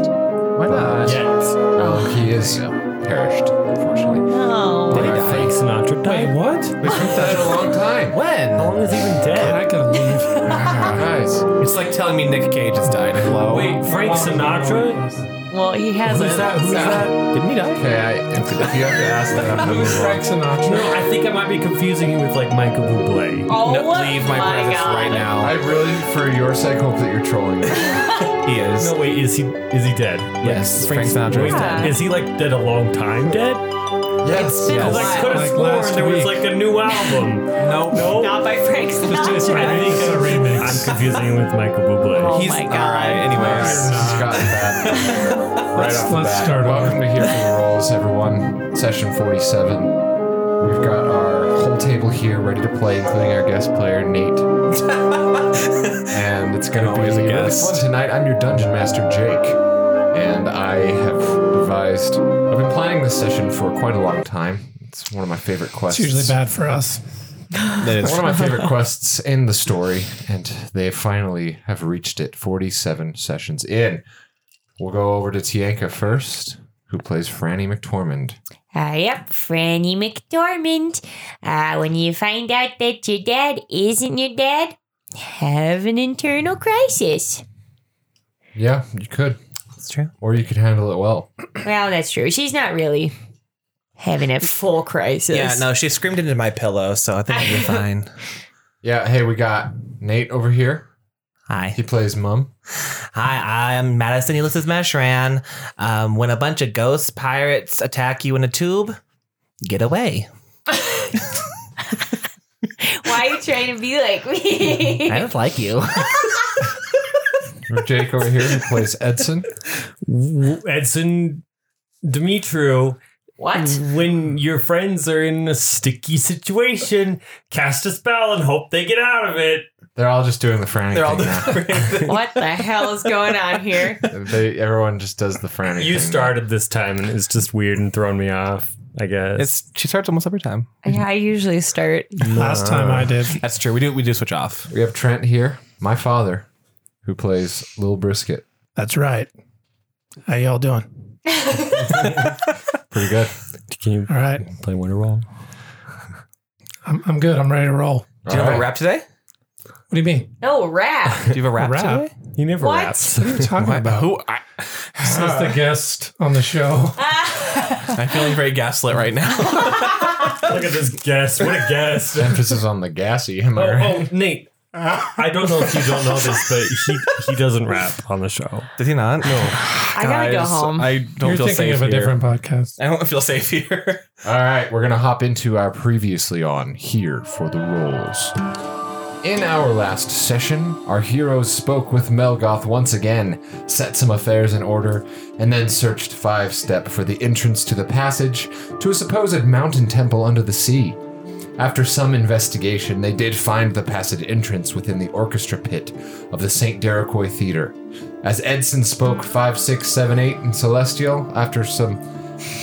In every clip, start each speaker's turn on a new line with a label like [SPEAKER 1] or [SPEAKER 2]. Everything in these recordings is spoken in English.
[SPEAKER 1] Why not? Oh,
[SPEAKER 2] Yes.
[SPEAKER 1] He is perished, unfortunately.
[SPEAKER 3] Oh.
[SPEAKER 2] Did he fake Sinatra?
[SPEAKER 4] Wait, what?
[SPEAKER 1] We've been dead a long time.
[SPEAKER 4] When?
[SPEAKER 2] How long is he been dead?
[SPEAKER 4] I gotta leave.
[SPEAKER 1] Nice.
[SPEAKER 5] It's like telling me Nick Cage has died. Hello.
[SPEAKER 2] Wait, Frank Sinatra?
[SPEAKER 3] Well, he hasn't.
[SPEAKER 2] Who's that? Who's
[SPEAKER 1] No.
[SPEAKER 2] that? Didn't he die?
[SPEAKER 1] Okay, I, if, if you have to ask that, I'm going
[SPEAKER 4] Who's
[SPEAKER 1] to
[SPEAKER 4] Frank Sinatra?
[SPEAKER 2] No, I think I might be confusing him with like Michael Bublé.
[SPEAKER 3] Oh,
[SPEAKER 5] No, leave my, presence
[SPEAKER 3] God.
[SPEAKER 5] right
[SPEAKER 1] I
[SPEAKER 5] now.
[SPEAKER 1] really, for your sake, hope that you're trolling me.
[SPEAKER 5] he is.
[SPEAKER 2] No, wait, is he is he dead?
[SPEAKER 5] Yes,
[SPEAKER 2] Frank
[SPEAKER 5] Frank Sinatra's
[SPEAKER 2] wait,
[SPEAKER 3] dead.
[SPEAKER 2] Is he like dead a long time dead?
[SPEAKER 1] Yes,
[SPEAKER 3] been a
[SPEAKER 1] yes.
[SPEAKER 3] while.
[SPEAKER 2] I could have
[SPEAKER 4] Like
[SPEAKER 2] sworn
[SPEAKER 4] last
[SPEAKER 2] there was
[SPEAKER 4] week.
[SPEAKER 2] like a new album.
[SPEAKER 5] No,
[SPEAKER 2] no,
[SPEAKER 3] Not by Frank
[SPEAKER 2] I
[SPEAKER 3] Sinatra.
[SPEAKER 2] think it's a remix. I'm confusing him with Michael Bublé.
[SPEAKER 3] Oh
[SPEAKER 5] He's
[SPEAKER 3] my God.
[SPEAKER 5] all right. Anyways,
[SPEAKER 1] This has gotten bad. right off the
[SPEAKER 4] let's
[SPEAKER 1] bat.
[SPEAKER 4] start
[SPEAKER 1] Welcome to Here for the Rolls, everyone. Session 47. We've got our whole table here ready to play, including our guest player, Nate. and it's going to be
[SPEAKER 5] Always a
[SPEAKER 1] really
[SPEAKER 5] guest.
[SPEAKER 1] fun tonight. I'm your Dungeon Master, Jake. And I have devised, I've been planning this session for quite a long time. It's one of my favorite quests.
[SPEAKER 4] It's usually bad for us.
[SPEAKER 1] One of my favorite quests in the story, and they finally have reached it 47 sessions in. We'll go over to Tienka first, who plays Franny McTormand.
[SPEAKER 6] Uh, yep, Franny McDormand. Uh, when you find out that your dad isn't your dad, have an internal crisis.
[SPEAKER 1] Yeah, you could.
[SPEAKER 5] That's true.
[SPEAKER 1] Or you could handle it well.
[SPEAKER 6] Well, that's true. She's not really having a full crisis.
[SPEAKER 5] Yeah, no, she screamed into my pillow, so I think I'll be fine.
[SPEAKER 1] Yeah, hey, we got Nate over here.
[SPEAKER 5] Hi.
[SPEAKER 1] He plays Mum.
[SPEAKER 5] Hi, I'm Madison Ulysses Mashran. Um, when a bunch of ghost pirates attack you in a tube, get away.
[SPEAKER 6] Why are you trying to be like me?
[SPEAKER 5] I don't like you.
[SPEAKER 1] Jake over here, he plays Edson.
[SPEAKER 2] Edson Dimitru,
[SPEAKER 3] What?
[SPEAKER 2] when your friends are in a sticky situation, cast a spell and hope they get out of it.
[SPEAKER 1] They're all just doing the Franny
[SPEAKER 5] They're all
[SPEAKER 1] thing
[SPEAKER 3] What the hell is going on here?
[SPEAKER 1] now. They, everyone just does the Franny
[SPEAKER 2] You
[SPEAKER 1] thing.
[SPEAKER 2] started this time and it's just weird and throwing me off, I guess.
[SPEAKER 5] It's she starts almost every time.
[SPEAKER 3] Yeah, I usually start.
[SPEAKER 4] Last time I did.
[SPEAKER 5] That's true. We do we do switch off.
[SPEAKER 1] We have Trent here, my father, who plays Lil Brisket.
[SPEAKER 4] That's right. How y'all doing?
[SPEAKER 1] Pretty good.
[SPEAKER 2] Can you
[SPEAKER 4] All right.
[SPEAKER 2] play Winterwall?
[SPEAKER 4] I'm, I'm good. I'm ready to roll.
[SPEAKER 5] Do you have
[SPEAKER 1] All right.
[SPEAKER 5] a rap today?
[SPEAKER 4] What do you mean?
[SPEAKER 3] No rap.
[SPEAKER 5] Do you have a rap,
[SPEAKER 4] rap?
[SPEAKER 5] today?
[SPEAKER 2] He never
[SPEAKER 3] What?
[SPEAKER 2] raps.
[SPEAKER 4] What are you talking about?
[SPEAKER 5] Who I,
[SPEAKER 4] As the guest on the show.
[SPEAKER 5] I'm feeling very gaslit right now.
[SPEAKER 2] Look at this guess. What a guess. oh,
[SPEAKER 1] Emphasis on the gassy, am I right?
[SPEAKER 2] oh, Nate. I don't know if you don't know this, but he, he doesn't rap on the show.
[SPEAKER 5] Does he not?
[SPEAKER 3] I
[SPEAKER 5] No.
[SPEAKER 3] gotta go home.
[SPEAKER 5] I don't
[SPEAKER 4] You're
[SPEAKER 5] feel
[SPEAKER 4] thinking
[SPEAKER 5] safe
[SPEAKER 4] of a
[SPEAKER 5] here.
[SPEAKER 4] different podcast.
[SPEAKER 5] I don't feel safe here.
[SPEAKER 1] All right, we're gonna hop into our previously on here for the rolls. In our last session, our heroes spoke with Melgoth once again, set some affairs in order, and then searched Five Step for the entrance to the passage to a supposed mountain temple under the sea. After some investigation, they did find the passage entrance within the orchestra pit of the St. Derocoy Theater. As Edson spoke 5678 in Celestial, after some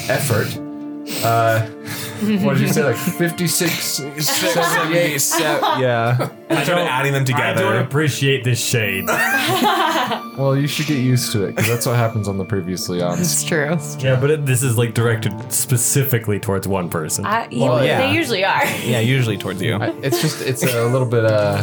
[SPEAKER 1] effort, uh, what did you say, like 56?
[SPEAKER 5] yeah. I started adding them
[SPEAKER 2] I don't
[SPEAKER 5] together.
[SPEAKER 2] appreciate this shade.
[SPEAKER 1] Well, you should get used to it, because that's what happens on the previously on.
[SPEAKER 3] it's true.
[SPEAKER 2] yeah, but it, this is like directed specifically towards one person.
[SPEAKER 3] I, you,
[SPEAKER 1] Well,
[SPEAKER 5] yeah.
[SPEAKER 3] They usually are.
[SPEAKER 5] Yeah, usually towards you.
[SPEAKER 1] I- It's just, it's a little bit, uh,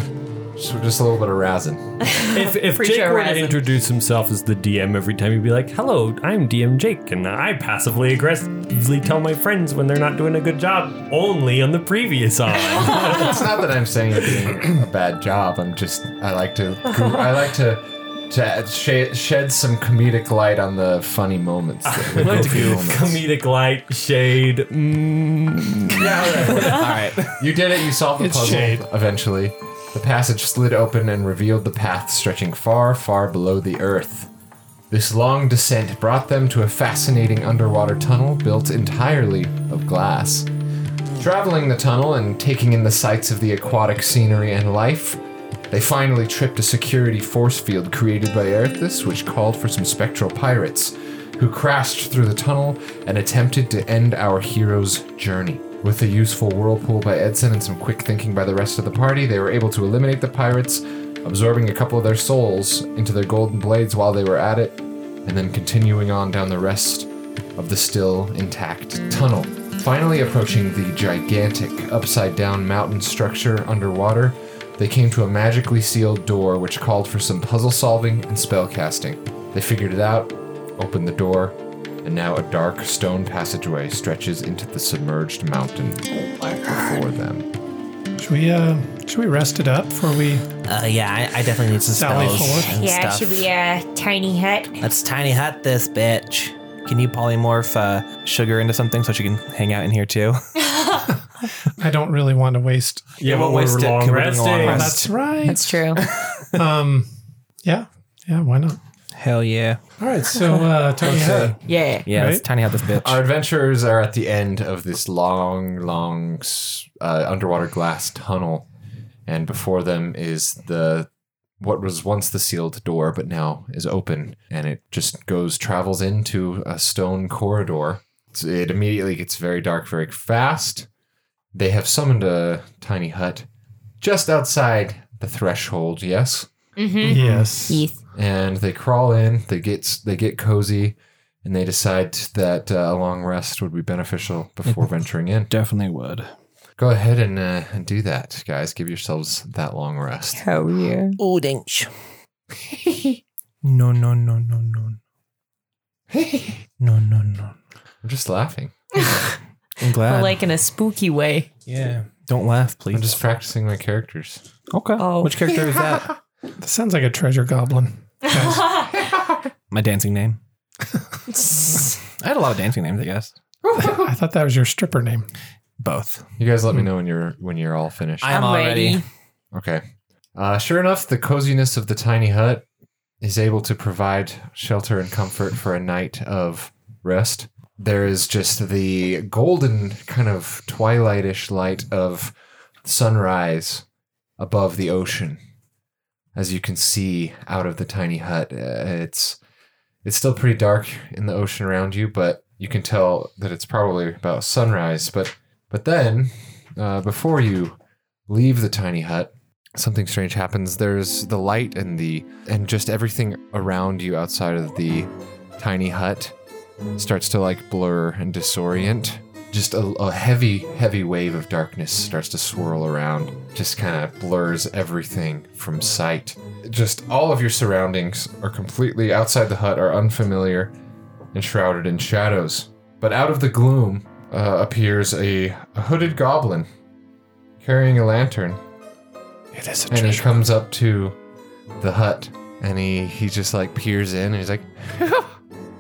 [SPEAKER 1] just just a little bit of razzing.
[SPEAKER 2] if if
[SPEAKER 3] Appreciate
[SPEAKER 2] Jake were to
[SPEAKER 3] Horizon.
[SPEAKER 2] introduce himself as the DM every time, he'd be like, "Hello, I'm DM Jake, and I passively aggressively tell my friends when they're not doing a good job only on the previous on."
[SPEAKER 1] It's not that I'm saying you're doing a bad job. I'm just, I like to, I like to. To sh- shed some comedic light on the funny moments. that- the goofy moments.
[SPEAKER 2] Comedic light, shade. Mm.
[SPEAKER 1] Yeah,
[SPEAKER 5] All right.
[SPEAKER 1] you did it. You solved the
[SPEAKER 4] It's
[SPEAKER 1] puzzle
[SPEAKER 4] shade.
[SPEAKER 1] eventually. The passage slid open and revealed the path stretching far, far below the earth. This long descent brought them to a fascinating underwater tunnel built entirely of glass. Traveling the tunnel and taking in the sights of the aquatic scenery and life, they finally tripped a security force field created by Aerithus, which called for some spectral pirates, who crashed through the tunnel and attempted to end our hero's journey. With a useful whirlpool by Edson and some quick thinking by the rest of the party, they were able to eliminate the pirates, absorbing a couple of their souls into their golden blades while they were at it, and then continuing on down the rest of the still intact tunnel. Finally approaching the gigantic upside down mountain structure underwater, they came to a magically sealed door which called for some puzzle solving and spell casting. They figured it out, opened the door, and now a dark stone passageway stretches into the submerged mountain before them.
[SPEAKER 4] Should we uh should we rest it up before we
[SPEAKER 5] Uh, yeah, I, I definitely need some
[SPEAKER 4] Sally
[SPEAKER 5] spells.
[SPEAKER 4] Ford.
[SPEAKER 5] and
[SPEAKER 6] Yeah,
[SPEAKER 5] stuff.
[SPEAKER 6] it should be a tiny hut.
[SPEAKER 5] Let's tiny hut this bitch. Can you polymorph uh, sugar into something so she can hang out in here too?
[SPEAKER 4] I don't really want to waste
[SPEAKER 2] Yeah,
[SPEAKER 5] we'll
[SPEAKER 2] but we're
[SPEAKER 5] waste it.
[SPEAKER 2] long
[SPEAKER 5] Can we do the
[SPEAKER 2] resting.
[SPEAKER 5] long rest?
[SPEAKER 4] That's right.
[SPEAKER 3] That's true.
[SPEAKER 4] um yeah. Yeah, why not?
[SPEAKER 5] Hell yeah.
[SPEAKER 4] All right, so uh Tony Hut.
[SPEAKER 3] Yeah.
[SPEAKER 5] Yeah, let's
[SPEAKER 4] Right?
[SPEAKER 5] tiny hut this bitch.
[SPEAKER 1] Our adventurers are at the end of this long, long s- uh, underwater glass tunnel, and before them is the what was once the sealed door, but now is open, and it just goes travels into a stone corridor. So It immediately gets very dark very fast. They have summoned a tiny hut just outside the threshold. Yes,
[SPEAKER 6] Mm-hmm.
[SPEAKER 4] Yes.
[SPEAKER 6] Keith.
[SPEAKER 1] and they crawl in. They get they get cozy, and they decide that uh, a long rest would be beneficial before venturing in.
[SPEAKER 5] definitely would.
[SPEAKER 1] Go ahead and uh, and do that, guys. Give yourselves that long rest.
[SPEAKER 3] Hell yeah.
[SPEAKER 5] Oh, dinch. no, no, no, no, no. No, no, no.
[SPEAKER 1] I'm just laughing.
[SPEAKER 5] I'm glad.
[SPEAKER 3] But like in a spooky way.
[SPEAKER 5] yeah. Don't laugh, please.
[SPEAKER 1] I'm just practicing my characters.
[SPEAKER 5] okay.
[SPEAKER 3] Oh.
[SPEAKER 5] Which character is that?
[SPEAKER 4] That sounds like a treasure goblin. Guys,
[SPEAKER 5] My dancing name. I had a lot of dancing names, I guess.
[SPEAKER 4] I thought that was your stripper name.
[SPEAKER 5] Both.
[SPEAKER 1] You guys, let
[SPEAKER 3] Hmm.
[SPEAKER 1] me know when you're when you're all finished.
[SPEAKER 5] I am
[SPEAKER 3] I'm
[SPEAKER 5] already.
[SPEAKER 3] ready.
[SPEAKER 1] Okay. Uh, sure enough, the coziness of the tiny hut is able to provide shelter and comfort for a night of rest. There is just the golden kind of twilightish light of sunrise above the ocean. As you can see out of the tiny hut, uh, it's it's still pretty dark in the ocean around you, but you can tell that it's probably about sunrise. But but then, uh, before you leave the tiny hut, something strange happens. There's the light and the and just everything around you outside of the tiny hut starts to like blur and disorient. Just a, a heavy, heavy wave of darkness starts to swirl around, just kind of blurs everything from sight. Just all of your surroundings are completely outside the hut, are unfamiliar and shrouded in shadows. But out of the gloom uh, appears a, a hooded goblin carrying a lantern
[SPEAKER 4] It is a
[SPEAKER 1] and he
[SPEAKER 4] treasure.
[SPEAKER 1] comes up to the hut and he he just like peers in and he's like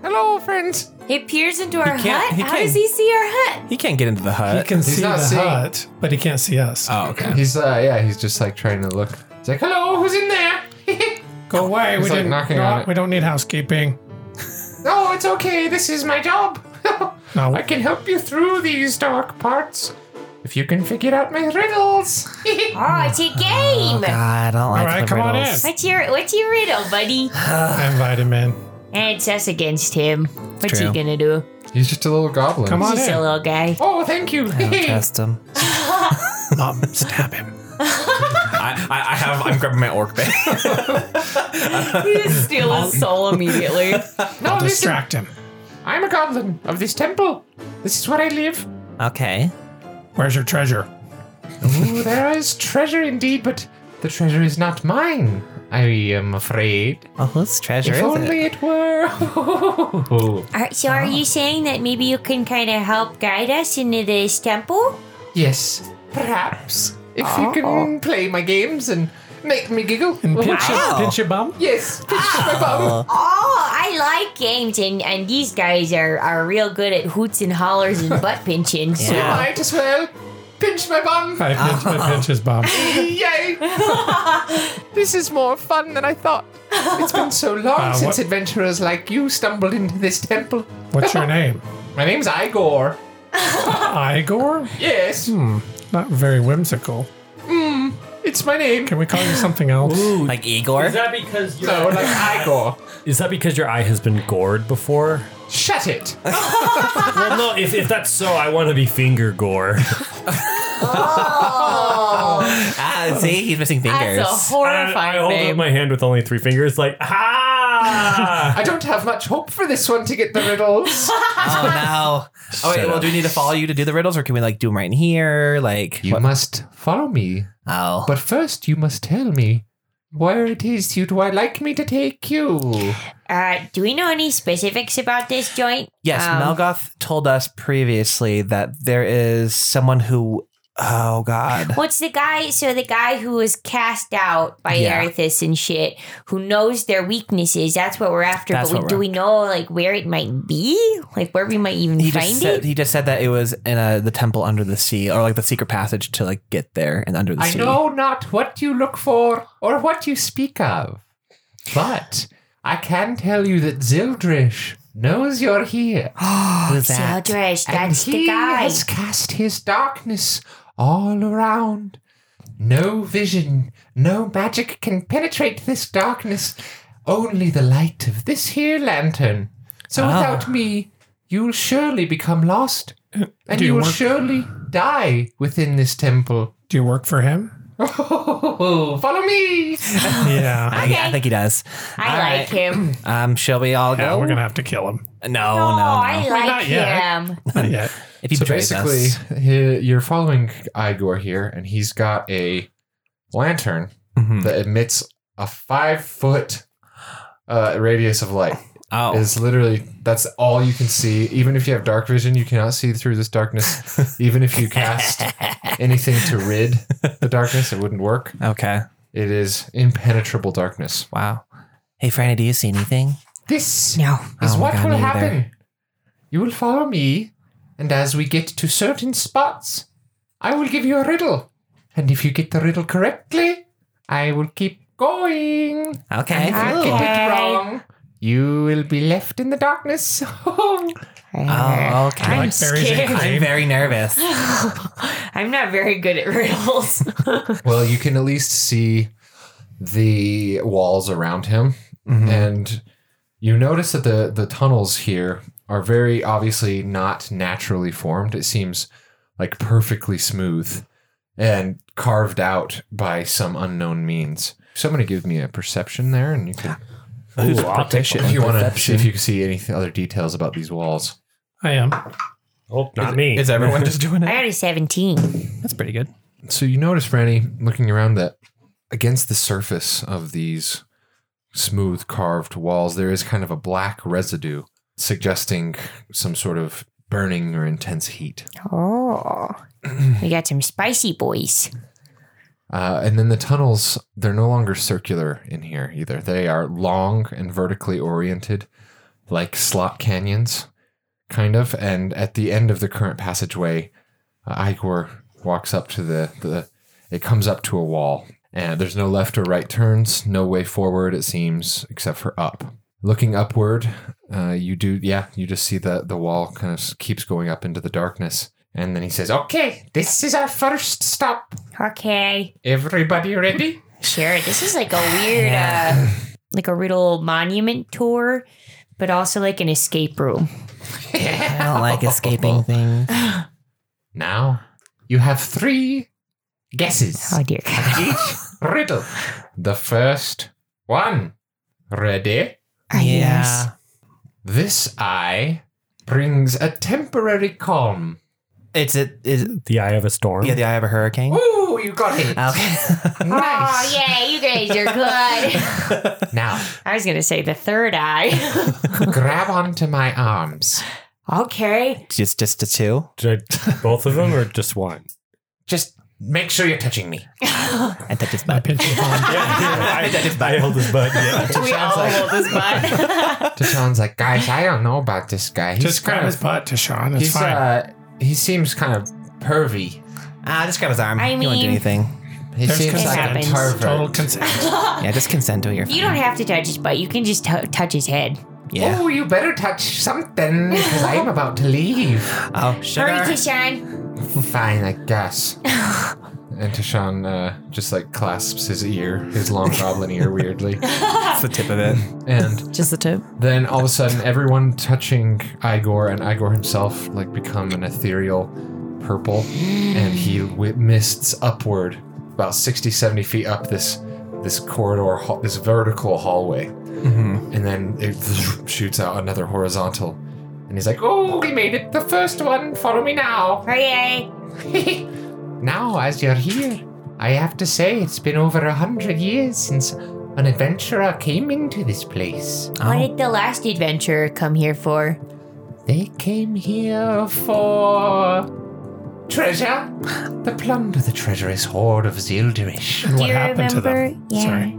[SPEAKER 1] hello friends
[SPEAKER 6] He peers into our
[SPEAKER 5] can't-
[SPEAKER 6] hut.
[SPEAKER 5] he
[SPEAKER 6] How
[SPEAKER 5] can't-
[SPEAKER 6] does he see our hut?
[SPEAKER 5] He can't get into the
[SPEAKER 4] He
[SPEAKER 5] hut.
[SPEAKER 4] can see the
[SPEAKER 1] not seeing-
[SPEAKER 4] hut, but he can't see us.
[SPEAKER 5] oh, okay.
[SPEAKER 1] he's uh yeah he's just like trying to look he's like hello who's in there
[SPEAKER 4] Go away.
[SPEAKER 1] He's
[SPEAKER 4] We
[SPEAKER 1] like
[SPEAKER 4] didn't.
[SPEAKER 1] knocking
[SPEAKER 4] no,
[SPEAKER 1] on it.
[SPEAKER 4] we don't need housekeeping.
[SPEAKER 1] no Oh, it's okay this is my job
[SPEAKER 4] No,
[SPEAKER 1] i can help you through these dark parts if you can figure out my riddles
[SPEAKER 6] Oh, it's a game.
[SPEAKER 5] God, I don't like
[SPEAKER 4] right,
[SPEAKER 5] the
[SPEAKER 4] come on
[SPEAKER 5] riddles.
[SPEAKER 4] in.
[SPEAKER 6] what's your What's your riddle, buddy?
[SPEAKER 4] I invite him in.
[SPEAKER 6] Eh, It's us against him. What's he
[SPEAKER 5] true.
[SPEAKER 6] gonna do?
[SPEAKER 1] he's just a little goblin
[SPEAKER 4] Come on
[SPEAKER 6] He's a
[SPEAKER 4] in.
[SPEAKER 6] little guy.
[SPEAKER 1] oh thank you
[SPEAKER 5] Don't test him.
[SPEAKER 4] Mom, stab him.
[SPEAKER 5] I, I, I have. I'm grabbing my orc bag.
[SPEAKER 3] You just steal his soul immediately.
[SPEAKER 1] no listen
[SPEAKER 4] Distract him.
[SPEAKER 1] i'm a goblin of this temple this is where i live
[SPEAKER 5] okay.
[SPEAKER 4] Where's your treasure?
[SPEAKER 1] Ooh, there is treasure indeed, but the treasure is not mine. I am afraid.
[SPEAKER 3] Oh,
[SPEAKER 5] Well, whose treasure
[SPEAKER 1] if Oh.
[SPEAKER 5] is
[SPEAKER 1] only
[SPEAKER 5] it?
[SPEAKER 1] it, were.
[SPEAKER 6] Are, so, are you saying that maybe you can kind of help guide us into this temple?
[SPEAKER 1] yes, perhaps. If you can play my games and make me giggle.
[SPEAKER 4] And pinch,
[SPEAKER 5] Wow.
[SPEAKER 4] your, pinch your bum?
[SPEAKER 1] Yes, pinch my bum.
[SPEAKER 6] Ah, Oh, I like games, and, and these guys are, are real good at hoots and hollers and butt pinching. So
[SPEAKER 1] You
[SPEAKER 5] Yeah.
[SPEAKER 1] might as well pinch my bum.
[SPEAKER 4] I pinch, I pinch his bum.
[SPEAKER 1] Yay! this is more fun than I thought. It's been so long
[SPEAKER 4] Uh,
[SPEAKER 1] since
[SPEAKER 4] what-
[SPEAKER 1] adventurers like you stumbled into this temple.
[SPEAKER 4] What's your name?
[SPEAKER 1] My name's Igor.
[SPEAKER 4] Igor? Hmm,
[SPEAKER 1] Yes, Hmm,
[SPEAKER 4] Not very whimsical.
[SPEAKER 1] it's my name.
[SPEAKER 4] Can we call you something else?
[SPEAKER 5] Like Igor?
[SPEAKER 2] Is that because your
[SPEAKER 1] No, like Igor.
[SPEAKER 2] is that because your eye has been gored before?
[SPEAKER 1] Shut it!
[SPEAKER 2] well, no. If, if that's so, I want to be finger gore.
[SPEAKER 5] Oh. ah, see, he's missing fingers.
[SPEAKER 3] That's a
[SPEAKER 2] I, I
[SPEAKER 5] Ah,
[SPEAKER 3] horrifying
[SPEAKER 2] hold up
[SPEAKER 3] name.
[SPEAKER 2] my hand with only three fingers, like ah. Ah!
[SPEAKER 1] I don't have much hope for this one to get the riddles.
[SPEAKER 5] Oh no! Oh wait,
[SPEAKER 2] Shut
[SPEAKER 5] well,
[SPEAKER 2] up.
[SPEAKER 5] do we need to follow you to do the riddles, or can we like do them right in here? Like,
[SPEAKER 1] you
[SPEAKER 5] what-
[SPEAKER 1] must follow me,
[SPEAKER 5] oh,
[SPEAKER 1] but first you must tell me where it is you'd wa- like me to take you.
[SPEAKER 6] Uh, do we know any specifics about this joint?
[SPEAKER 5] yes,
[SPEAKER 6] Um,
[SPEAKER 5] Melgoth told us previously that there is someone who. Oh God!
[SPEAKER 6] What's the guy? So the guy who was cast out by
[SPEAKER 5] Yeah.
[SPEAKER 6] Arthas and shit, who knows their weaknesses. That's what we're after.
[SPEAKER 5] That's
[SPEAKER 6] but
[SPEAKER 5] what
[SPEAKER 6] we, do
[SPEAKER 5] we're
[SPEAKER 6] we know like where it might be? Like where we might even
[SPEAKER 5] He
[SPEAKER 6] find
[SPEAKER 5] just said
[SPEAKER 6] it?
[SPEAKER 5] he just said that it was in uh the temple under the sea, or like the secret passage to like get there and under the
[SPEAKER 1] I
[SPEAKER 5] sea.
[SPEAKER 1] know not what you look for or what you speak of, but I can tell you that Zildrish knows you're here,
[SPEAKER 5] Who's that?
[SPEAKER 6] Zeldresh,
[SPEAKER 1] and
[SPEAKER 6] that's the
[SPEAKER 1] he
[SPEAKER 6] guy.
[SPEAKER 1] has cast his darkness all around. No vision, no magic can penetrate this darkness, only the light of this here lantern. So without me, you'll surely become lost, and
[SPEAKER 4] Do
[SPEAKER 1] you
[SPEAKER 4] you
[SPEAKER 1] will
[SPEAKER 4] want-
[SPEAKER 1] surely die within this temple.
[SPEAKER 4] Do you work for him?
[SPEAKER 1] Oh, follow me!
[SPEAKER 4] Yeah.
[SPEAKER 5] I, I think he does.
[SPEAKER 6] I
[SPEAKER 5] All
[SPEAKER 6] like him.
[SPEAKER 5] Um, shall we all
[SPEAKER 4] Yeah,
[SPEAKER 5] go?
[SPEAKER 4] we're gonna have to kill him.
[SPEAKER 5] no,
[SPEAKER 6] oh,
[SPEAKER 5] no, no.
[SPEAKER 6] I
[SPEAKER 4] not
[SPEAKER 6] like
[SPEAKER 4] yet.
[SPEAKER 6] him.
[SPEAKER 4] Not yet.
[SPEAKER 5] if he
[SPEAKER 1] So
[SPEAKER 5] betrays
[SPEAKER 1] basically,
[SPEAKER 5] us,
[SPEAKER 1] he, you're following Igor here, and he's got a lantern
[SPEAKER 5] Mhm.
[SPEAKER 1] that emits a five foot uh, radius of light.
[SPEAKER 5] oh,
[SPEAKER 1] It's literally that's all you can see. Even if you have dark vision, you cannot see through this darkness. Even if you cast anything to rid the darkness, it wouldn't work.
[SPEAKER 5] okay,
[SPEAKER 1] It is impenetrable darkness.
[SPEAKER 5] wow. Hey, Franny, do you see anything?
[SPEAKER 1] This
[SPEAKER 6] No.
[SPEAKER 1] is
[SPEAKER 5] Oh my
[SPEAKER 1] what
[SPEAKER 5] God,
[SPEAKER 1] will
[SPEAKER 5] me either.
[SPEAKER 1] happen. You will follow me, and as we get to certain spots, I will give you a riddle. And if you get the riddle correctly, I will keep going.
[SPEAKER 5] Okay,
[SPEAKER 1] If you get
[SPEAKER 6] Okay.
[SPEAKER 1] it wrong, you will be left in the darkness.
[SPEAKER 5] Oh, okay.
[SPEAKER 6] I'm
[SPEAKER 4] Like berries and
[SPEAKER 6] scared.
[SPEAKER 5] I'm very nervous.
[SPEAKER 6] I'm not very good at riddles.
[SPEAKER 1] well, you can at least see the walls around him. And you notice that the, the tunnels here are very obviously not naturally formed. It seems like perfectly smooth and carved out by some unknown means. Somebody give me a perception there, and you can.
[SPEAKER 2] Ooh, I'll take
[SPEAKER 1] If you want to see if you can see any other details about these walls.
[SPEAKER 4] I am.
[SPEAKER 2] Oh, not me.
[SPEAKER 5] Is everyone just doing
[SPEAKER 6] I
[SPEAKER 5] it?
[SPEAKER 6] got a 17.
[SPEAKER 5] That's pretty good.
[SPEAKER 1] So you notice, Franny, looking around, that against the surface of these smooth carved walls, there is kind of a black residue suggesting some sort of burning or intense heat.
[SPEAKER 6] Oh. We got some spicy boys.
[SPEAKER 1] Uh, and then the tunnels, they're no longer circular in here either. They are long and vertically oriented, like slot canyons, kind of. And at the end of the current passageway, uh, Igor walks up to the, the, it comes up to a wall. And there's no left or right turns, no way forward, it seems, except for up. Looking upward, uh, you do, yeah, you just see the, the wall kind of s- keeps going up into the darkness. And then he says, Okay, this is our first stop.
[SPEAKER 6] Okay.
[SPEAKER 1] Everybody ready?
[SPEAKER 6] Sure. This is like a weird,
[SPEAKER 5] Yeah.
[SPEAKER 6] uh, like a riddle monument tour, but also like an escape room.
[SPEAKER 5] I don't like escaping things.
[SPEAKER 1] Now you have
[SPEAKER 6] Oh
[SPEAKER 1] three
[SPEAKER 5] Oh,
[SPEAKER 1] guesses.
[SPEAKER 6] dear God.
[SPEAKER 1] Each riddle. The first one. Ready?
[SPEAKER 6] Ah, yes.
[SPEAKER 1] This eye brings a temporary calm.
[SPEAKER 5] It's it is it-
[SPEAKER 2] the eye of a storm.
[SPEAKER 5] yeah, the eye of a hurricane.
[SPEAKER 1] Ooh, you got it.
[SPEAKER 5] Okay.
[SPEAKER 6] Oh
[SPEAKER 1] Nice.
[SPEAKER 6] yeah, you guys are good.
[SPEAKER 1] Now
[SPEAKER 6] I was gonna say the third eye.
[SPEAKER 1] grab onto my arms.
[SPEAKER 6] okay.
[SPEAKER 5] just just a two.
[SPEAKER 2] Did I- both of them or just one?
[SPEAKER 1] Just make sure you're touching me.
[SPEAKER 5] I touch his
[SPEAKER 4] I
[SPEAKER 5] butt.
[SPEAKER 4] pinch his palm.
[SPEAKER 2] I, I held his butt. Yeah.
[SPEAKER 6] we all hold this butt.
[SPEAKER 1] Tashawn's like, guys, I don't know about this guy. He's
[SPEAKER 4] Just grab
[SPEAKER 1] kind
[SPEAKER 4] his
[SPEAKER 1] of,
[SPEAKER 4] butt to Sean. It's
[SPEAKER 1] he's
[SPEAKER 4] fine.
[SPEAKER 1] uh, he seems kind of pervy.
[SPEAKER 5] Ah, just grab his arm.
[SPEAKER 6] I
[SPEAKER 5] he won't do
[SPEAKER 6] mean-
[SPEAKER 5] anything.
[SPEAKER 1] He
[SPEAKER 4] There's
[SPEAKER 1] seems
[SPEAKER 4] consent.
[SPEAKER 1] like
[SPEAKER 6] happens.
[SPEAKER 1] a pervert.
[SPEAKER 4] Total consent.
[SPEAKER 5] Yeah, just consent to it. You're
[SPEAKER 6] you
[SPEAKER 5] fine.
[SPEAKER 6] don't have to touch his butt. You can just t- touch his head.
[SPEAKER 5] Yeah.
[SPEAKER 1] Oh, you better touch something because I'm about to leave.
[SPEAKER 5] Oh,
[SPEAKER 6] Hurry,
[SPEAKER 5] sugar.
[SPEAKER 6] Kishan.
[SPEAKER 1] Fine, I guess. and Tashan uh, just like clasps his ear, his long goblin ear, weirdly.
[SPEAKER 5] That's the tip of it.
[SPEAKER 1] And
[SPEAKER 3] Just the tip.
[SPEAKER 1] then all of a sudden, everyone touching Igor and Igor himself like become an ethereal purple, and he wi- mists upward about 60, 70 feet up this this corridor, ha- this vertical hallway. and then it shoots out another horizontal. And he's like, "Oh, we made it! The first one. Follow me
[SPEAKER 6] Oh,
[SPEAKER 1] now."
[SPEAKER 6] Hooray!
[SPEAKER 1] now, as you're here, I have to say it's been over a hundred years since an adventurer came into this place.
[SPEAKER 6] What did the last adventurer come here for?
[SPEAKER 1] They came here for treasure. To plunder the treacherous hoard of Zilderish.
[SPEAKER 4] And
[SPEAKER 6] Do
[SPEAKER 4] what
[SPEAKER 6] you
[SPEAKER 4] happened to
[SPEAKER 6] remember?
[SPEAKER 4] them?
[SPEAKER 6] Yeah.
[SPEAKER 4] Sorry.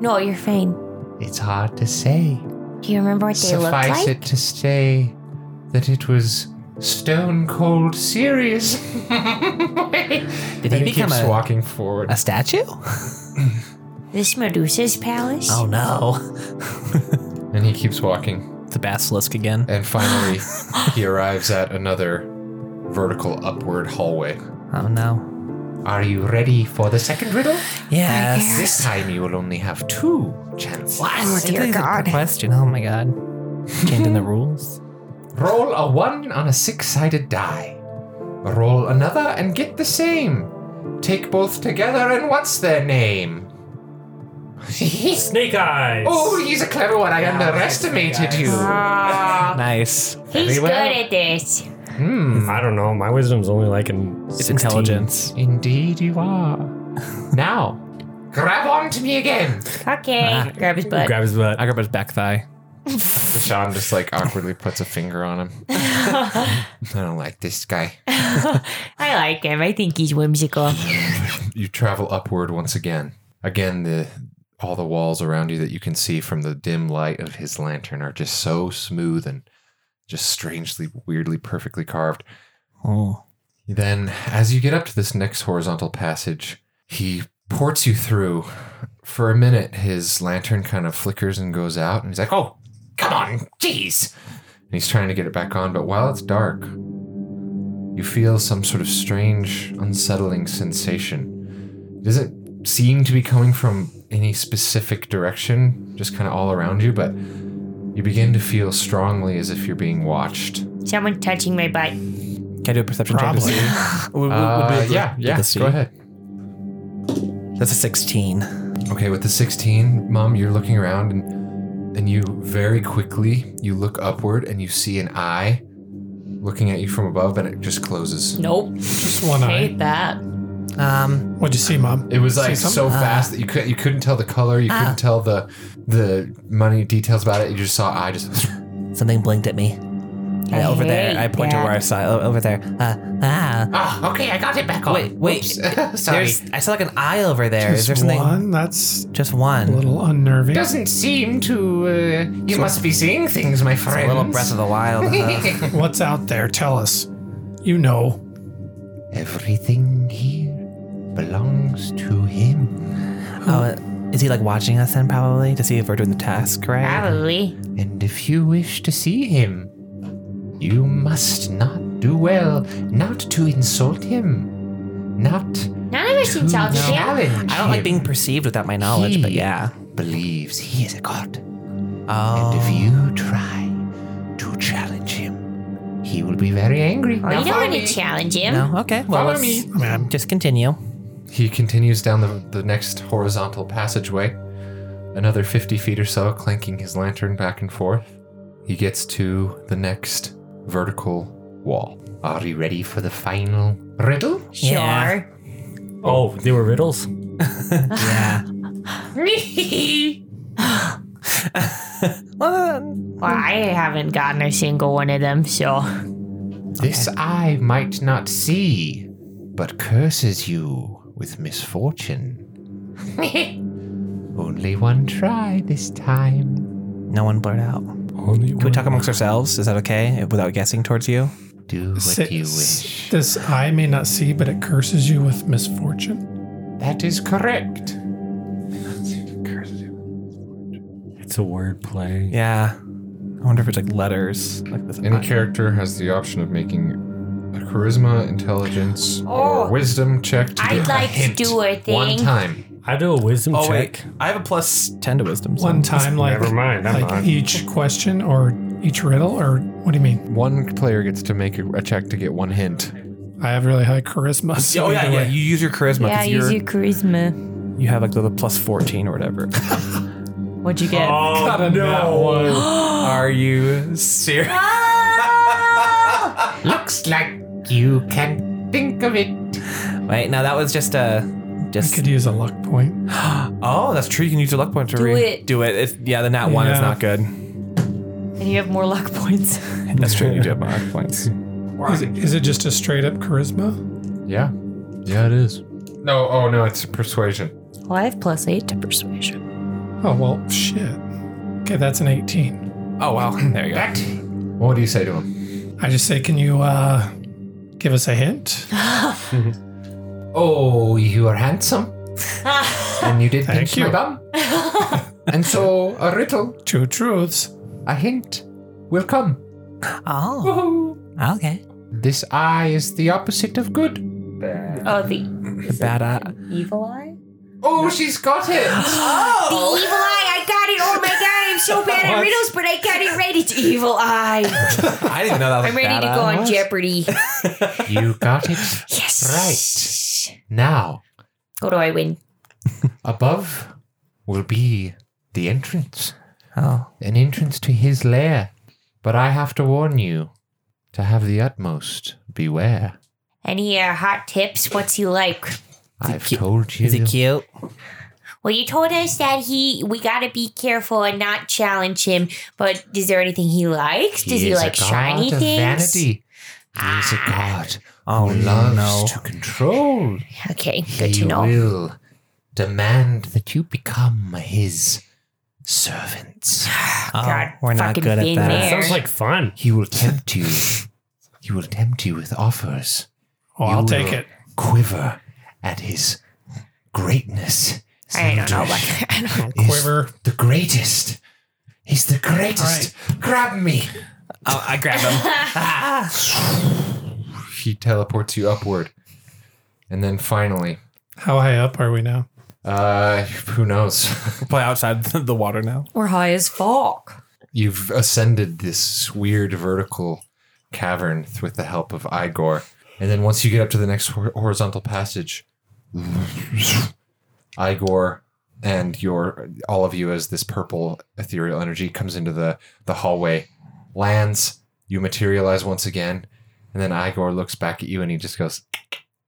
[SPEAKER 6] No, you're fine.
[SPEAKER 1] It's hard to say.
[SPEAKER 6] Do you remember what they looked
[SPEAKER 1] Suffice
[SPEAKER 6] like?
[SPEAKER 1] it to say that it was stone cold serious.
[SPEAKER 5] Did he become a,
[SPEAKER 1] walking forward.
[SPEAKER 5] a statue?
[SPEAKER 6] This Medusa's palace?
[SPEAKER 5] Oh no.
[SPEAKER 1] and he keeps walking.
[SPEAKER 5] The basilisk again.
[SPEAKER 1] And finally, he arrives at another vertical upward hallway.
[SPEAKER 5] Oh no.
[SPEAKER 1] Are you ready for the second riddle?
[SPEAKER 5] Yes.
[SPEAKER 1] This time you will only have two chances.
[SPEAKER 5] What?
[SPEAKER 6] Dear God.
[SPEAKER 5] Question. Oh my God. Changing the rules.
[SPEAKER 1] Roll a one on a six sided die. Roll another and get the same. Take both together and what's their name?
[SPEAKER 2] Snake eyes.
[SPEAKER 1] Oh, he's a clever one. I underestimated you.
[SPEAKER 6] Ah,
[SPEAKER 5] Nice.
[SPEAKER 6] he's
[SPEAKER 1] Very well.
[SPEAKER 6] good at this.
[SPEAKER 1] Hmm.
[SPEAKER 2] I don't know. My wisdom's only like an.
[SPEAKER 5] It's intelligence.
[SPEAKER 1] Indeed, you are. now, grab on to me again.
[SPEAKER 6] Okay. Grab his butt.
[SPEAKER 2] Grab his butt.
[SPEAKER 5] I Ah. grab his back thigh.
[SPEAKER 1] Sean just like awkwardly puts a finger on him. I don't like this guy.
[SPEAKER 6] I like him. I think he's whimsical.
[SPEAKER 1] You travel upward once again. Again, the all the walls around you that you can see from the dim light of his lantern are just so smooth and just strangely, weirdly, perfectly carved.
[SPEAKER 5] Oh.
[SPEAKER 1] Then, as you get up to this next horizontal passage, he ports you through. For a minute, his lantern kind of flickers and goes out, and he's like, Oh, come on, jeez. And he's trying to get it back on, but while it's dark, you feel some sort of strange, unsettling sensation. It doesn't seem to be coming from any specific direction, just kind of all around you, but you begin to feel strongly as if you're being watched.
[SPEAKER 6] Someone touching my butt.
[SPEAKER 5] Can I do a perception check?
[SPEAKER 4] Probably.
[SPEAKER 5] to see? Would- would- would be
[SPEAKER 1] Uh,
[SPEAKER 5] able to-
[SPEAKER 1] yeah,
[SPEAKER 5] to
[SPEAKER 1] yeah,
[SPEAKER 5] see?
[SPEAKER 1] go ahead.
[SPEAKER 5] That's a 16.
[SPEAKER 1] Okay, with the 16, Mom, you're looking around and and you very quickly you look upward and you see an eye looking at you from above and it just closes.
[SPEAKER 3] Nope.
[SPEAKER 4] Just one eye.
[SPEAKER 3] Hate that.
[SPEAKER 5] Um,
[SPEAKER 4] What'd you see, Mom?
[SPEAKER 1] It was like
[SPEAKER 4] See some-
[SPEAKER 1] so fast that you could you couldn't tell the color, you couldn't tell the the money details about it. You just saw eye just
[SPEAKER 5] something blinked at me.
[SPEAKER 6] I
[SPEAKER 5] Yeah, over there.
[SPEAKER 6] hate
[SPEAKER 5] I point to
[SPEAKER 6] that.
[SPEAKER 5] where I saw it. O- Over there. Uh, ah.
[SPEAKER 1] Ah, okay, I got it back on.
[SPEAKER 5] Wait, wait.
[SPEAKER 1] Oops. Sorry.
[SPEAKER 5] There's, I saw like an eye over there. Is
[SPEAKER 4] Just
[SPEAKER 5] there something?
[SPEAKER 4] one? That's
[SPEAKER 5] Just
[SPEAKER 4] a
[SPEAKER 5] one.
[SPEAKER 4] little unnerving.
[SPEAKER 1] Doesn't seem to uh, you must be seeing things, my
[SPEAKER 5] A
[SPEAKER 1] friend.
[SPEAKER 5] little breath of the wild. huh?
[SPEAKER 4] What's out there? Tell us. You know.
[SPEAKER 1] Everything here belongs to him.
[SPEAKER 5] oh, is he like watching us then? Probably to see if we're doing the task right.
[SPEAKER 6] Probably.
[SPEAKER 1] And if you wish to see him, you must not do well not to insult him, not to
[SPEAKER 6] None of us insulted him.
[SPEAKER 1] challenge
[SPEAKER 5] I don't like
[SPEAKER 1] him.
[SPEAKER 5] being perceived without my knowledge, but
[SPEAKER 1] He
[SPEAKER 5] yeah.
[SPEAKER 1] believes he is a god,
[SPEAKER 5] Oh.
[SPEAKER 1] and if you try to challenge him, he will be very angry.
[SPEAKER 6] Oh, you don't want to challenge him.
[SPEAKER 5] No. Okay. Well,
[SPEAKER 1] Follow
[SPEAKER 5] let's
[SPEAKER 1] me.
[SPEAKER 4] I mean, I'm
[SPEAKER 5] just continue.
[SPEAKER 1] He continues down the, the next horizontal passageway, another 50 feet or so, clanking his lantern back and forth. He gets to the next vertical wall. Are you ready for the final riddle?
[SPEAKER 6] Sure.
[SPEAKER 5] Yeah.
[SPEAKER 2] Oh, they were riddles.
[SPEAKER 5] Yeah. Well,
[SPEAKER 6] Well, I haven't gotten a single one of them, so.
[SPEAKER 1] This eye might not see, but curses you with misfortune. Only one try this time.
[SPEAKER 5] no one blurt out. Can we talk amongst ourselves? Is that okay? Without guessing towards you?
[SPEAKER 1] Do what
[SPEAKER 4] si-
[SPEAKER 1] you
[SPEAKER 4] s-
[SPEAKER 1] wish.
[SPEAKER 4] This eye may not see, but it curses you with misfortune.
[SPEAKER 1] That is correct.
[SPEAKER 2] It's a word play.
[SPEAKER 5] Yeah. I wonder if it's like letters, like with
[SPEAKER 1] Any character has the option of making a charisma, intelligence,
[SPEAKER 6] Oh.
[SPEAKER 1] or wisdom check to
[SPEAKER 6] I'd
[SPEAKER 1] get a
[SPEAKER 6] like to
[SPEAKER 1] hint
[SPEAKER 6] do a
[SPEAKER 1] One
[SPEAKER 6] thing.
[SPEAKER 1] time.
[SPEAKER 2] I do a wisdom
[SPEAKER 5] Oh
[SPEAKER 2] check.
[SPEAKER 5] wait, I have a plus ten to wisdom. so-
[SPEAKER 4] One time, like
[SPEAKER 2] Never mind. I'm
[SPEAKER 4] like
[SPEAKER 2] not.
[SPEAKER 4] each question or each riddle, or what do you mean?
[SPEAKER 1] One player gets to make a, a check to get one hint.
[SPEAKER 4] I have really high charisma. So
[SPEAKER 5] Oh yeah,
[SPEAKER 4] either
[SPEAKER 5] yeah.
[SPEAKER 4] way.
[SPEAKER 5] You use your charisma because you're
[SPEAKER 6] charisma.
[SPEAKER 5] you have like the, the plus fourteen or whatever.
[SPEAKER 3] What'd you get?
[SPEAKER 2] Oh,
[SPEAKER 4] a nat one.
[SPEAKER 5] Are you serious? Ah!
[SPEAKER 7] Looks like you can think of it.
[SPEAKER 5] Wait, no, that was just a
[SPEAKER 4] I
[SPEAKER 5] just.
[SPEAKER 4] could use a luck point.
[SPEAKER 5] Oh, that's true. You can use your luck point to
[SPEAKER 3] Do
[SPEAKER 5] re-
[SPEAKER 3] it.
[SPEAKER 5] Do it. It's, yeah, the nat one is
[SPEAKER 4] Yeah.
[SPEAKER 5] not good.
[SPEAKER 3] and you have more luck points.
[SPEAKER 5] That's true. You do have more luck points.
[SPEAKER 4] Is it, is it just a straight up charisma?
[SPEAKER 1] Yeah. Yeah, it is. No, oh no, it's persuasion.
[SPEAKER 3] Well, I have plus eight to persuasion.
[SPEAKER 4] Oh, well, shit. Okay, that's an 18.
[SPEAKER 5] Oh wow, there you go.
[SPEAKER 1] What do you say to him?
[SPEAKER 4] I just say, can you uh, give us a hint?
[SPEAKER 7] Oh, you are handsome.
[SPEAKER 6] Oh,
[SPEAKER 7] and you did
[SPEAKER 4] Thank
[SPEAKER 7] pinch
[SPEAKER 4] you.
[SPEAKER 7] my bum. and so a riddle,
[SPEAKER 4] Two truths.
[SPEAKER 7] a hint, will come.
[SPEAKER 5] Oh, okay.
[SPEAKER 7] This eye is the opposite of good.
[SPEAKER 6] Oh, the
[SPEAKER 5] The bad eye.
[SPEAKER 6] evil eye?
[SPEAKER 7] Oh, she's got it.
[SPEAKER 5] Oh!
[SPEAKER 6] The evil eye! I got it! Oh my god, I'm so bad at riddles, but I got it right. It's evil eye.
[SPEAKER 5] I didn't know that. Was
[SPEAKER 6] I'm ready to go on Jeopardy.
[SPEAKER 7] you got it.
[SPEAKER 6] Yes. Right.
[SPEAKER 7] Now,
[SPEAKER 6] What do I win?
[SPEAKER 7] above will be the entrance.
[SPEAKER 5] Oh,
[SPEAKER 7] an entrance to his lair. But I have to warn you to have the utmost beware.
[SPEAKER 6] Any uh, hot tips? What's he like?
[SPEAKER 7] I've told you.
[SPEAKER 5] is he cute?
[SPEAKER 6] Well, you told us that he we gotta be careful and not challenge him. But is there anything he likes? Does he,
[SPEAKER 7] is a
[SPEAKER 6] like
[SPEAKER 7] god
[SPEAKER 6] shiny
[SPEAKER 7] of
[SPEAKER 6] things? Ah.
[SPEAKER 7] Vanity. He is a god
[SPEAKER 5] Oh
[SPEAKER 7] who loves to control.
[SPEAKER 6] Okay, good
[SPEAKER 7] he
[SPEAKER 6] to know.
[SPEAKER 7] will demand that you become his servants.
[SPEAKER 5] Oh,
[SPEAKER 6] God,
[SPEAKER 5] we're not
[SPEAKER 6] fucking
[SPEAKER 5] good at
[SPEAKER 6] been
[SPEAKER 5] that.
[SPEAKER 6] there.
[SPEAKER 2] sounds like fun.
[SPEAKER 7] He will tempt you. he will tempt you with offers.
[SPEAKER 4] Oh, I'll
[SPEAKER 7] You
[SPEAKER 4] take
[SPEAKER 7] will
[SPEAKER 4] it.
[SPEAKER 7] Quiver at his greatness.
[SPEAKER 6] I don't know.
[SPEAKER 7] Zendrish.
[SPEAKER 6] Like, I don't
[SPEAKER 4] I'll quiver.
[SPEAKER 7] the greatest. He's the greatest. Grab me.
[SPEAKER 5] Oh, I grabbed him.
[SPEAKER 1] He teleports you upward. And then finally,
[SPEAKER 4] How high up are we now?
[SPEAKER 1] uh, who knows?
[SPEAKER 5] Play outside the water now.
[SPEAKER 3] We're high as fuck.
[SPEAKER 1] You've ascended this weird vertical cavern th- with the help of Igor. And then once you get up to the next hor- horizontal passage, Igor and your all of you as this purple ethereal energy comes into the, the hallway, lands, you materialize once again, and then Igor looks back at you and he just goes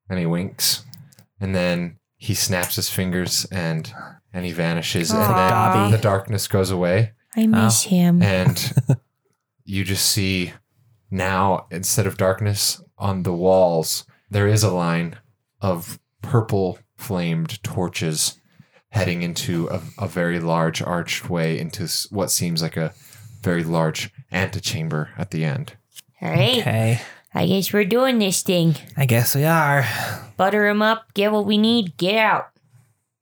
[SPEAKER 1] and he winks. And then he snaps his fingers and and he vanishes and then
[SPEAKER 5] Dobby.
[SPEAKER 1] the darkness goes away
[SPEAKER 6] I miss him.
[SPEAKER 1] and you just see now instead of darkness on the walls there is a line of purple flamed torches heading into a, a very large archway into s- what seems like a very large antechamber at the end
[SPEAKER 6] All right,
[SPEAKER 5] Okay,
[SPEAKER 6] I guess we're doing this thing.
[SPEAKER 5] I guess we are.
[SPEAKER 6] Butter him up, get what we need, get out.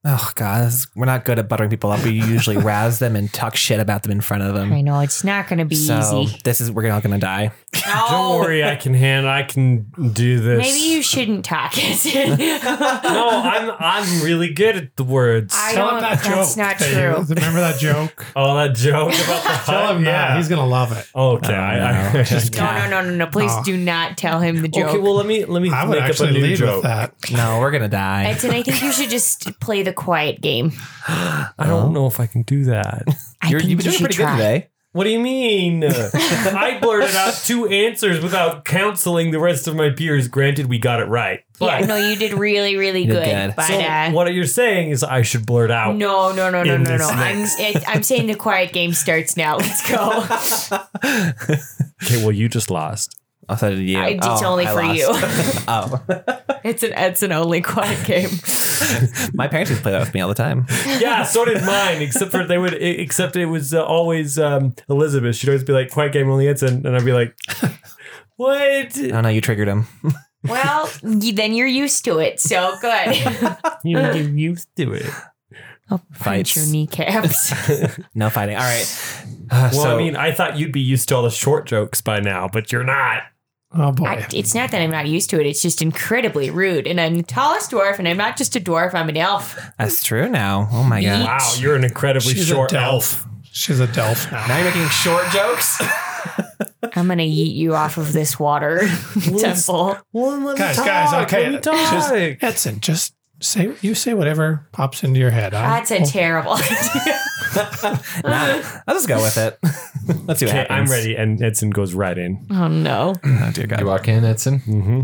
[SPEAKER 5] Oh god, this- we're not good at buttering people up. We usually razz them and talk shit about them in front of
[SPEAKER 6] I
[SPEAKER 5] them.
[SPEAKER 6] know it's not gonna be
[SPEAKER 5] So
[SPEAKER 6] easy.
[SPEAKER 5] this is we're all gonna die.
[SPEAKER 2] Don't worry, I can handle. I can do this.
[SPEAKER 6] Maybe you shouldn't talk. I
[SPEAKER 2] No, I'm I'm really good at the words.
[SPEAKER 6] don't. That's not
[SPEAKER 4] that
[SPEAKER 6] true.
[SPEAKER 4] you- remember that joke?
[SPEAKER 2] oh, that joke about the
[SPEAKER 4] Tell
[SPEAKER 2] hut.
[SPEAKER 4] him that. He's gonna love it.
[SPEAKER 5] Oh,
[SPEAKER 2] okay, I, I just
[SPEAKER 6] No, no, no, no, no. Please
[SPEAKER 4] Oh.
[SPEAKER 6] do not tell him the joke.
[SPEAKER 2] okay. Well, let me let me
[SPEAKER 4] I would
[SPEAKER 2] make up a
[SPEAKER 4] actually
[SPEAKER 2] new
[SPEAKER 4] lead
[SPEAKER 2] joke.
[SPEAKER 4] with that.
[SPEAKER 5] No, we're gonna die.
[SPEAKER 6] Edson, I think you should just play the quiet game.
[SPEAKER 2] I don't know if I can do that.
[SPEAKER 6] I
[SPEAKER 5] You're,
[SPEAKER 6] think
[SPEAKER 5] you've been
[SPEAKER 6] you
[SPEAKER 5] doing
[SPEAKER 6] should
[SPEAKER 5] pretty
[SPEAKER 6] try.
[SPEAKER 5] good today.
[SPEAKER 2] What do you mean? I blurted out two answers without counseling the rest of my peers. Granted, we got it right. But
[SPEAKER 6] Yeah, no, you did really, really
[SPEAKER 5] You're
[SPEAKER 6] good.
[SPEAKER 5] good.
[SPEAKER 6] But
[SPEAKER 2] so
[SPEAKER 6] uh,
[SPEAKER 2] what you're saying is I should blurt out.
[SPEAKER 6] no, no, no, no,
[SPEAKER 2] In
[SPEAKER 6] no, no.
[SPEAKER 2] this
[SPEAKER 6] I'm,
[SPEAKER 2] next.
[SPEAKER 6] it, I'm saying the quiet game starts now. Let's go.
[SPEAKER 2] Okay, well you just lost.
[SPEAKER 5] Oh, so did you.
[SPEAKER 6] I- it's
[SPEAKER 5] Oh,
[SPEAKER 6] only
[SPEAKER 5] I
[SPEAKER 6] for
[SPEAKER 5] lost.
[SPEAKER 6] you.
[SPEAKER 5] oh,
[SPEAKER 6] It's an Edson only quiet game.
[SPEAKER 5] my parents used to play that with me all the time.
[SPEAKER 2] Yeah, so did mine. Except for they would. e, Except it was uh, always um, Elizabeth. She'd always be like, "Quiet game only it's," and, and I'd be like, "What? You,
[SPEAKER 5] Oh no, you triggered him.
[SPEAKER 6] Well, y- then you're used to it. So good.
[SPEAKER 2] you're used to it."
[SPEAKER 4] Oh,
[SPEAKER 6] I'll punch
[SPEAKER 5] Fights.
[SPEAKER 6] your kneecaps.
[SPEAKER 5] No fighting. All right. Uh,
[SPEAKER 2] Well,
[SPEAKER 5] so
[SPEAKER 2] I mean, I thought you'd be used to all the short jokes by now, but you're not.
[SPEAKER 4] Oh boy.
[SPEAKER 6] I, it's not that I'm not used to it. It's just incredibly rude. And I'm the tallest dwarf, and I'm not just a dwarf. I'm an elf.
[SPEAKER 5] that's true now. Oh my god.
[SPEAKER 2] Wow, you're an incredibly
[SPEAKER 4] She's
[SPEAKER 2] short
[SPEAKER 4] a delf.
[SPEAKER 2] elf.
[SPEAKER 4] She's a delf
[SPEAKER 5] Now
[SPEAKER 4] now.
[SPEAKER 5] you're making short jokes.
[SPEAKER 6] I'm gonna eat you off of this water temple.
[SPEAKER 2] Well, let
[SPEAKER 4] Guys, guys, okay.
[SPEAKER 2] Let me talk.
[SPEAKER 4] Edson, just Say you say whatever pops into your head. Oh. I-
[SPEAKER 3] That's a
[SPEAKER 4] well,
[SPEAKER 3] terrible idea.
[SPEAKER 5] I'll just go with it. Let's see what
[SPEAKER 2] Okay, I'm
[SPEAKER 5] happens.
[SPEAKER 2] ready. And Edson goes right in.
[SPEAKER 3] Oh no.
[SPEAKER 5] Oh dear
[SPEAKER 8] You
[SPEAKER 5] God.
[SPEAKER 8] walk in, Edson. Mm-hmm.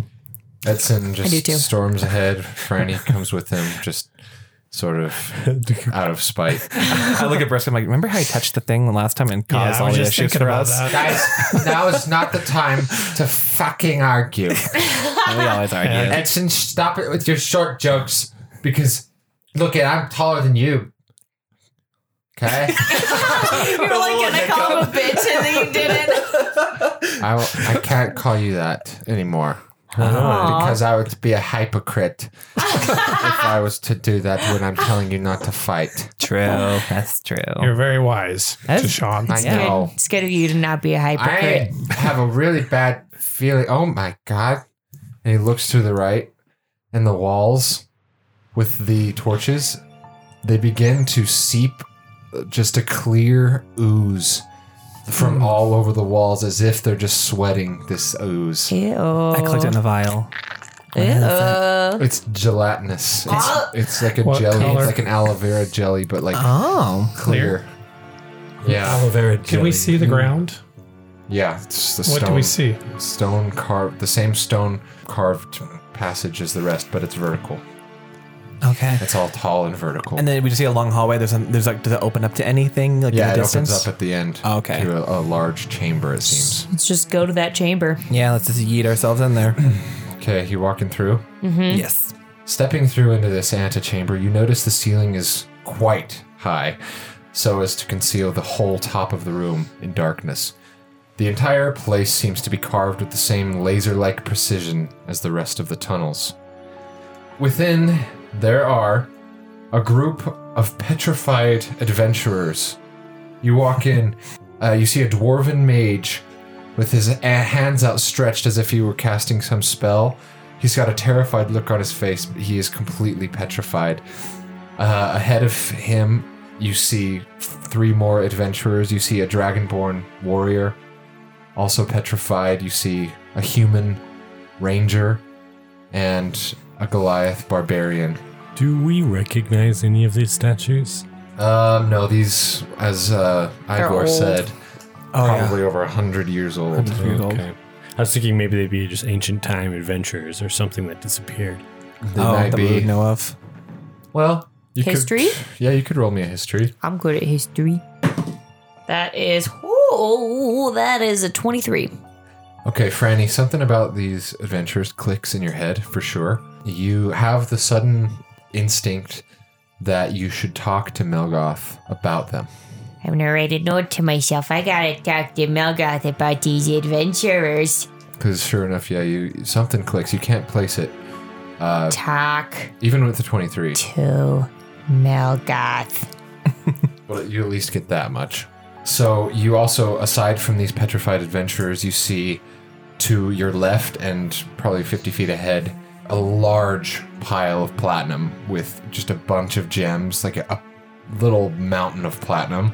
[SPEAKER 8] Edson
[SPEAKER 3] do too.
[SPEAKER 8] just storms ahead. Franny comes with him, just sort of out of spite.
[SPEAKER 5] I look at Briscoe. I'm like, remember how I touched the thing the last time and
[SPEAKER 4] Yeah,
[SPEAKER 5] caused
[SPEAKER 4] I
[SPEAKER 5] all
[SPEAKER 4] was
[SPEAKER 5] the
[SPEAKER 4] just
[SPEAKER 5] issues
[SPEAKER 4] thinking
[SPEAKER 5] for
[SPEAKER 4] about
[SPEAKER 5] us?
[SPEAKER 4] that.
[SPEAKER 1] Guys, now is not the time to fucking argue.
[SPEAKER 5] We always argue.
[SPEAKER 1] Edson, stop it with your short jokes because look it, I'm taller than you. Okay?
[SPEAKER 3] You were like gonna call him a bitch and then you didn't.
[SPEAKER 1] I, will- I can't call you that anymore. Because I would be a hypocrite if I was to do that when I'm telling you not to fight.
[SPEAKER 5] True. That's true.
[SPEAKER 4] You're very wise,
[SPEAKER 5] That's-
[SPEAKER 4] Sean.
[SPEAKER 1] I know.
[SPEAKER 6] It's good of you to not be a hypocrite.
[SPEAKER 1] I have a really bad feeling. Oh my god! And he looks to the right, and the walls with the torches they begin to seep uh, just a clear ooze from all over the walls, as if they're just sweating this ooze.
[SPEAKER 6] Ew.
[SPEAKER 5] I clicked it in the vial.
[SPEAKER 6] Ew.
[SPEAKER 1] It's gelatinous. It's,
[SPEAKER 3] Ah.
[SPEAKER 1] it's like a
[SPEAKER 4] What
[SPEAKER 1] jelly.
[SPEAKER 4] color?
[SPEAKER 1] It's like an aloe vera jelly, but like
[SPEAKER 5] Oh.
[SPEAKER 1] clear. Yeah,
[SPEAKER 4] Can we see the ground?
[SPEAKER 1] yeah. It's the
[SPEAKER 4] What
[SPEAKER 1] stone.
[SPEAKER 4] do we see?
[SPEAKER 1] stone carved the same stone carved passage as the rest but it's vertical
[SPEAKER 5] Okay.
[SPEAKER 1] it's all tall and vertical
[SPEAKER 5] And then we just see a long hallway. There's an, there's like does it open up to anything like
[SPEAKER 1] yeah
[SPEAKER 5] in
[SPEAKER 1] it
[SPEAKER 5] the distance?
[SPEAKER 1] opens up at the end
[SPEAKER 5] Oh, okay.
[SPEAKER 1] to a, a large chamber it seems
[SPEAKER 6] Let's just go to that chamber.
[SPEAKER 5] yeah, let's just yeet ourselves in there.
[SPEAKER 1] okay you walking through
[SPEAKER 5] yes.
[SPEAKER 1] stepping through into this antechamber you notice the ceiling is quite high so as to conceal the whole top of the room in darkness the entire place seems to be carved with the same laser-like precision as the rest of the tunnels Within, there are a group of petrified adventurers. You walk in, uh, you see a dwarven mage with his a- hands outstretched as if he were casting some spell. He's got a terrified look on his face, but he is completely petrified. Uh, ahead of him, you see three more adventurers. You see a dragonborn warrior, also petrified. You see a human ranger and a Goliath barbarian.
[SPEAKER 2] Do we recognize any of these statues?
[SPEAKER 1] Um, no, these, as uh, Igor
[SPEAKER 3] old.
[SPEAKER 1] said,
[SPEAKER 5] Oh
[SPEAKER 1] probably over a hundred years old.
[SPEAKER 5] yeah.
[SPEAKER 2] Okay. I was thinking maybe they'd be just ancient time adventurers or something that disappeared.
[SPEAKER 1] They
[SPEAKER 5] Oh,
[SPEAKER 1] might
[SPEAKER 5] that we
[SPEAKER 1] be.
[SPEAKER 5] would know of.
[SPEAKER 1] Well, you could-
[SPEAKER 6] History?
[SPEAKER 1] yeah, you could roll me a history.
[SPEAKER 6] I'm good at history. That is, ooh, that is a 23.
[SPEAKER 1] Okay, Franny, something about these adventures clicks in your head for sure. You have the sudden instinct that you should talk to Melgoth about them.
[SPEAKER 6] I've narrated note to myself. I gotta talk to Melgoth about these adventurers.
[SPEAKER 1] Because sure enough, yeah, you something clicks. You can't place it, uh,
[SPEAKER 6] Talk
[SPEAKER 1] even with the 23.
[SPEAKER 6] to Melgoth.
[SPEAKER 1] Well, you at least get that much. So you also, aside from these petrified adventurers, you see to your left and probably 50 feet ahead a large pile of platinum with just a bunch of gems, like a, a little mountain of platinum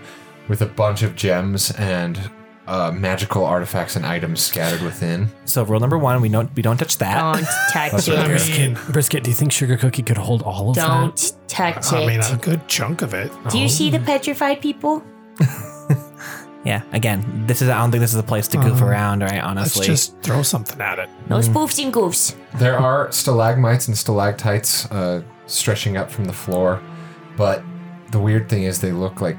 [SPEAKER 1] with a bunch of gems and uh, magical artifacts and items scattered within.
[SPEAKER 5] So rule number one, we don't we don't touch that.
[SPEAKER 6] Don't touch it.
[SPEAKER 4] mean,
[SPEAKER 2] Brisket, do you think Sugar Cookie could hold all of that?
[SPEAKER 6] Don't touch
[SPEAKER 4] I mean, a
[SPEAKER 6] it.
[SPEAKER 4] good chunk of it. Oh.
[SPEAKER 6] Do you see the petrified people?
[SPEAKER 5] yeah. Again, this is I don't think this is a place to
[SPEAKER 4] Oh.
[SPEAKER 5] goof around, right?
[SPEAKER 4] Let's
[SPEAKER 5] Honestly.
[SPEAKER 4] just throw something at it.
[SPEAKER 6] No
[SPEAKER 5] Mm.
[SPEAKER 6] spoofs and goofs.
[SPEAKER 1] There are stalagmites and stalactites uh, stretching up from the floor, but the weird thing is they look like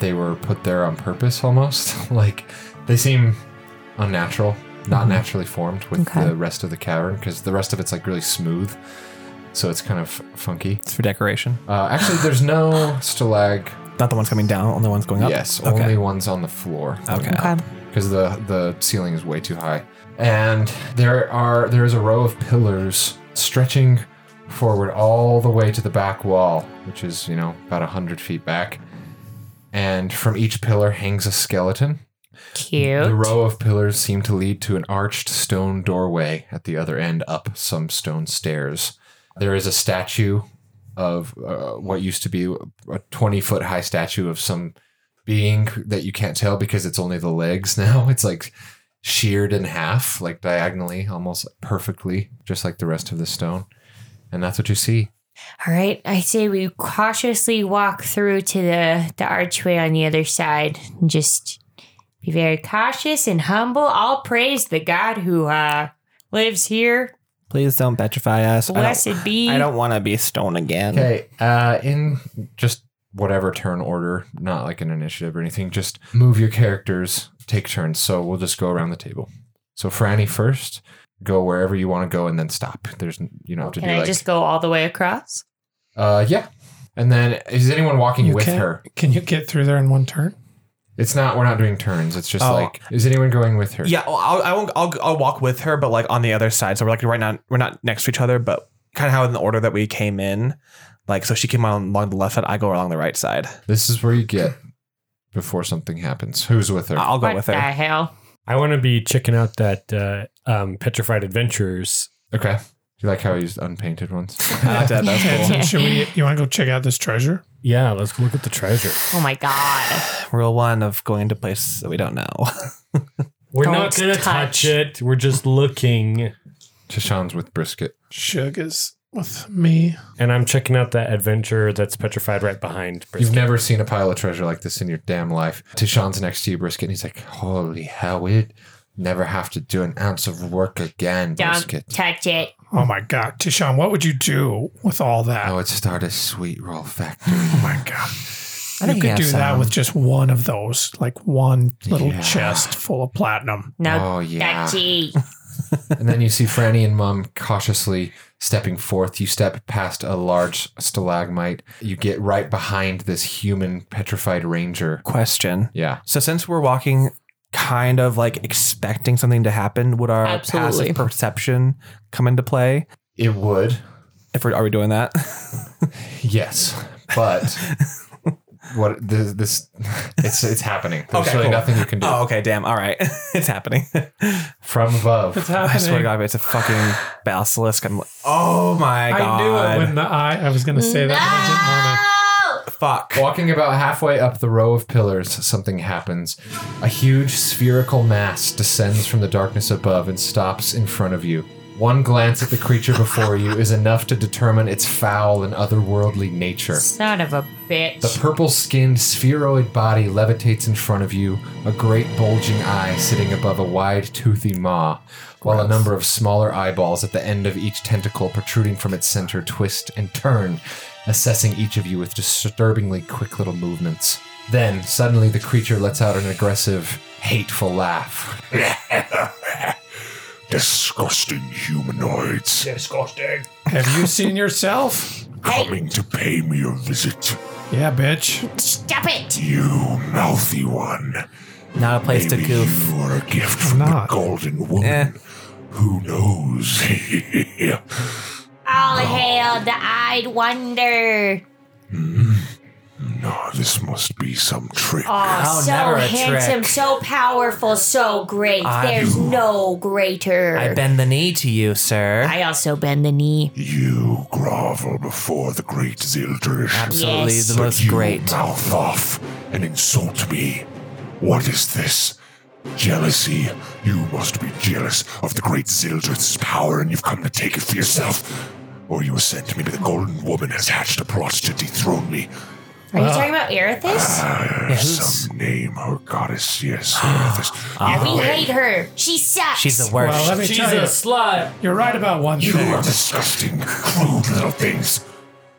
[SPEAKER 1] they were put there on purpose almost. like they seem unnatural, not
[SPEAKER 5] Mm-hmm.
[SPEAKER 1] naturally formed with
[SPEAKER 6] Okay.
[SPEAKER 1] the rest of the cavern because the rest of it's like really smooth. So it's kind of funky.
[SPEAKER 5] it's for decoration.
[SPEAKER 1] Uh, actually, there's no stalag.
[SPEAKER 5] Not the ones coming down, only ones going up.
[SPEAKER 1] Yes,
[SPEAKER 5] Okay.
[SPEAKER 1] only ones on the floor
[SPEAKER 5] Okay.
[SPEAKER 6] Okay.
[SPEAKER 1] because the the ceiling is way too high. And there are there is a row of pillars stretching forward all the way to the back wall, which is you know about hundred feet back. And from each pillar hangs a skeleton. The
[SPEAKER 6] Cute.
[SPEAKER 1] row of pillars seem to lead to an arched stone doorway at the other end up some stone stairs. There is a statue of uh, what used to be a 20 foot high statue of some being that you can't tell because it's only the legs now. It's like sheared in half, like diagonally, almost perfectly, just like the rest of the stone. And that's what you see.
[SPEAKER 6] All right, I say we cautiously walk through to the, the archway on the other side and just be very cautious and humble. All praise the God who uh, lives here.
[SPEAKER 3] Please don't petrify us. I don't-
[SPEAKER 6] Blessed be.
[SPEAKER 3] I don't want to be stoned again.
[SPEAKER 1] Okay, uh, in just whatever turn order, not like an initiative or anything, just move your characters, take turns. So we'll just go around the table. So Franny first, go wherever you want to go and then stop. There's, n- you don't have to
[SPEAKER 6] Can
[SPEAKER 1] do
[SPEAKER 6] I
[SPEAKER 1] like,
[SPEAKER 6] just go all the way across?
[SPEAKER 1] uh, yeah. And then is anyone walking
[SPEAKER 4] You
[SPEAKER 1] with
[SPEAKER 4] can't-
[SPEAKER 1] her?
[SPEAKER 4] Can you get through there in one turn?
[SPEAKER 1] It's not, we're not doing turns. It's just
[SPEAKER 3] Oh.
[SPEAKER 1] like, is anyone going with her?
[SPEAKER 5] Yeah, I'll, I'll, I won't, I'll, I'll walk with her, but like on the other side. So we're like right now, we're not next to each other, but kind of how in the order that we came in. Like, so she came on along the left side, I go along the right side.
[SPEAKER 1] This is where you get before something happens. Who's with her?
[SPEAKER 5] I'll go
[SPEAKER 6] what
[SPEAKER 5] with
[SPEAKER 6] the
[SPEAKER 5] her.
[SPEAKER 6] hell?
[SPEAKER 2] I want to be checking out that uh, um, Petrified Adventures.
[SPEAKER 1] Okay. Do you like how I used unpainted ones?
[SPEAKER 5] I like that. That's cool.
[SPEAKER 4] And should we? You want to go check out this treasure?
[SPEAKER 2] Yeah, let's look at the treasure.
[SPEAKER 6] Oh my God.
[SPEAKER 5] Rule one of going to place that we don't know.
[SPEAKER 2] We're not
[SPEAKER 6] Don't
[SPEAKER 2] gonna touch
[SPEAKER 6] touch.
[SPEAKER 2] it. We're just looking,
[SPEAKER 1] Tashan's with brisket.
[SPEAKER 4] Shug is with me.
[SPEAKER 2] and I'm checking out that adventure that's petrified right behind. Brisket.
[SPEAKER 1] You've never seen a pile of treasure like this in your damn life. Tashan's next to you, brisket, and he's like, Holy hell, we'd never have to do an ounce of work again,
[SPEAKER 6] Don't
[SPEAKER 1] brisket.
[SPEAKER 6] touch it.
[SPEAKER 4] Oh my God, Tishan, what would you do with all that?
[SPEAKER 1] I would Oh, start a sweet roll factory.
[SPEAKER 4] Oh my God.
[SPEAKER 5] I
[SPEAKER 4] You could do that with just one of those, like one little
[SPEAKER 1] Yeah.
[SPEAKER 4] chest full of platinum.
[SPEAKER 6] No
[SPEAKER 1] oh, yeah.
[SPEAKER 6] touchy.
[SPEAKER 1] and then you see Franny and Mum cautiously stepping forth. You step past a large stalagmite. You get right behind this human petrified ranger.
[SPEAKER 5] question.
[SPEAKER 1] Yeah.
[SPEAKER 5] So since we're walking kind of like expecting something to happen, would our
[SPEAKER 7] Absolutely.
[SPEAKER 5] passive perception come into play?
[SPEAKER 1] It would.
[SPEAKER 5] If we're, are we doing that?
[SPEAKER 1] Yes, but what this, this it's it's happening. There's
[SPEAKER 5] Okay,
[SPEAKER 1] really
[SPEAKER 5] cool.
[SPEAKER 1] nothing you can do
[SPEAKER 5] oh, okay. Damn. All right. it's happening.
[SPEAKER 1] from uh, above.
[SPEAKER 5] I swear to God, it's a fucking basilisk. I'm. Oh my
[SPEAKER 4] I
[SPEAKER 5] God.
[SPEAKER 4] knew it when the eye. I was going to say that.
[SPEAKER 5] Fuck.
[SPEAKER 1] Walking about halfway up the row of pillars, something happens. A huge spherical mass descends from the darkness above and stops in front of you. One glance at the creature before you is enough to determine its foul and otherworldly nature.
[SPEAKER 6] Son of a
[SPEAKER 1] The
[SPEAKER 6] bitch.
[SPEAKER 1] purple skinned spheroid body levitates in front of you, a great bulging eye sitting above a wide toothy maw, while a number of smaller eyeballs at the end of each tentacle protruding from its center twist and turn, assessing each of you with disturbingly quick little movements. Then, suddenly, the creature lets out an aggressive, hateful laugh.
[SPEAKER 9] Uh,
[SPEAKER 10] Disgusting humanoids
[SPEAKER 4] one. Have you seen yourself?
[SPEAKER 10] coming to pay me a visit.
[SPEAKER 4] Yeah, bitch.
[SPEAKER 6] Stop it.
[SPEAKER 10] You mouthy one.
[SPEAKER 3] Not a place to
[SPEAKER 10] Maybe
[SPEAKER 3] goof.
[SPEAKER 10] you are a gift from
[SPEAKER 4] not.
[SPEAKER 10] the golden woman.
[SPEAKER 3] Eh.
[SPEAKER 10] Who knows?
[SPEAKER 3] Oh.
[SPEAKER 6] All hail the eyed wonder.
[SPEAKER 10] no, Ah, this must be some trick.
[SPEAKER 6] Oh,
[SPEAKER 3] Oh,
[SPEAKER 6] so
[SPEAKER 3] never a
[SPEAKER 6] handsome,
[SPEAKER 3] trick.
[SPEAKER 6] so powerful, so great.
[SPEAKER 3] I-
[SPEAKER 6] There's no greater.
[SPEAKER 3] I bend the knee to you, sir.
[SPEAKER 6] I also bend the knee.
[SPEAKER 10] You grovel before the great Zildrish.
[SPEAKER 3] Absolutely
[SPEAKER 6] Yes.
[SPEAKER 3] the
[SPEAKER 10] but
[SPEAKER 3] most
[SPEAKER 10] you
[SPEAKER 3] great.
[SPEAKER 10] mouth off and insult me. What is this? Jealousy. You must be jealous of the great Zildred's power, and you've come to take it for yourself. Or you were sent. Maybe the golden woman has hatched a plot to dethrone me. Ah,
[SPEAKER 6] Are
[SPEAKER 3] Ah.
[SPEAKER 6] you talking about Erithus?
[SPEAKER 3] Yeah, who's-
[SPEAKER 10] Some name her goddess. Yes. yeah, this-
[SPEAKER 6] We hate her. She sucks.
[SPEAKER 3] she's the
[SPEAKER 4] Well,
[SPEAKER 3] worst.
[SPEAKER 4] let me tell you,
[SPEAKER 2] slut.
[SPEAKER 4] you're right about one
[SPEAKER 10] You
[SPEAKER 4] thing.
[SPEAKER 10] are disgusting, crude little things.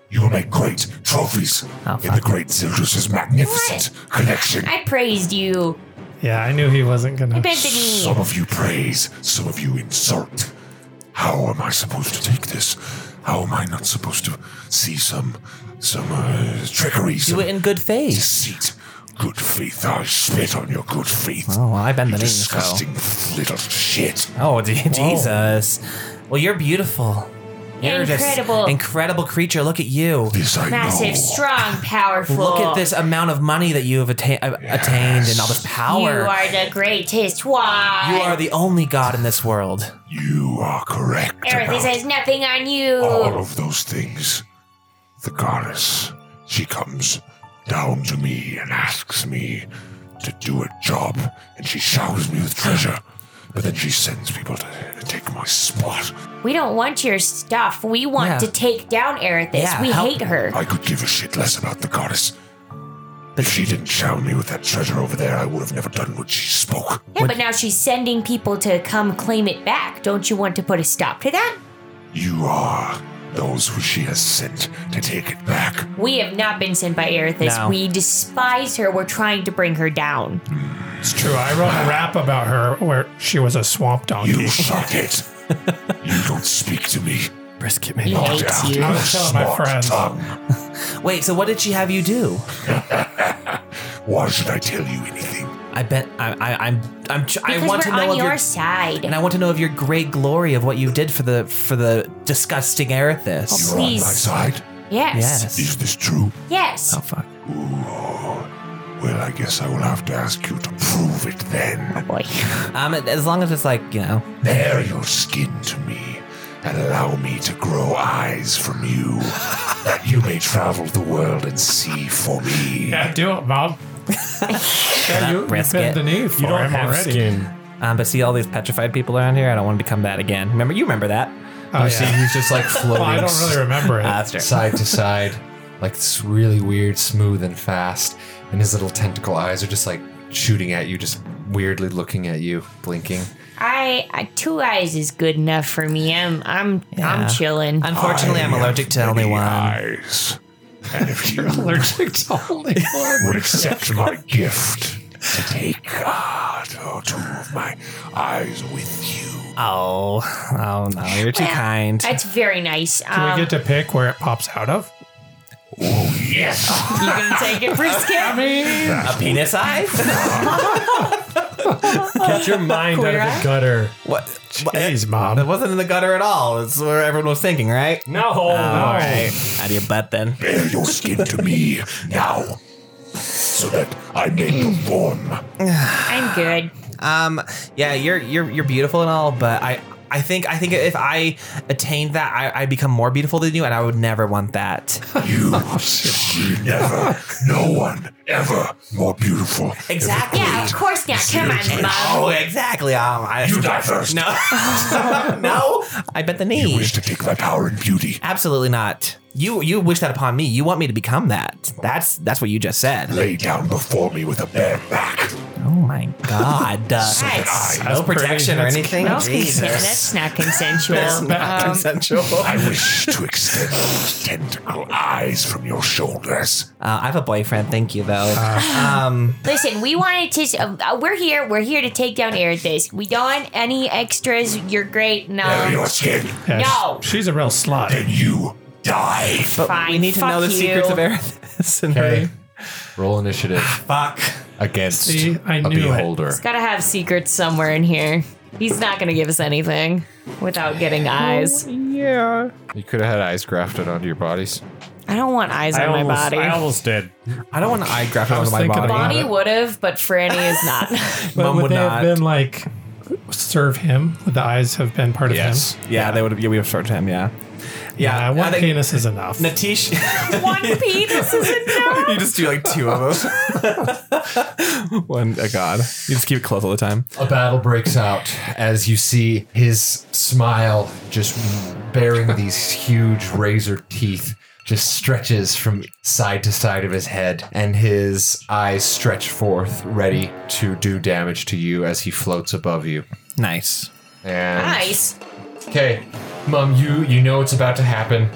[SPEAKER 10] You will make great trophies in the great Zildrus's magnificent collection.
[SPEAKER 6] I praised you.
[SPEAKER 4] Yeah, I knew he wasn't going
[SPEAKER 6] I
[SPEAKER 4] to.
[SPEAKER 6] bent the knee.
[SPEAKER 10] Some of you praise, some of you insult. How am I supposed to take this? How am I not supposed to see some some uh, trickery,
[SPEAKER 3] Do
[SPEAKER 10] some
[SPEAKER 3] it in good faith.
[SPEAKER 10] deceit? Good faith, I spit on your good faith.
[SPEAKER 3] Oh, well, I bend the knee. So.
[SPEAKER 10] Disgusting little shit.
[SPEAKER 3] Oh, d- Jesus. Well, you're beautiful. You're just
[SPEAKER 6] Incredible.
[SPEAKER 3] incredible creature. Look at you.
[SPEAKER 10] This I know.
[SPEAKER 6] Massive, strong, powerful.
[SPEAKER 3] Look at this amount of money that you have atta- uh, attained and all this
[SPEAKER 6] You
[SPEAKER 3] power.
[SPEAKER 6] are the greatest one.
[SPEAKER 3] You are the only god in this world.
[SPEAKER 10] You are correct.
[SPEAKER 6] Erithus
[SPEAKER 10] about
[SPEAKER 6] has nothing on you.
[SPEAKER 10] all of those things. The goddess, she comes down to me and asks me to do a job, and she showers me with treasure. But then she sends people to take my spot.
[SPEAKER 6] We don't want your stuff. We want
[SPEAKER 5] Yeah.
[SPEAKER 6] to take down Erithis.
[SPEAKER 5] Yeah,
[SPEAKER 6] we
[SPEAKER 5] help-
[SPEAKER 6] hate her.
[SPEAKER 10] I could give a shit less about the goddess. If she didn't shower me with that treasure over there, I would have never done what she spoke.
[SPEAKER 6] Yeah, but now she's sending people to come claim it back. Don't you want to put a stop to that?
[SPEAKER 10] You are those who she has sent to take it back.
[SPEAKER 6] We have not been sent by Erithis.
[SPEAKER 5] No.
[SPEAKER 6] We despise her. We're trying to bring her down.
[SPEAKER 4] It's true. I wrote a rap about her where she was a swamp donkey.
[SPEAKER 10] You shut it. You don't speak to me.
[SPEAKER 2] Brisket man.
[SPEAKER 6] He
[SPEAKER 10] Knock
[SPEAKER 6] hates
[SPEAKER 10] out
[SPEAKER 6] you.
[SPEAKER 10] your
[SPEAKER 4] I was telling my
[SPEAKER 10] smart
[SPEAKER 4] friends.
[SPEAKER 10] tongue.
[SPEAKER 5] Wait, so what did she have you do?
[SPEAKER 10] Why should I tell you anything?
[SPEAKER 5] I bet I, I, I'm I'm tr- I
[SPEAKER 6] Because
[SPEAKER 5] want
[SPEAKER 6] we're
[SPEAKER 5] to know
[SPEAKER 6] on
[SPEAKER 5] of
[SPEAKER 6] your,
[SPEAKER 5] your
[SPEAKER 6] side.
[SPEAKER 5] and I want to know of your great glory of what you did for the for the disgusting Erithus.
[SPEAKER 10] You're on my
[SPEAKER 6] Oh, Please.
[SPEAKER 10] side.
[SPEAKER 6] Yes.
[SPEAKER 10] Is
[SPEAKER 5] Yes.
[SPEAKER 10] this true?
[SPEAKER 6] Yes.
[SPEAKER 5] Oh fuck.
[SPEAKER 10] Well, I guess I will have to ask you to prove it then.
[SPEAKER 6] Oh, Boy.
[SPEAKER 5] Um, as long as it's like you know,
[SPEAKER 10] Bare your skin to me, and allow me to grow eyes from you, that you may travel the world and see for me.
[SPEAKER 4] Yeah, do it, Bob. yeah, you, you
[SPEAKER 5] brisket.
[SPEAKER 4] bent the knee for
[SPEAKER 2] You don't
[SPEAKER 4] him
[SPEAKER 2] have
[SPEAKER 4] already.
[SPEAKER 2] skin.
[SPEAKER 5] um, but see all these petrified people around here. I don't want to become that again. Remember, you remember that?
[SPEAKER 4] Oh,
[SPEAKER 1] See,
[SPEAKER 4] yeah.
[SPEAKER 1] he's just like floating
[SPEAKER 4] Well, I don't really remember it.
[SPEAKER 5] Ah, that's true.
[SPEAKER 1] side to side, like it's really weird, smooth and fast. And his little tentacle eyes are just like shooting at you, just weirdly looking at you, blinking.
[SPEAKER 6] I, I two eyes is good enough for me. I'm I'm
[SPEAKER 5] Yeah.
[SPEAKER 6] I'm chilling.
[SPEAKER 5] Unfortunately, I'm
[SPEAKER 10] I have
[SPEAKER 5] allergic to only
[SPEAKER 10] many
[SPEAKER 5] one.
[SPEAKER 10] Eyes. And if you allergic to only one, would accept my gift to take God or two of my eyes with you.
[SPEAKER 5] Oh, oh no, you're too kind.
[SPEAKER 6] That's very nice.
[SPEAKER 4] Can
[SPEAKER 6] Um,
[SPEAKER 4] we get to pick where it pops out of?
[SPEAKER 10] Yes,
[SPEAKER 6] you gonna take it, brisket?
[SPEAKER 5] A penis eye?
[SPEAKER 2] Get your mind out of the gutter.
[SPEAKER 5] what?
[SPEAKER 4] Jeez,
[SPEAKER 5] That
[SPEAKER 4] Bob.
[SPEAKER 5] wasn't in the gutter at all. It's where everyone was thinking, right? Oh,
[SPEAKER 2] No.
[SPEAKER 5] All right. Out of your butt then.
[SPEAKER 10] bear your skin to me now, so that I may perform.
[SPEAKER 6] I'm good.
[SPEAKER 5] Um, yeah, you're you're you're beautiful and all, but I I think I think if I attained that, I I become more beautiful than you, and I would never want that.
[SPEAKER 10] You she never, no one ever more beautiful.
[SPEAKER 5] Exactly.
[SPEAKER 6] Yeah, of course not. Come on, Bob.
[SPEAKER 5] Oh, exactly. Um, I,
[SPEAKER 10] You die first.
[SPEAKER 5] no, no. I bet the
[SPEAKER 10] You
[SPEAKER 5] knee.
[SPEAKER 10] wish to take my power and beauty.
[SPEAKER 5] Absolutely not. You you wish that upon me. You want me to become that. That's that's what you just said.
[SPEAKER 10] Lay down before me with a bare back.
[SPEAKER 5] Oh my god. Uh,
[SPEAKER 6] That's-
[SPEAKER 5] no protection or
[SPEAKER 4] that's-
[SPEAKER 5] anything.
[SPEAKER 6] No, consent-
[SPEAKER 5] Jesus.
[SPEAKER 6] that's not consensual. Um,
[SPEAKER 5] Consensual. Uh,
[SPEAKER 10] I wish to extend those tentacle eyes from your shoulders.
[SPEAKER 5] Uh, I have a boyfriend. Thank you though.
[SPEAKER 10] Ah.
[SPEAKER 5] um,
[SPEAKER 6] Listen, we wanted to. Uh, uh, we're here. We're here to take down Erithis. We don't want any extras. You're great.
[SPEAKER 10] Bare
[SPEAKER 6] No.
[SPEAKER 10] your skin,
[SPEAKER 4] Yeah, sh-
[SPEAKER 6] um, No.
[SPEAKER 4] She's a real slut.
[SPEAKER 10] and you die.
[SPEAKER 5] but
[SPEAKER 6] Fine,
[SPEAKER 5] we need to
[SPEAKER 6] fuck
[SPEAKER 5] know the
[SPEAKER 6] you.
[SPEAKER 5] secrets of Erithus and
[SPEAKER 1] Okay.
[SPEAKER 5] her.
[SPEAKER 1] Roll initiative
[SPEAKER 5] Fuck.
[SPEAKER 1] against
[SPEAKER 4] See, I
[SPEAKER 1] a
[SPEAKER 4] knew it.
[SPEAKER 1] beholder.
[SPEAKER 6] Gotta have secrets somewhere in here. He's not gonna give us anything without getting eyes.
[SPEAKER 1] You could have had eyes grafted onto your bodies.
[SPEAKER 6] I don't want eyes
[SPEAKER 2] I
[SPEAKER 6] on
[SPEAKER 2] almost,
[SPEAKER 6] my body.
[SPEAKER 2] I almost did.
[SPEAKER 5] I don't want an eye grafted onto
[SPEAKER 4] was
[SPEAKER 5] my
[SPEAKER 4] thinking
[SPEAKER 5] body.
[SPEAKER 4] about
[SPEAKER 6] Bonnie would have, but Franny is not.
[SPEAKER 4] But
[SPEAKER 5] Mom
[SPEAKER 4] would,
[SPEAKER 5] would
[SPEAKER 4] they
[SPEAKER 5] not.
[SPEAKER 4] have been like serve him? Would the eyes have been part of him?
[SPEAKER 5] Yeah, they would. Yeah, we have short time. Yeah.
[SPEAKER 4] Yeah, one
[SPEAKER 5] I think-
[SPEAKER 4] penis is enough.
[SPEAKER 5] Natish,
[SPEAKER 6] One penis is enough.
[SPEAKER 5] you just do like two of them. One, oh god, you just keep it close all the time.
[SPEAKER 1] A battle breaks out as you see his smile just bearing these huge razor teeth just stretches from side to side of his head and his eyes stretch forth ready to do damage to you as he floats above you.
[SPEAKER 5] Nice.
[SPEAKER 1] And
[SPEAKER 6] Nice.
[SPEAKER 1] Okay, Mum, you you know it's about to happen.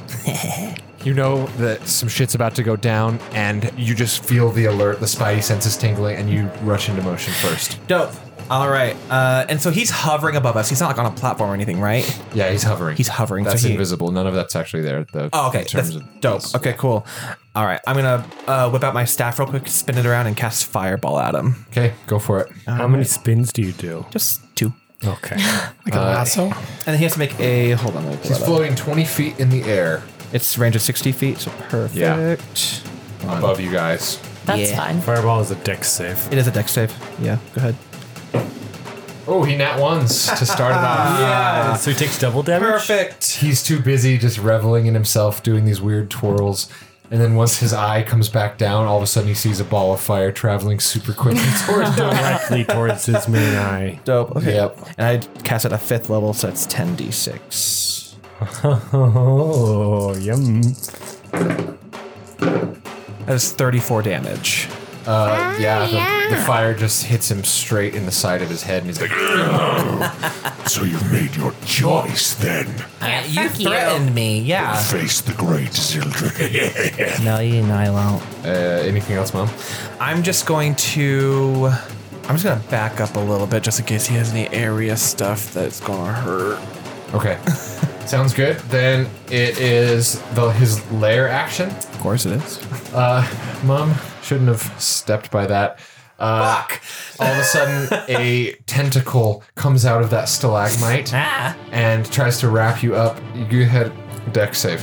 [SPEAKER 1] you know that some shit's about to go down, and you just feel the alert, the spidey senses tingling, and you rush into motion first.
[SPEAKER 5] Dope. All right. Uh, and so he's hovering above us. He's not like on a platform or anything, right?
[SPEAKER 1] Yeah, he's hovering.
[SPEAKER 5] He's hovering, so
[SPEAKER 1] That's
[SPEAKER 5] he-
[SPEAKER 1] invisible. None of that's actually there. Though,
[SPEAKER 5] Oh, okay.
[SPEAKER 1] In terms
[SPEAKER 5] That's
[SPEAKER 1] of
[SPEAKER 5] dope. Okay, cool. All right. I'm gonna uh, whip out my staff real quick, spin it around, and cast fireball at him.
[SPEAKER 1] Okay, go for it.
[SPEAKER 2] How
[SPEAKER 4] Um,
[SPEAKER 2] many spins do you do?
[SPEAKER 5] Just two.
[SPEAKER 2] Okay. Uh,
[SPEAKER 4] like a lasso?
[SPEAKER 5] And then he has to make a. Hold on. Let me pull
[SPEAKER 1] Uh, He's
[SPEAKER 5] that up.
[SPEAKER 1] floating 20 feet in the air
[SPEAKER 5] It's range of sixty feet, so perfect.
[SPEAKER 1] above you guys.
[SPEAKER 6] That's
[SPEAKER 5] Yeah.
[SPEAKER 6] fine.
[SPEAKER 2] Fireball is a deck save.
[SPEAKER 5] It is a dex save. Yeah. Go ahead.
[SPEAKER 1] Oh, he nat ones to start it off.
[SPEAKER 2] Uh, so he takes double damage.
[SPEAKER 5] Perfect.
[SPEAKER 1] He's too busy just reveling in himself, doing these weird twirls. And then once his eye comes back down, all of a sudden he sees a ball of fire traveling super quickly towards him.
[SPEAKER 2] directly towards his main eye.
[SPEAKER 5] Dope. Okay.
[SPEAKER 1] Yep.
[SPEAKER 5] And I cast at a fifth level, so that's 10d6.
[SPEAKER 2] Oh, yum.
[SPEAKER 5] That is 34 damage.
[SPEAKER 1] Uh, yeah, the, the fire just hits him straight in the side of his head, and he's like,
[SPEAKER 10] So you've made your choice then.
[SPEAKER 6] Yeah,
[SPEAKER 5] Uh, you
[SPEAKER 6] fuck you.
[SPEAKER 5] threatened me, yeah.
[SPEAKER 10] Face the great Zildred.
[SPEAKER 5] No, you know I won't.
[SPEAKER 1] uh, anything else, Mom?
[SPEAKER 5] I'm just going to. I'm just gonna back up a little bit just in case he has any area stuff that's gonna hurt.
[SPEAKER 1] Okay. Sounds good. Then it is the his lair action.
[SPEAKER 5] Of course it is.
[SPEAKER 1] Mom shouldn't have stepped by that. Uh, All of a sudden, a tentacle comes out of that stalagmite and tries to wrap you up. You go ahead, deck save.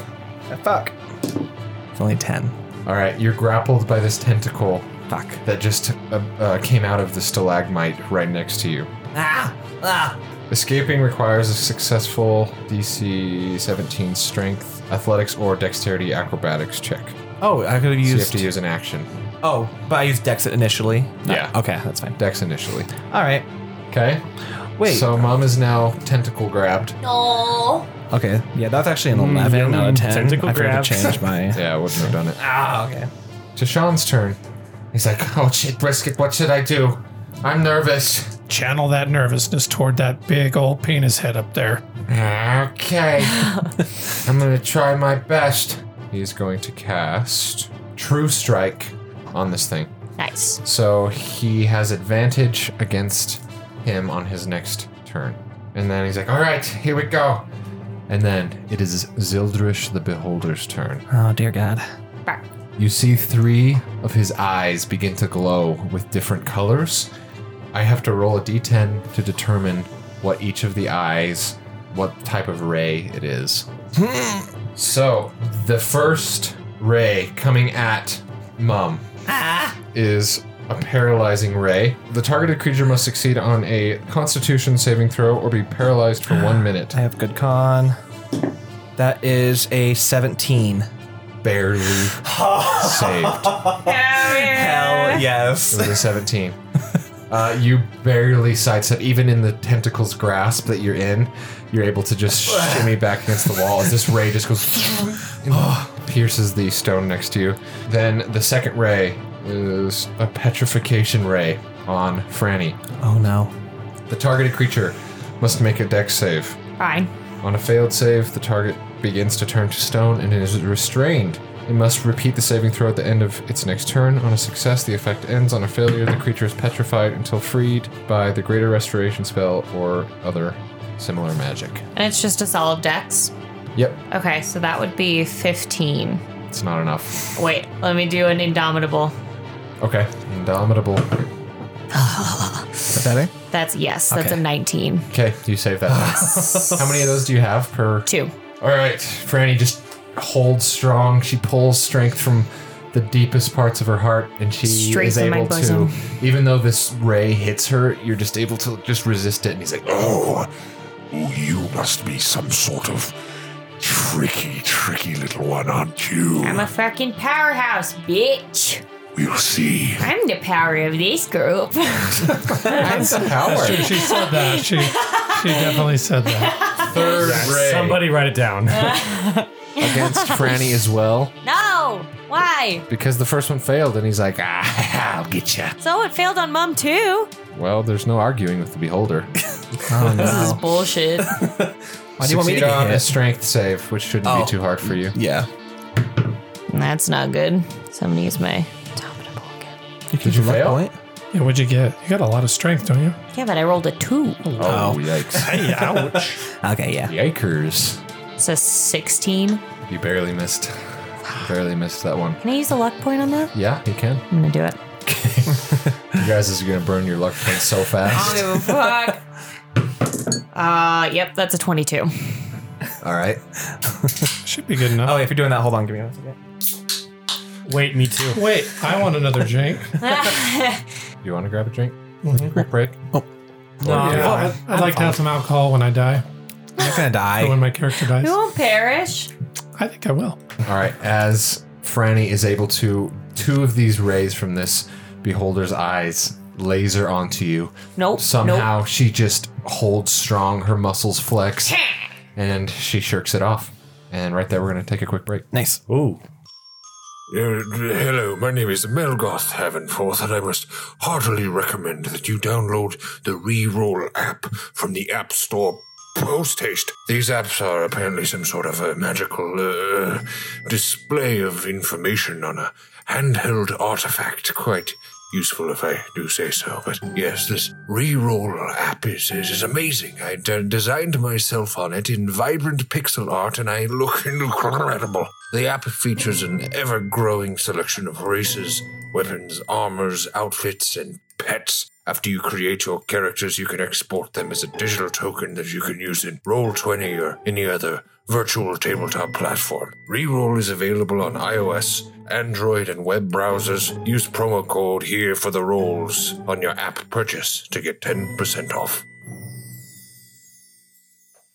[SPEAKER 5] Fuck. It's only 10.
[SPEAKER 1] All right, you're grappled by this tentacle
[SPEAKER 5] Fuck.
[SPEAKER 1] that just uh, uh, came out of the stalagmite right next to you.
[SPEAKER 5] Ah!
[SPEAKER 9] uh,
[SPEAKER 5] Ah!
[SPEAKER 1] Escaping requires a successful DC 17 strength, athletics, or dexterity acrobatics check.
[SPEAKER 5] Oh, I could
[SPEAKER 1] So
[SPEAKER 5] have
[SPEAKER 1] you have
[SPEAKER 5] used.
[SPEAKER 1] to use an action.
[SPEAKER 5] oh, but I used Dex initially. No,
[SPEAKER 1] Yeah.
[SPEAKER 5] Okay, that's fine.
[SPEAKER 1] Dex initially.
[SPEAKER 5] All right.
[SPEAKER 1] Okay?
[SPEAKER 5] Wait.
[SPEAKER 1] So mom is now tentacle grabbed.
[SPEAKER 6] No.
[SPEAKER 5] okay. Yeah, that's actually
[SPEAKER 1] Mm,
[SPEAKER 5] an 11, not a 10.
[SPEAKER 2] Tentacle
[SPEAKER 5] I forgot
[SPEAKER 2] grab.
[SPEAKER 5] to change my.
[SPEAKER 1] Yeah, I wouldn't have done it.
[SPEAKER 5] ah, okay.
[SPEAKER 1] To Sean's turn. He's like, oh shit, brisket, what should I do? I'm nervous.
[SPEAKER 4] Channel that nervousness toward that big old penis head up there.
[SPEAKER 1] Okay. I'm gonna try my best. He's going to cast True Strike on this thing.
[SPEAKER 6] Nice.
[SPEAKER 1] So he has advantage against him on his next turn. And then he's like, all right, here we go. And then it is Zildrish the Beholder's turn.
[SPEAKER 5] Oh, dear God.
[SPEAKER 1] You see three of his eyes begin to glow with different colors. I have to roll a d10 to determine what each of the eyes, what type of ray it is. so, the first ray coming at Mum is a paralyzing ray. The targeted creature must succeed on a constitution saving throw or be paralyzed for one minute.
[SPEAKER 5] I have good con. That is a 17.
[SPEAKER 1] Barely saved.
[SPEAKER 5] Hell yes.
[SPEAKER 1] It was a 17. Uh, you barely sidestep, even in the tentacle's grasp that you're in. You're able to just shimmy back against the wall as this ray just goes and Oh, pierces the stone next to you. Then the second ray is a petrification ray on Franny.
[SPEAKER 5] Oh, no.
[SPEAKER 1] The targeted creature must make a dex save.
[SPEAKER 6] Fine.
[SPEAKER 1] On a failed save, the target begins to turn to stone and is restrained. It must repeat the saving throw at the end of its next turn. On a success, the effect ends. On a failure, the creature is petrified until freed by the Greater Restoration spell or other similar magic.
[SPEAKER 6] And it's just a solid dex.
[SPEAKER 1] Yep,
[SPEAKER 6] Okay, so that would be 15.
[SPEAKER 1] it's not enough.
[SPEAKER 6] Wait, let me do an indomitable.
[SPEAKER 1] Okay. Indomitable.
[SPEAKER 5] Is that it?
[SPEAKER 6] That's yes, that's
[SPEAKER 5] Okay.
[SPEAKER 6] a 19.
[SPEAKER 1] Okay, you save that one. How many of those do you have per
[SPEAKER 6] Two.
[SPEAKER 1] All right, Franny just holds strong. She pulls strength from the deepest parts of her heart, and she
[SPEAKER 6] Straight
[SPEAKER 1] is
[SPEAKER 6] from my
[SPEAKER 1] able to.
[SPEAKER 6] bosom.
[SPEAKER 1] Even though this ray hits her, you're just able to just resist it. And he's like, "Oh,
[SPEAKER 10] Oh, you must be some sort of tricky, tricky little one, aren't you?
[SPEAKER 6] I'm a fucking powerhouse, bitch.
[SPEAKER 10] we'll see.
[SPEAKER 6] I'm the power of this group.
[SPEAKER 1] that's power!"
[SPEAKER 4] She, she said that. She she definitely said that.
[SPEAKER 1] Third ray
[SPEAKER 2] Somebody write it down.
[SPEAKER 1] against Franny as well,
[SPEAKER 6] no! Why?
[SPEAKER 1] because the first one failed, and he's like, "Ah, I'll get you."
[SPEAKER 6] So it failed on mom too.
[SPEAKER 1] Well, there's no arguing with the beholder.
[SPEAKER 5] Oh, no.
[SPEAKER 6] This is bullshit.
[SPEAKER 5] Why do you want me to
[SPEAKER 1] Succeed on
[SPEAKER 5] hit?
[SPEAKER 1] a strength save, which shouldn't
[SPEAKER 5] Oh.
[SPEAKER 1] be too hard for you.
[SPEAKER 5] Yeah.
[SPEAKER 6] That's not good. Somebody use my indomitable again.
[SPEAKER 1] Did you fail?
[SPEAKER 4] Yeah, what'd you get? You got a lot of strength, don't you?
[SPEAKER 6] Yeah, but I rolled a two.
[SPEAKER 1] Oh, yikes!
[SPEAKER 4] Hey, ouch.
[SPEAKER 5] Okay, yeah.
[SPEAKER 1] Yikers!
[SPEAKER 6] It's a 16.
[SPEAKER 1] You barely missed. Barely missed that one.
[SPEAKER 6] Can I use a luck point on that?
[SPEAKER 1] Yeah, you can.
[SPEAKER 6] I'm gonna do it.
[SPEAKER 1] You guys is gonna burn your luck points so fast.
[SPEAKER 6] give a fuck. Uh, yep, that's a 22.
[SPEAKER 1] All right.
[SPEAKER 4] Should be good enough.
[SPEAKER 5] Oh, if you're doing that, hold on. Give me one second.
[SPEAKER 2] Wait, me too.
[SPEAKER 4] Wait, I want another drink. Mhm.
[SPEAKER 1] You want to grab a drink? Quick break.
[SPEAKER 5] Oh. No,
[SPEAKER 4] Yeah, I'd, I'd like to have some alcohol when I die,
[SPEAKER 5] I'm not gonna
[SPEAKER 4] or
[SPEAKER 5] die.
[SPEAKER 4] when my character dies.
[SPEAKER 6] won't perish.
[SPEAKER 4] I think I will.
[SPEAKER 1] All right. As Franny is able to two of these rays from this beholder's eyes laser onto you.
[SPEAKER 7] Nope.
[SPEAKER 1] Somehow she just holds strong, her muscles flex, and she shirks it off. And right there, we're going to take a quick break.
[SPEAKER 5] Nice.
[SPEAKER 2] Ooh.
[SPEAKER 9] Uh, hello, my name is Melgoth Havenforth, and I must heartily recommend that you download the Reroll app from the App Store post haste. These apps are apparently some sort of a magical uh, display of information on a handheld artifact. Quite useful, if I do say so. But yes, this Reroll app is, is, is amazing. I d- designed myself on it in vibrant pixel art, and I look incredible. The app features an ever growing selection of races, weapons, armors, outfits, and pets. After you create your characters, you can export them as a digital token that you can use in Roll20 or any other virtual tabletop platform. Reroll is available on iOS, Android, and web browsers. Use promo code here for the rolls on your app purchase to get 10% off.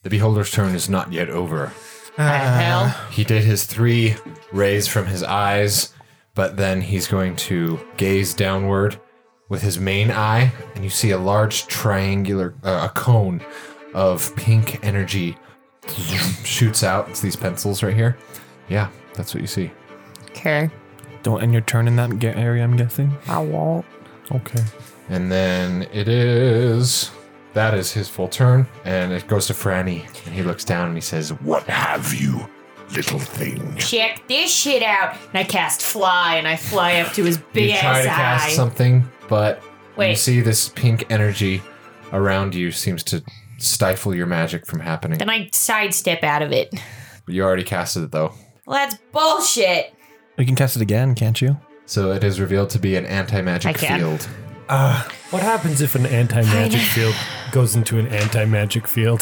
[SPEAKER 1] The beholder's turn is not yet over.
[SPEAKER 4] Uh,
[SPEAKER 7] hell.
[SPEAKER 1] Uh, He did his three rays from his eyes, but then he's going to gaze downward with his main eye, and you see a large triangular, uh, a cone of pink energy shoots out. It's these pencils right here. Yeah, that's what you see.
[SPEAKER 3] Okay.
[SPEAKER 6] Don't end your turn in that ge- area, I'm guessing.
[SPEAKER 3] I won't.
[SPEAKER 6] Okay.
[SPEAKER 1] And then it is. That is his full turn, and it goes to Franny, and he looks down and he says,
[SPEAKER 9] What have you, little thing?
[SPEAKER 3] Check this shit out. And I cast fly and I fly up to his big
[SPEAKER 1] you try
[SPEAKER 3] ass
[SPEAKER 1] to
[SPEAKER 3] eye.
[SPEAKER 1] cast something, but you
[SPEAKER 3] Wait.
[SPEAKER 1] see this pink energy around you seems to stifle your magic from happening.
[SPEAKER 3] then I sidestep out of it.
[SPEAKER 1] You already casted it though.
[SPEAKER 3] Well, that's bullshit.
[SPEAKER 6] You can cast it again, can't you?
[SPEAKER 1] So it is revealed to be an anti-magic
[SPEAKER 3] I can.
[SPEAKER 1] field.
[SPEAKER 2] Uh, What happens if an anti magic field goes into an anti magic field?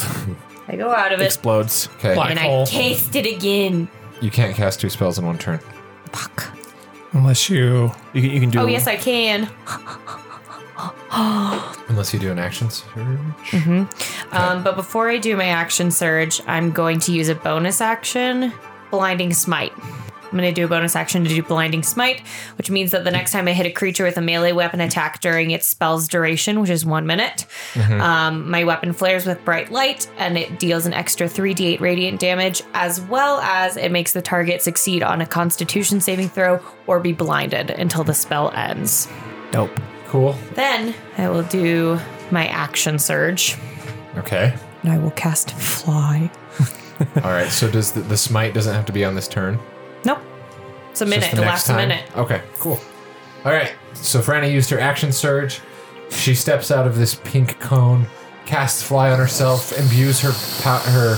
[SPEAKER 3] I go out of it
[SPEAKER 6] Explodes.
[SPEAKER 1] Okay.
[SPEAKER 4] Black
[SPEAKER 3] and I
[SPEAKER 4] hole.
[SPEAKER 3] cast it again.
[SPEAKER 1] You can't cast two spells in one turn.
[SPEAKER 4] Unless you
[SPEAKER 6] You can, you can Oh, do
[SPEAKER 3] Oh, yes, I can.
[SPEAKER 1] Unless you do an action surge.
[SPEAKER 3] Um, but before I do my action surge, I'm going to use a bonus action, blinding smite. I'm going to do a bonus action to do blinding smite, which means that the next time I hit a creature with a melee weapon attack during its spell's duration, which is one minute,
[SPEAKER 6] Mm-hmm.
[SPEAKER 1] Mm-hmm.
[SPEAKER 3] um, my weapon flares with bright light and it deals an extra 3d8 radiant damage, as well as it makes the target succeed on a Constitution saving throw or be blinded until the spell ends.
[SPEAKER 6] Dope.
[SPEAKER 1] Cool.
[SPEAKER 3] Then I will do my action surge.
[SPEAKER 1] Okay.
[SPEAKER 3] And I will cast fly.
[SPEAKER 1] All right. So does the, the smite doesn't have to be on this turn?
[SPEAKER 3] Nope. It's a
[SPEAKER 1] It's
[SPEAKER 3] minute.
[SPEAKER 1] just
[SPEAKER 3] it
[SPEAKER 1] the
[SPEAKER 3] lasts
[SPEAKER 1] next time?
[SPEAKER 3] a minute.
[SPEAKER 1] Okay, cool. All right. So Franny used her action surge. She steps out of this pink cone, casts fly on herself, imbues her pow- her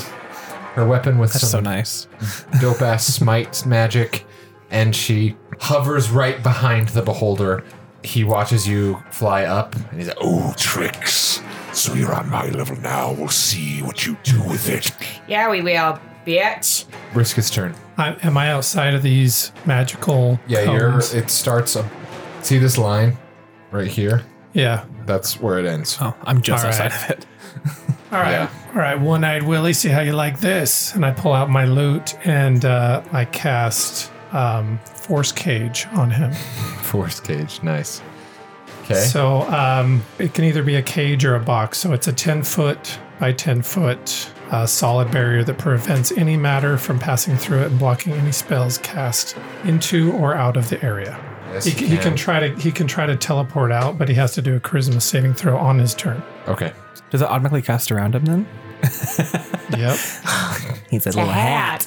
[SPEAKER 1] her weapon with
[SPEAKER 6] That's so
[SPEAKER 1] some
[SPEAKER 6] nice.
[SPEAKER 1] dope ass smite magic, and she hovers right behind the beholder. He watches you fly up, and he's like, "Oh,
[SPEAKER 9] Oh, tricks. So you're on my level now. We'll see what you do with it.
[SPEAKER 3] Yeah, we will, bitch.
[SPEAKER 1] Brisket's turn."
[SPEAKER 4] I, am I outside of these magical
[SPEAKER 1] Yeah,
[SPEAKER 4] cones?
[SPEAKER 1] you're. It starts. up see this line right here?
[SPEAKER 4] Yeah.
[SPEAKER 1] That's where it ends.
[SPEAKER 6] Oh, I'm just
[SPEAKER 4] All right.
[SPEAKER 6] outside of it.
[SPEAKER 4] All right.
[SPEAKER 1] Yeah.
[SPEAKER 4] All right, one eyed Willie, see how you like this. And I pull out my loot and uh, I cast um, Force Cage on him.
[SPEAKER 1] Force cage. Nice. Okay.
[SPEAKER 4] So um, it can either be a cage or a box. So it's a 10 foot by 10 foot uh, solid barrier that prevents any matter from passing through it and blocking any spells cast into or out of the area.
[SPEAKER 1] Yes,
[SPEAKER 4] He,
[SPEAKER 1] you
[SPEAKER 4] can- he can try to he can try to teleport out, but he has to do a charisma saving throw on his turn.
[SPEAKER 1] Okay.
[SPEAKER 6] Does it automatically cast around him then?
[SPEAKER 4] Yep.
[SPEAKER 5] He's a
[SPEAKER 3] The hat.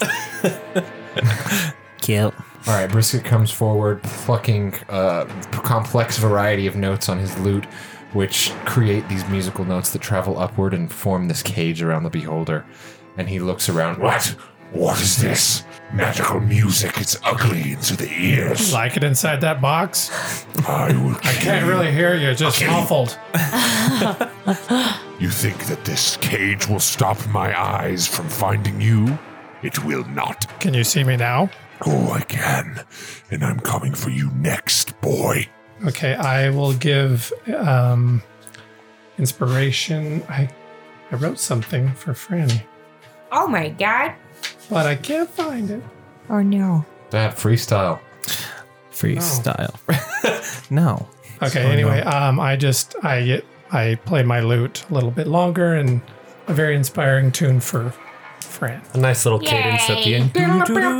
[SPEAKER 5] Cute.
[SPEAKER 1] All right, Brisket comes forward, plucking uh, a complex variety of notes on his lute, which create these musical notes that travel upward and form this cage around the beholder. And he looks around.
[SPEAKER 9] What? What is this? Magical music. It's ugly into the ears.
[SPEAKER 4] like it inside that box.
[SPEAKER 9] I will
[SPEAKER 4] I can't
[SPEAKER 9] kill you.
[SPEAKER 4] really hear you. Just
[SPEAKER 9] Okay.
[SPEAKER 4] muffled.
[SPEAKER 9] You think that this cage will stop my eyes from finding you? It will not.
[SPEAKER 4] Can you see me now?
[SPEAKER 9] Oh, I can. And I'm coming for you next, boy.
[SPEAKER 4] Okay, I will give um, inspiration. I I wrote something for Franny,
[SPEAKER 3] oh my god.
[SPEAKER 4] but I can't find it.
[SPEAKER 3] Oh no.
[SPEAKER 1] that freestyle.
[SPEAKER 5] Freestyle.
[SPEAKER 6] Oh.
[SPEAKER 5] no.
[SPEAKER 4] Okay. anyway, um, I just I get I play my lute a little bit longer and a very inspiring tune for Fran.
[SPEAKER 2] A nice little cadence at the end.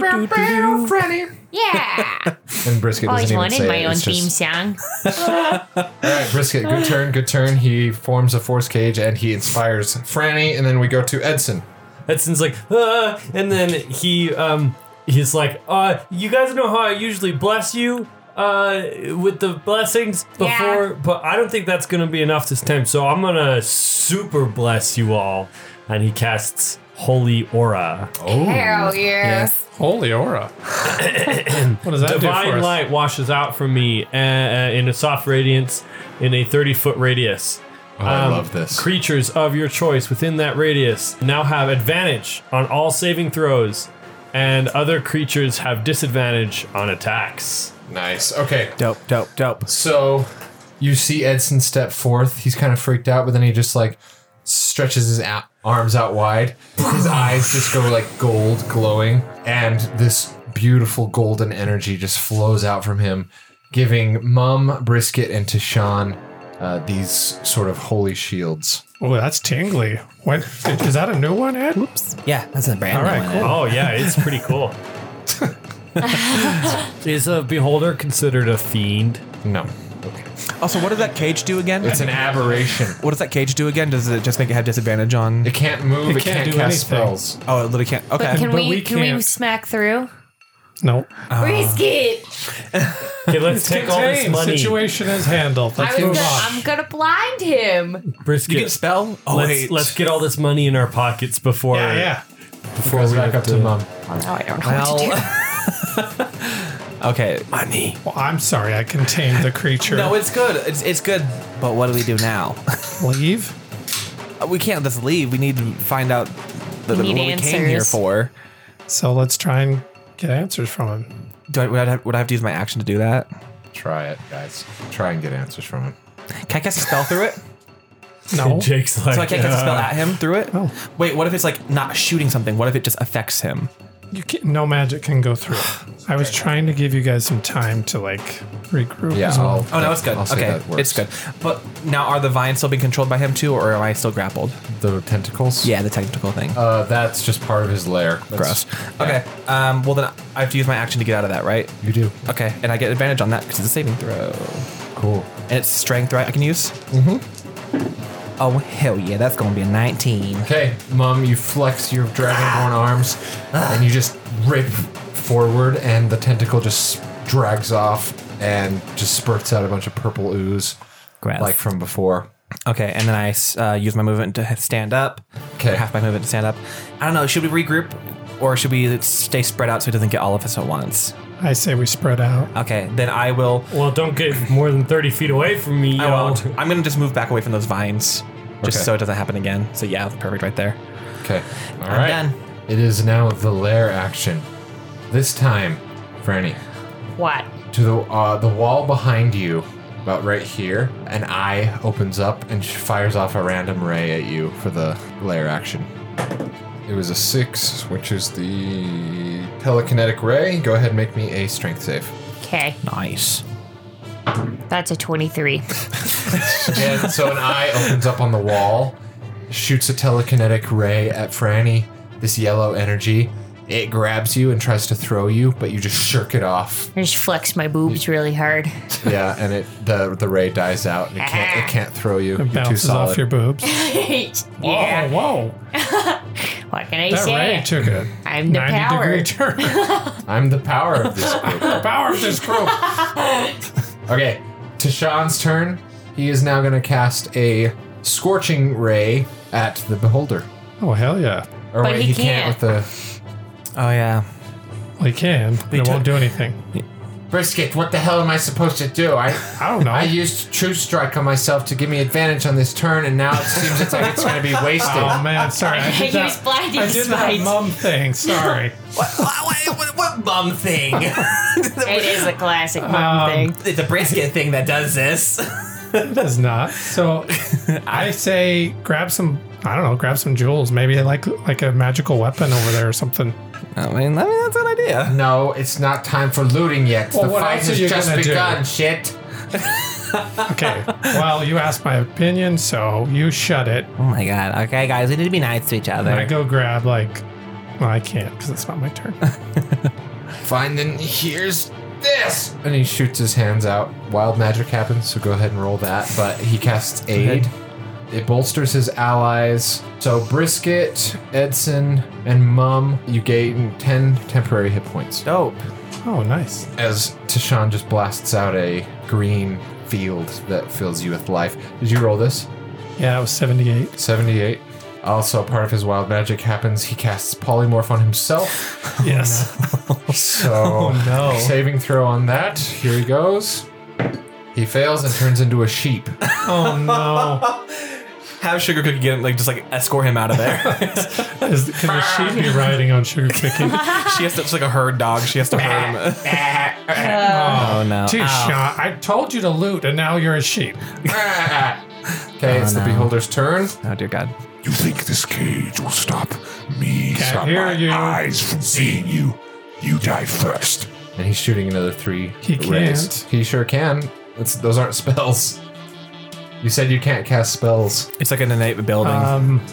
[SPEAKER 2] Do-do-do-do-do-do.
[SPEAKER 6] Yeah.
[SPEAKER 1] And Brisket
[SPEAKER 6] Always
[SPEAKER 1] doesn't even
[SPEAKER 6] Oh, wanted
[SPEAKER 1] say
[SPEAKER 6] my
[SPEAKER 1] it.
[SPEAKER 6] own
[SPEAKER 1] It's
[SPEAKER 6] theme
[SPEAKER 1] just,
[SPEAKER 6] song.
[SPEAKER 1] Alright, Brisket, good turn, good turn. He forms a force cage and he inspires Franny, and then we go to Edson.
[SPEAKER 2] Edson's like, uh, and then he um he's like, uh, you guys know how I usually bless you uh with the blessings before,
[SPEAKER 6] Yeah.
[SPEAKER 2] but I don't think that's gonna be enough this time, so I'm gonna super bless you all. And he casts Holy Aura.
[SPEAKER 6] Hell yeah.
[SPEAKER 4] Oh. Holy aura. what does that do for
[SPEAKER 2] Divine
[SPEAKER 4] us?
[SPEAKER 2] light washes out from me uh, uh, in a soft radiance in a 30 foot radius.
[SPEAKER 1] Oh, I
[SPEAKER 2] Um,
[SPEAKER 1] love this.
[SPEAKER 2] Creatures of your choice within that radius now have advantage on all saving throws, and other creatures have disadvantage on attacks.
[SPEAKER 1] nice. Okay.
[SPEAKER 5] Dope, dope, dope.
[SPEAKER 1] So you see Edson step forth. He's kind of freaked out, but then he just like stretches his a- arms out wide. His eyes just go like gold glowing, and this beautiful golden energy just flows out from him, giving Mum, Brisket, and Tashan uh, these sort of holy shields.
[SPEAKER 4] Oh, that's tingly. When is that a new one, Ed?
[SPEAKER 5] Yeah, that's a brand
[SPEAKER 4] All
[SPEAKER 5] new
[SPEAKER 4] right,
[SPEAKER 5] one.
[SPEAKER 4] cool.
[SPEAKER 2] Oh, yeah, it's pretty cool. Is a beholder considered a fiend?
[SPEAKER 1] No,
[SPEAKER 5] Also, what did that cage do again?
[SPEAKER 1] it's an aberration.
[SPEAKER 5] what does that cage do again? Does it just make it have disadvantage on?
[SPEAKER 1] It can't move. It,
[SPEAKER 4] It
[SPEAKER 1] can't,
[SPEAKER 4] can't do
[SPEAKER 1] cast
[SPEAKER 4] anything.
[SPEAKER 1] spells.
[SPEAKER 5] Oh, it literally can't. Okay.
[SPEAKER 6] But can
[SPEAKER 4] But
[SPEAKER 6] we,
[SPEAKER 4] we
[SPEAKER 6] can we
[SPEAKER 4] can't. Uh,
[SPEAKER 6] smack through?
[SPEAKER 4] Nope.
[SPEAKER 5] Uh,
[SPEAKER 6] Brisket!
[SPEAKER 2] Okay, let's take all this
[SPEAKER 4] Contained.
[SPEAKER 2] money.
[SPEAKER 4] Situation is handled.
[SPEAKER 6] I
[SPEAKER 4] Let's
[SPEAKER 6] was
[SPEAKER 4] move
[SPEAKER 6] gonna,
[SPEAKER 4] on.
[SPEAKER 6] I'm gonna blind him.
[SPEAKER 2] Brisket,
[SPEAKER 5] you can spell. Oh
[SPEAKER 2] let's,
[SPEAKER 5] wait.
[SPEAKER 2] let's get all this money in our pockets before
[SPEAKER 4] Yeah, yeah.
[SPEAKER 2] before we
[SPEAKER 1] Back
[SPEAKER 2] have
[SPEAKER 1] up to
[SPEAKER 2] to-
[SPEAKER 1] Mum.
[SPEAKER 6] Well, now I don't know what to do.
[SPEAKER 5] Well. okay. Money.
[SPEAKER 4] Well, I'm sorry. I contained the creature.
[SPEAKER 5] No, it's good. It's it's good. But what do we do now? Uh,
[SPEAKER 4] leave.
[SPEAKER 5] we can't just leave. We need to find out the,
[SPEAKER 6] need
[SPEAKER 5] what we came here
[SPEAKER 6] answers.
[SPEAKER 5] for.
[SPEAKER 4] So let's try and get answers from him.
[SPEAKER 5] Do I, would, I have, would I have to use my action to do that?
[SPEAKER 1] Try it, guys. Try and get answers from him.
[SPEAKER 5] Can I cast a spell through it?
[SPEAKER 4] No.
[SPEAKER 2] Jake's like,
[SPEAKER 5] So I can't cast a spell
[SPEAKER 2] uh,
[SPEAKER 5] at him through it?
[SPEAKER 4] No.
[SPEAKER 5] Wait, what if it's like not shooting something? What if it just affects him?
[SPEAKER 4] You can no magic can go through. it. I was trying to give you guys some time to like regroup.
[SPEAKER 1] Yeah.
[SPEAKER 4] as well.
[SPEAKER 1] I'll-
[SPEAKER 5] Oh, no, it's good.
[SPEAKER 1] I'll say
[SPEAKER 5] okay,
[SPEAKER 1] that works.
[SPEAKER 5] it's good. But now are the vines still being controlled by him too, or am I still grappled?
[SPEAKER 1] The tentacles.
[SPEAKER 5] Yeah, the technical thing.
[SPEAKER 1] Uh, that's just part of his lair.
[SPEAKER 5] Gross. Okay, um, well then I have to use my action to get out of that, right?
[SPEAKER 1] You do.
[SPEAKER 5] Okay, and I get advantage on that because it's a saving throw.
[SPEAKER 1] Cool.
[SPEAKER 5] And it's strength, right? I can use? Mm-hmm. Oh, hell yeah, that's going to be a 19.
[SPEAKER 1] Mm-hmm. Okay, Mom, you flex your dragonborn arms and you just rip forward, and the tentacle just drags off and just spurts out a bunch of purple ooze
[SPEAKER 5] Grass.
[SPEAKER 1] like from before.
[SPEAKER 5] Okay, and then I uh, use my movement to stand up.
[SPEAKER 1] 'Kay.
[SPEAKER 5] Half my movement to stand up. I don't know, should we regroup or should we stay spread out so he doesn't get all of us at once?
[SPEAKER 4] I say we spread out.
[SPEAKER 5] Okay, then I will.
[SPEAKER 2] Well, don't get more than 30 feet away from me.
[SPEAKER 5] I
[SPEAKER 2] yo.
[SPEAKER 5] won't. I'm going to just move back away from those vines just
[SPEAKER 1] Okay.
[SPEAKER 5] so it doesn't happen again. So yeah, perfect right there.
[SPEAKER 1] Okay. All
[SPEAKER 5] I'm
[SPEAKER 1] right.
[SPEAKER 5] done.
[SPEAKER 1] It is now the lair action. This time, Franny,
[SPEAKER 6] What?
[SPEAKER 1] to the uh, the wall behind you, about right here, an eye opens up and sh- fires off a random ray at you for the layer action. It was a six, which is the telekinetic ray. Go ahead, and make me a strength save.
[SPEAKER 6] Okay,
[SPEAKER 5] Nice.
[SPEAKER 6] that's a 23.
[SPEAKER 1] And so an eye opens up on the wall, shoots a telekinetic ray at Franny. This yellow energy, it grabs you and tries to throw you, but you just shirk it off.
[SPEAKER 6] I just flex my boobs really hard.
[SPEAKER 1] Yeah, and it the the ray dies out. And it can't it can't throw you.
[SPEAKER 4] It
[SPEAKER 1] You're too
[SPEAKER 4] bounces off
[SPEAKER 1] solid.
[SPEAKER 4] your boobs.
[SPEAKER 6] yeah.
[SPEAKER 4] Whoa, whoa.
[SPEAKER 6] What can I
[SPEAKER 4] That
[SPEAKER 6] say?
[SPEAKER 4] ray took a
[SPEAKER 6] I'm the
[SPEAKER 4] 90
[SPEAKER 6] power.
[SPEAKER 4] degree turn.
[SPEAKER 1] I'm the power of this group.
[SPEAKER 4] Power of this group.
[SPEAKER 1] Okay, Tashan's turn. He is now going to cast a scorching ray at the beholder.
[SPEAKER 4] Oh, hell yeah.
[SPEAKER 1] Or
[SPEAKER 6] But he
[SPEAKER 1] can't. with
[SPEAKER 5] Oh yeah.
[SPEAKER 4] Well, you can. But it
[SPEAKER 5] took-
[SPEAKER 4] won't do anything.
[SPEAKER 1] the brisket. What the hell am I supposed to do? I
[SPEAKER 4] I don't know.
[SPEAKER 1] I used true strike on myself to give me advantage on this turn, and now it seems it's like it's going to be wasted.
[SPEAKER 4] oh, man. Sorry. I
[SPEAKER 6] He
[SPEAKER 4] did that,
[SPEAKER 6] was blinding
[SPEAKER 4] I did that
[SPEAKER 6] spite.
[SPEAKER 4] mum thing. Sorry.
[SPEAKER 5] what, what, what bum thing?
[SPEAKER 6] It is a classic mom
[SPEAKER 4] Um,
[SPEAKER 6] thing.
[SPEAKER 5] it's a brisket thing that does this.
[SPEAKER 4] It does not. So I say grab some. I don't know. Grab some jewels. Maybe like like a magical weapon over there or something.
[SPEAKER 5] I mean, I mean that's an idea.
[SPEAKER 1] No, it's not time for looting yet.
[SPEAKER 4] Well,
[SPEAKER 1] the
[SPEAKER 4] what
[SPEAKER 1] fight
[SPEAKER 4] else are
[SPEAKER 1] has
[SPEAKER 4] you
[SPEAKER 1] just
[SPEAKER 4] gonna do?
[SPEAKER 1] begun, shit.
[SPEAKER 4] Okay. well, you asked my opinion, so you shut it.
[SPEAKER 5] Oh my god. Okay, guys, we need to be nice to each other.
[SPEAKER 4] And I go grab like. Well, I can't because it's not my turn.
[SPEAKER 1] Fine, then here's this. And he shoots his hands out. Wild magic happens, so go ahead and roll that. But he casts aid. It bolsters his allies. So Brisket, Edson, and Mum, you gain 10 temporary hit points.
[SPEAKER 5] Dope.
[SPEAKER 4] Oh, nice.
[SPEAKER 1] As Tashan just blasts out a green field that fills you with life. Did you roll this?
[SPEAKER 4] Yeah, it was 78.
[SPEAKER 1] 78. Also, part of his wild magic happens. He casts polymorph on himself.
[SPEAKER 4] yes.
[SPEAKER 1] So,
[SPEAKER 4] Oh, no.
[SPEAKER 1] saving throw on that. Here he goes. He fails and turns into a sheep.
[SPEAKER 4] Oh
[SPEAKER 5] Have sugar cookie get him, like just like escort him out of there.
[SPEAKER 4] no. Is, can the sheep be riding on sugar cookie?
[SPEAKER 5] she has to. It's like a herd dog. She has to herd him.
[SPEAKER 4] Oh,
[SPEAKER 5] no.
[SPEAKER 4] Too shot. I told you to loot, and now you're a sheep.
[SPEAKER 1] Okay, it's the beholder's turn.
[SPEAKER 5] Oh dear God.
[SPEAKER 10] You think this cage will stop me, stop
[SPEAKER 4] hear
[SPEAKER 10] my
[SPEAKER 4] you.
[SPEAKER 10] eyes from seeing you? You die first.
[SPEAKER 1] And he's shooting another three.
[SPEAKER 4] He
[SPEAKER 1] rays.
[SPEAKER 4] can't.
[SPEAKER 1] He sure can. It's, those aren't spells. You said you can't cast spells.
[SPEAKER 5] It's like an innate building.
[SPEAKER 4] Um,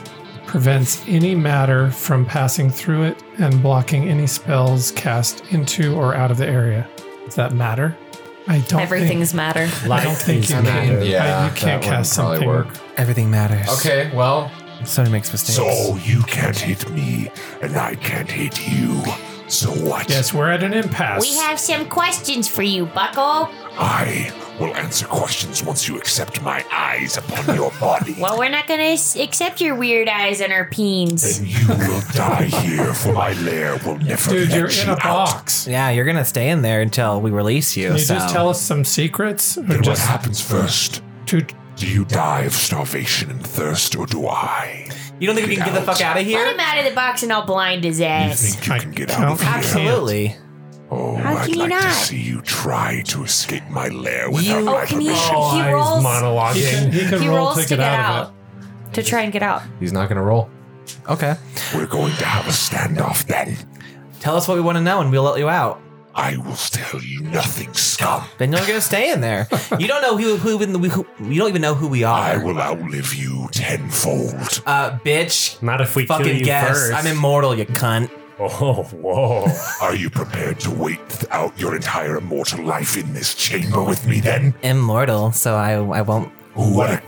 [SPEAKER 4] prevents any matter from passing through it and blocking any spells cast into or out of the area. Does that matter? I don't.
[SPEAKER 3] Everything's matter.
[SPEAKER 4] Think, I don't think you
[SPEAKER 1] I mean,
[SPEAKER 4] can.
[SPEAKER 1] yeah,
[SPEAKER 4] I- you can't
[SPEAKER 1] that wouldn't
[SPEAKER 4] cast
[SPEAKER 1] probably
[SPEAKER 4] something.
[SPEAKER 1] work.
[SPEAKER 5] Everything matters.
[SPEAKER 1] Okay, well,
[SPEAKER 5] Somebody makes mistakes.
[SPEAKER 10] So you can't hit me, and I can't hit you. So what?
[SPEAKER 4] Yes, we're at an impasse.
[SPEAKER 6] We have some questions for you, Buckle.
[SPEAKER 10] I will answer questions once you accept my eyes upon your body.
[SPEAKER 6] Well, we're not gonna s- accept your weird eyes and our peens.
[SPEAKER 10] Then you will die here, for my lair will never
[SPEAKER 4] Dude,
[SPEAKER 10] let
[SPEAKER 4] you're in a
[SPEAKER 10] you out.
[SPEAKER 4] box.
[SPEAKER 5] Yeah, you're gonna stay in there until we release you.
[SPEAKER 4] Can you
[SPEAKER 5] so.
[SPEAKER 4] just tell us some secrets? Or
[SPEAKER 10] Then what
[SPEAKER 4] just
[SPEAKER 10] happens first?
[SPEAKER 4] two
[SPEAKER 10] Do you die of starvation and thirst, or do I?
[SPEAKER 5] You don't think we can get the fuck out
[SPEAKER 6] Let
[SPEAKER 5] of here?
[SPEAKER 6] him out of the box and I'll blind his
[SPEAKER 10] You
[SPEAKER 6] ass.
[SPEAKER 10] think you
[SPEAKER 4] I
[SPEAKER 10] can get out of
[SPEAKER 4] don't-
[SPEAKER 10] here?
[SPEAKER 5] Absolutely.
[SPEAKER 10] Oh,
[SPEAKER 6] How
[SPEAKER 10] I'd
[SPEAKER 6] can you
[SPEAKER 10] like to
[SPEAKER 6] not?
[SPEAKER 10] see you try to escape my lair without
[SPEAKER 5] You-
[SPEAKER 10] my
[SPEAKER 6] Oh, can you-
[SPEAKER 10] permission.
[SPEAKER 6] He rolls-
[SPEAKER 4] he can,
[SPEAKER 2] monologuing.
[SPEAKER 4] he can
[SPEAKER 6] he
[SPEAKER 4] roll
[SPEAKER 6] rolls
[SPEAKER 4] to
[SPEAKER 6] to
[SPEAKER 4] get out of it.
[SPEAKER 6] to try and get out.
[SPEAKER 1] he's not going to roll.
[SPEAKER 5] Okay.
[SPEAKER 10] We're going to have a standoff then.
[SPEAKER 5] Tell us what we want to know, and we'll let you out.
[SPEAKER 10] I will tell you nothing, scum.
[SPEAKER 5] Then you're gonna stay in there. You don't know who who, even- who you don't even know who we
[SPEAKER 10] I
[SPEAKER 5] are.
[SPEAKER 10] will outlive you tenfold.
[SPEAKER 5] Uh, bitch.
[SPEAKER 2] Not if we kill
[SPEAKER 5] Fucking
[SPEAKER 2] you
[SPEAKER 5] guess.
[SPEAKER 2] first.
[SPEAKER 5] I'm immortal, you cunt.
[SPEAKER 2] Oh, whoa.
[SPEAKER 10] Are you prepared to wait out your entire immortal life in this chamber with me then?
[SPEAKER 5] Immortal, so I I won't.
[SPEAKER 10] What a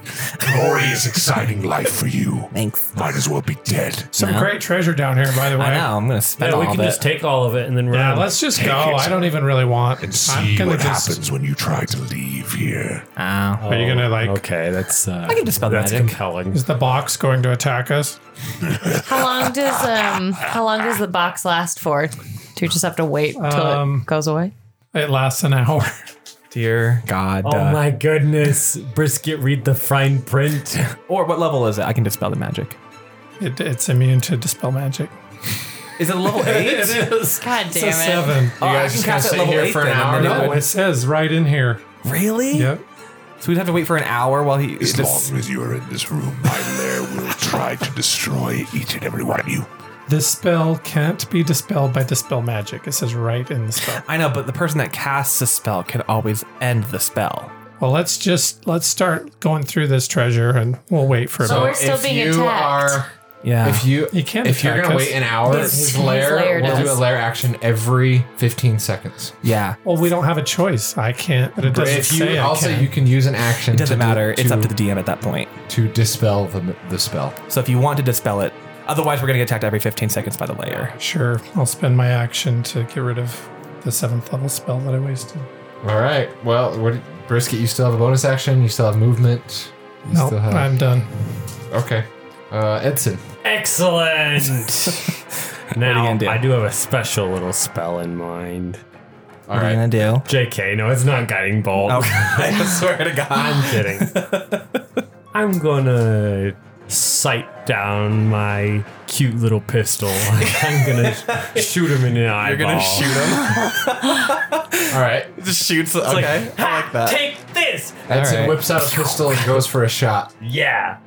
[SPEAKER 10] glorious, exciting life for you.
[SPEAKER 5] Thanks.
[SPEAKER 10] Might as well be dead.
[SPEAKER 4] Some great treasure down here, by the way.
[SPEAKER 5] I know. I'm gonna spend
[SPEAKER 2] Yeah,
[SPEAKER 5] all
[SPEAKER 2] we can
[SPEAKER 5] of it.
[SPEAKER 2] just take all of it and then run.
[SPEAKER 4] Yeah, let's just go. I don't even really want.
[SPEAKER 10] And
[SPEAKER 4] I'm
[SPEAKER 10] see
[SPEAKER 4] gonna
[SPEAKER 10] what
[SPEAKER 4] just.
[SPEAKER 10] happens when you try to leave here.
[SPEAKER 5] Oh.
[SPEAKER 4] Are you gonna like?
[SPEAKER 2] Okay, that's. Uh,
[SPEAKER 5] I can dispel
[SPEAKER 2] that's
[SPEAKER 5] magic.
[SPEAKER 2] compelling.
[SPEAKER 4] Is the box going to attack us?
[SPEAKER 3] How long does um how long does the box last for? Do you just have to wait till
[SPEAKER 4] Um,
[SPEAKER 3] it goes away?
[SPEAKER 4] It lasts an hour.
[SPEAKER 5] Dear God. uh,
[SPEAKER 2] Oh my goodness. Brisket, read the fine print.
[SPEAKER 5] Or what level is it? I can dispel the magic.
[SPEAKER 4] It, it's immune to dispel magic.
[SPEAKER 5] Is it level Oh, eight?
[SPEAKER 2] is.
[SPEAKER 3] God damn it.
[SPEAKER 5] Oh, I can
[SPEAKER 1] just
[SPEAKER 5] cast
[SPEAKER 1] gonna
[SPEAKER 5] it
[SPEAKER 1] sit
[SPEAKER 5] level
[SPEAKER 1] here
[SPEAKER 5] eight
[SPEAKER 1] for an
[SPEAKER 5] then,
[SPEAKER 1] hour?
[SPEAKER 5] and then
[SPEAKER 1] No,
[SPEAKER 5] do
[SPEAKER 4] Oh,
[SPEAKER 5] it.
[SPEAKER 4] it says right in here.
[SPEAKER 5] really?
[SPEAKER 4] Yep.
[SPEAKER 5] So we'd have to wait for an hour while he.
[SPEAKER 10] As
[SPEAKER 5] just-
[SPEAKER 10] long as you're in this room, my lair will try to destroy each and every one of you.
[SPEAKER 4] This spell can't be dispelled by dispel magic. It says right in the spell.
[SPEAKER 5] I know, but the person that casts a spell can always end the spell.
[SPEAKER 4] Well, let's just let's start going through this treasure, and we'll wait for a
[SPEAKER 1] So
[SPEAKER 4] bit.
[SPEAKER 6] we're still
[SPEAKER 1] if
[SPEAKER 6] being
[SPEAKER 1] you
[SPEAKER 6] attacked.
[SPEAKER 1] are,
[SPEAKER 5] Yeah.
[SPEAKER 1] if you
[SPEAKER 4] He can't
[SPEAKER 1] if you're
[SPEAKER 4] attack
[SPEAKER 1] gonna
[SPEAKER 4] us.
[SPEAKER 1] wait an hour,
[SPEAKER 3] Yes.
[SPEAKER 1] his
[SPEAKER 3] His
[SPEAKER 1] lair
[SPEAKER 3] lair
[SPEAKER 1] will do a
[SPEAKER 3] does.
[SPEAKER 1] lair action every 15 seconds.
[SPEAKER 5] yeah.
[SPEAKER 4] Well, we don't have a choice. I can't. But it doesn't
[SPEAKER 1] if
[SPEAKER 4] say
[SPEAKER 1] you
[SPEAKER 4] I
[SPEAKER 1] also
[SPEAKER 4] can.
[SPEAKER 1] you can use an action.
[SPEAKER 5] It doesn't
[SPEAKER 1] to do-
[SPEAKER 5] matter. it's up to
[SPEAKER 1] to
[SPEAKER 5] the DM at that point.
[SPEAKER 1] to dispel the the spell.
[SPEAKER 5] So if you want to dispel it, otherwise we're going to get attacked every 15 seconds by the layer.
[SPEAKER 4] Sure, I'll spend my action to get rid of the seventh level spell that I wasted.
[SPEAKER 1] All right. Well, what, brisket, you still have a bonus action. You still have movement. You
[SPEAKER 4] No,
[SPEAKER 1] still have,
[SPEAKER 4] I'm done.
[SPEAKER 1] okay. Uh, Edson,
[SPEAKER 2] Excellent. now,
[SPEAKER 5] gonna do?
[SPEAKER 2] I do have a special little spell in mind.
[SPEAKER 1] all
[SPEAKER 5] What are you
[SPEAKER 1] right.
[SPEAKER 5] going to do?
[SPEAKER 2] JK, no, it's not Guiding Bolt.
[SPEAKER 5] I swear to God.
[SPEAKER 2] I'm kidding. I'm gonna sight down my cute little pistol. I'm gonna shoot him in the eyeball.
[SPEAKER 5] You're going to shoot him.
[SPEAKER 1] All right.
[SPEAKER 5] Just shoots. Okay. I like that.
[SPEAKER 2] Take this.
[SPEAKER 1] Edson
[SPEAKER 5] right.
[SPEAKER 1] whips out a pistol and goes for a shot.
[SPEAKER 2] Yeah.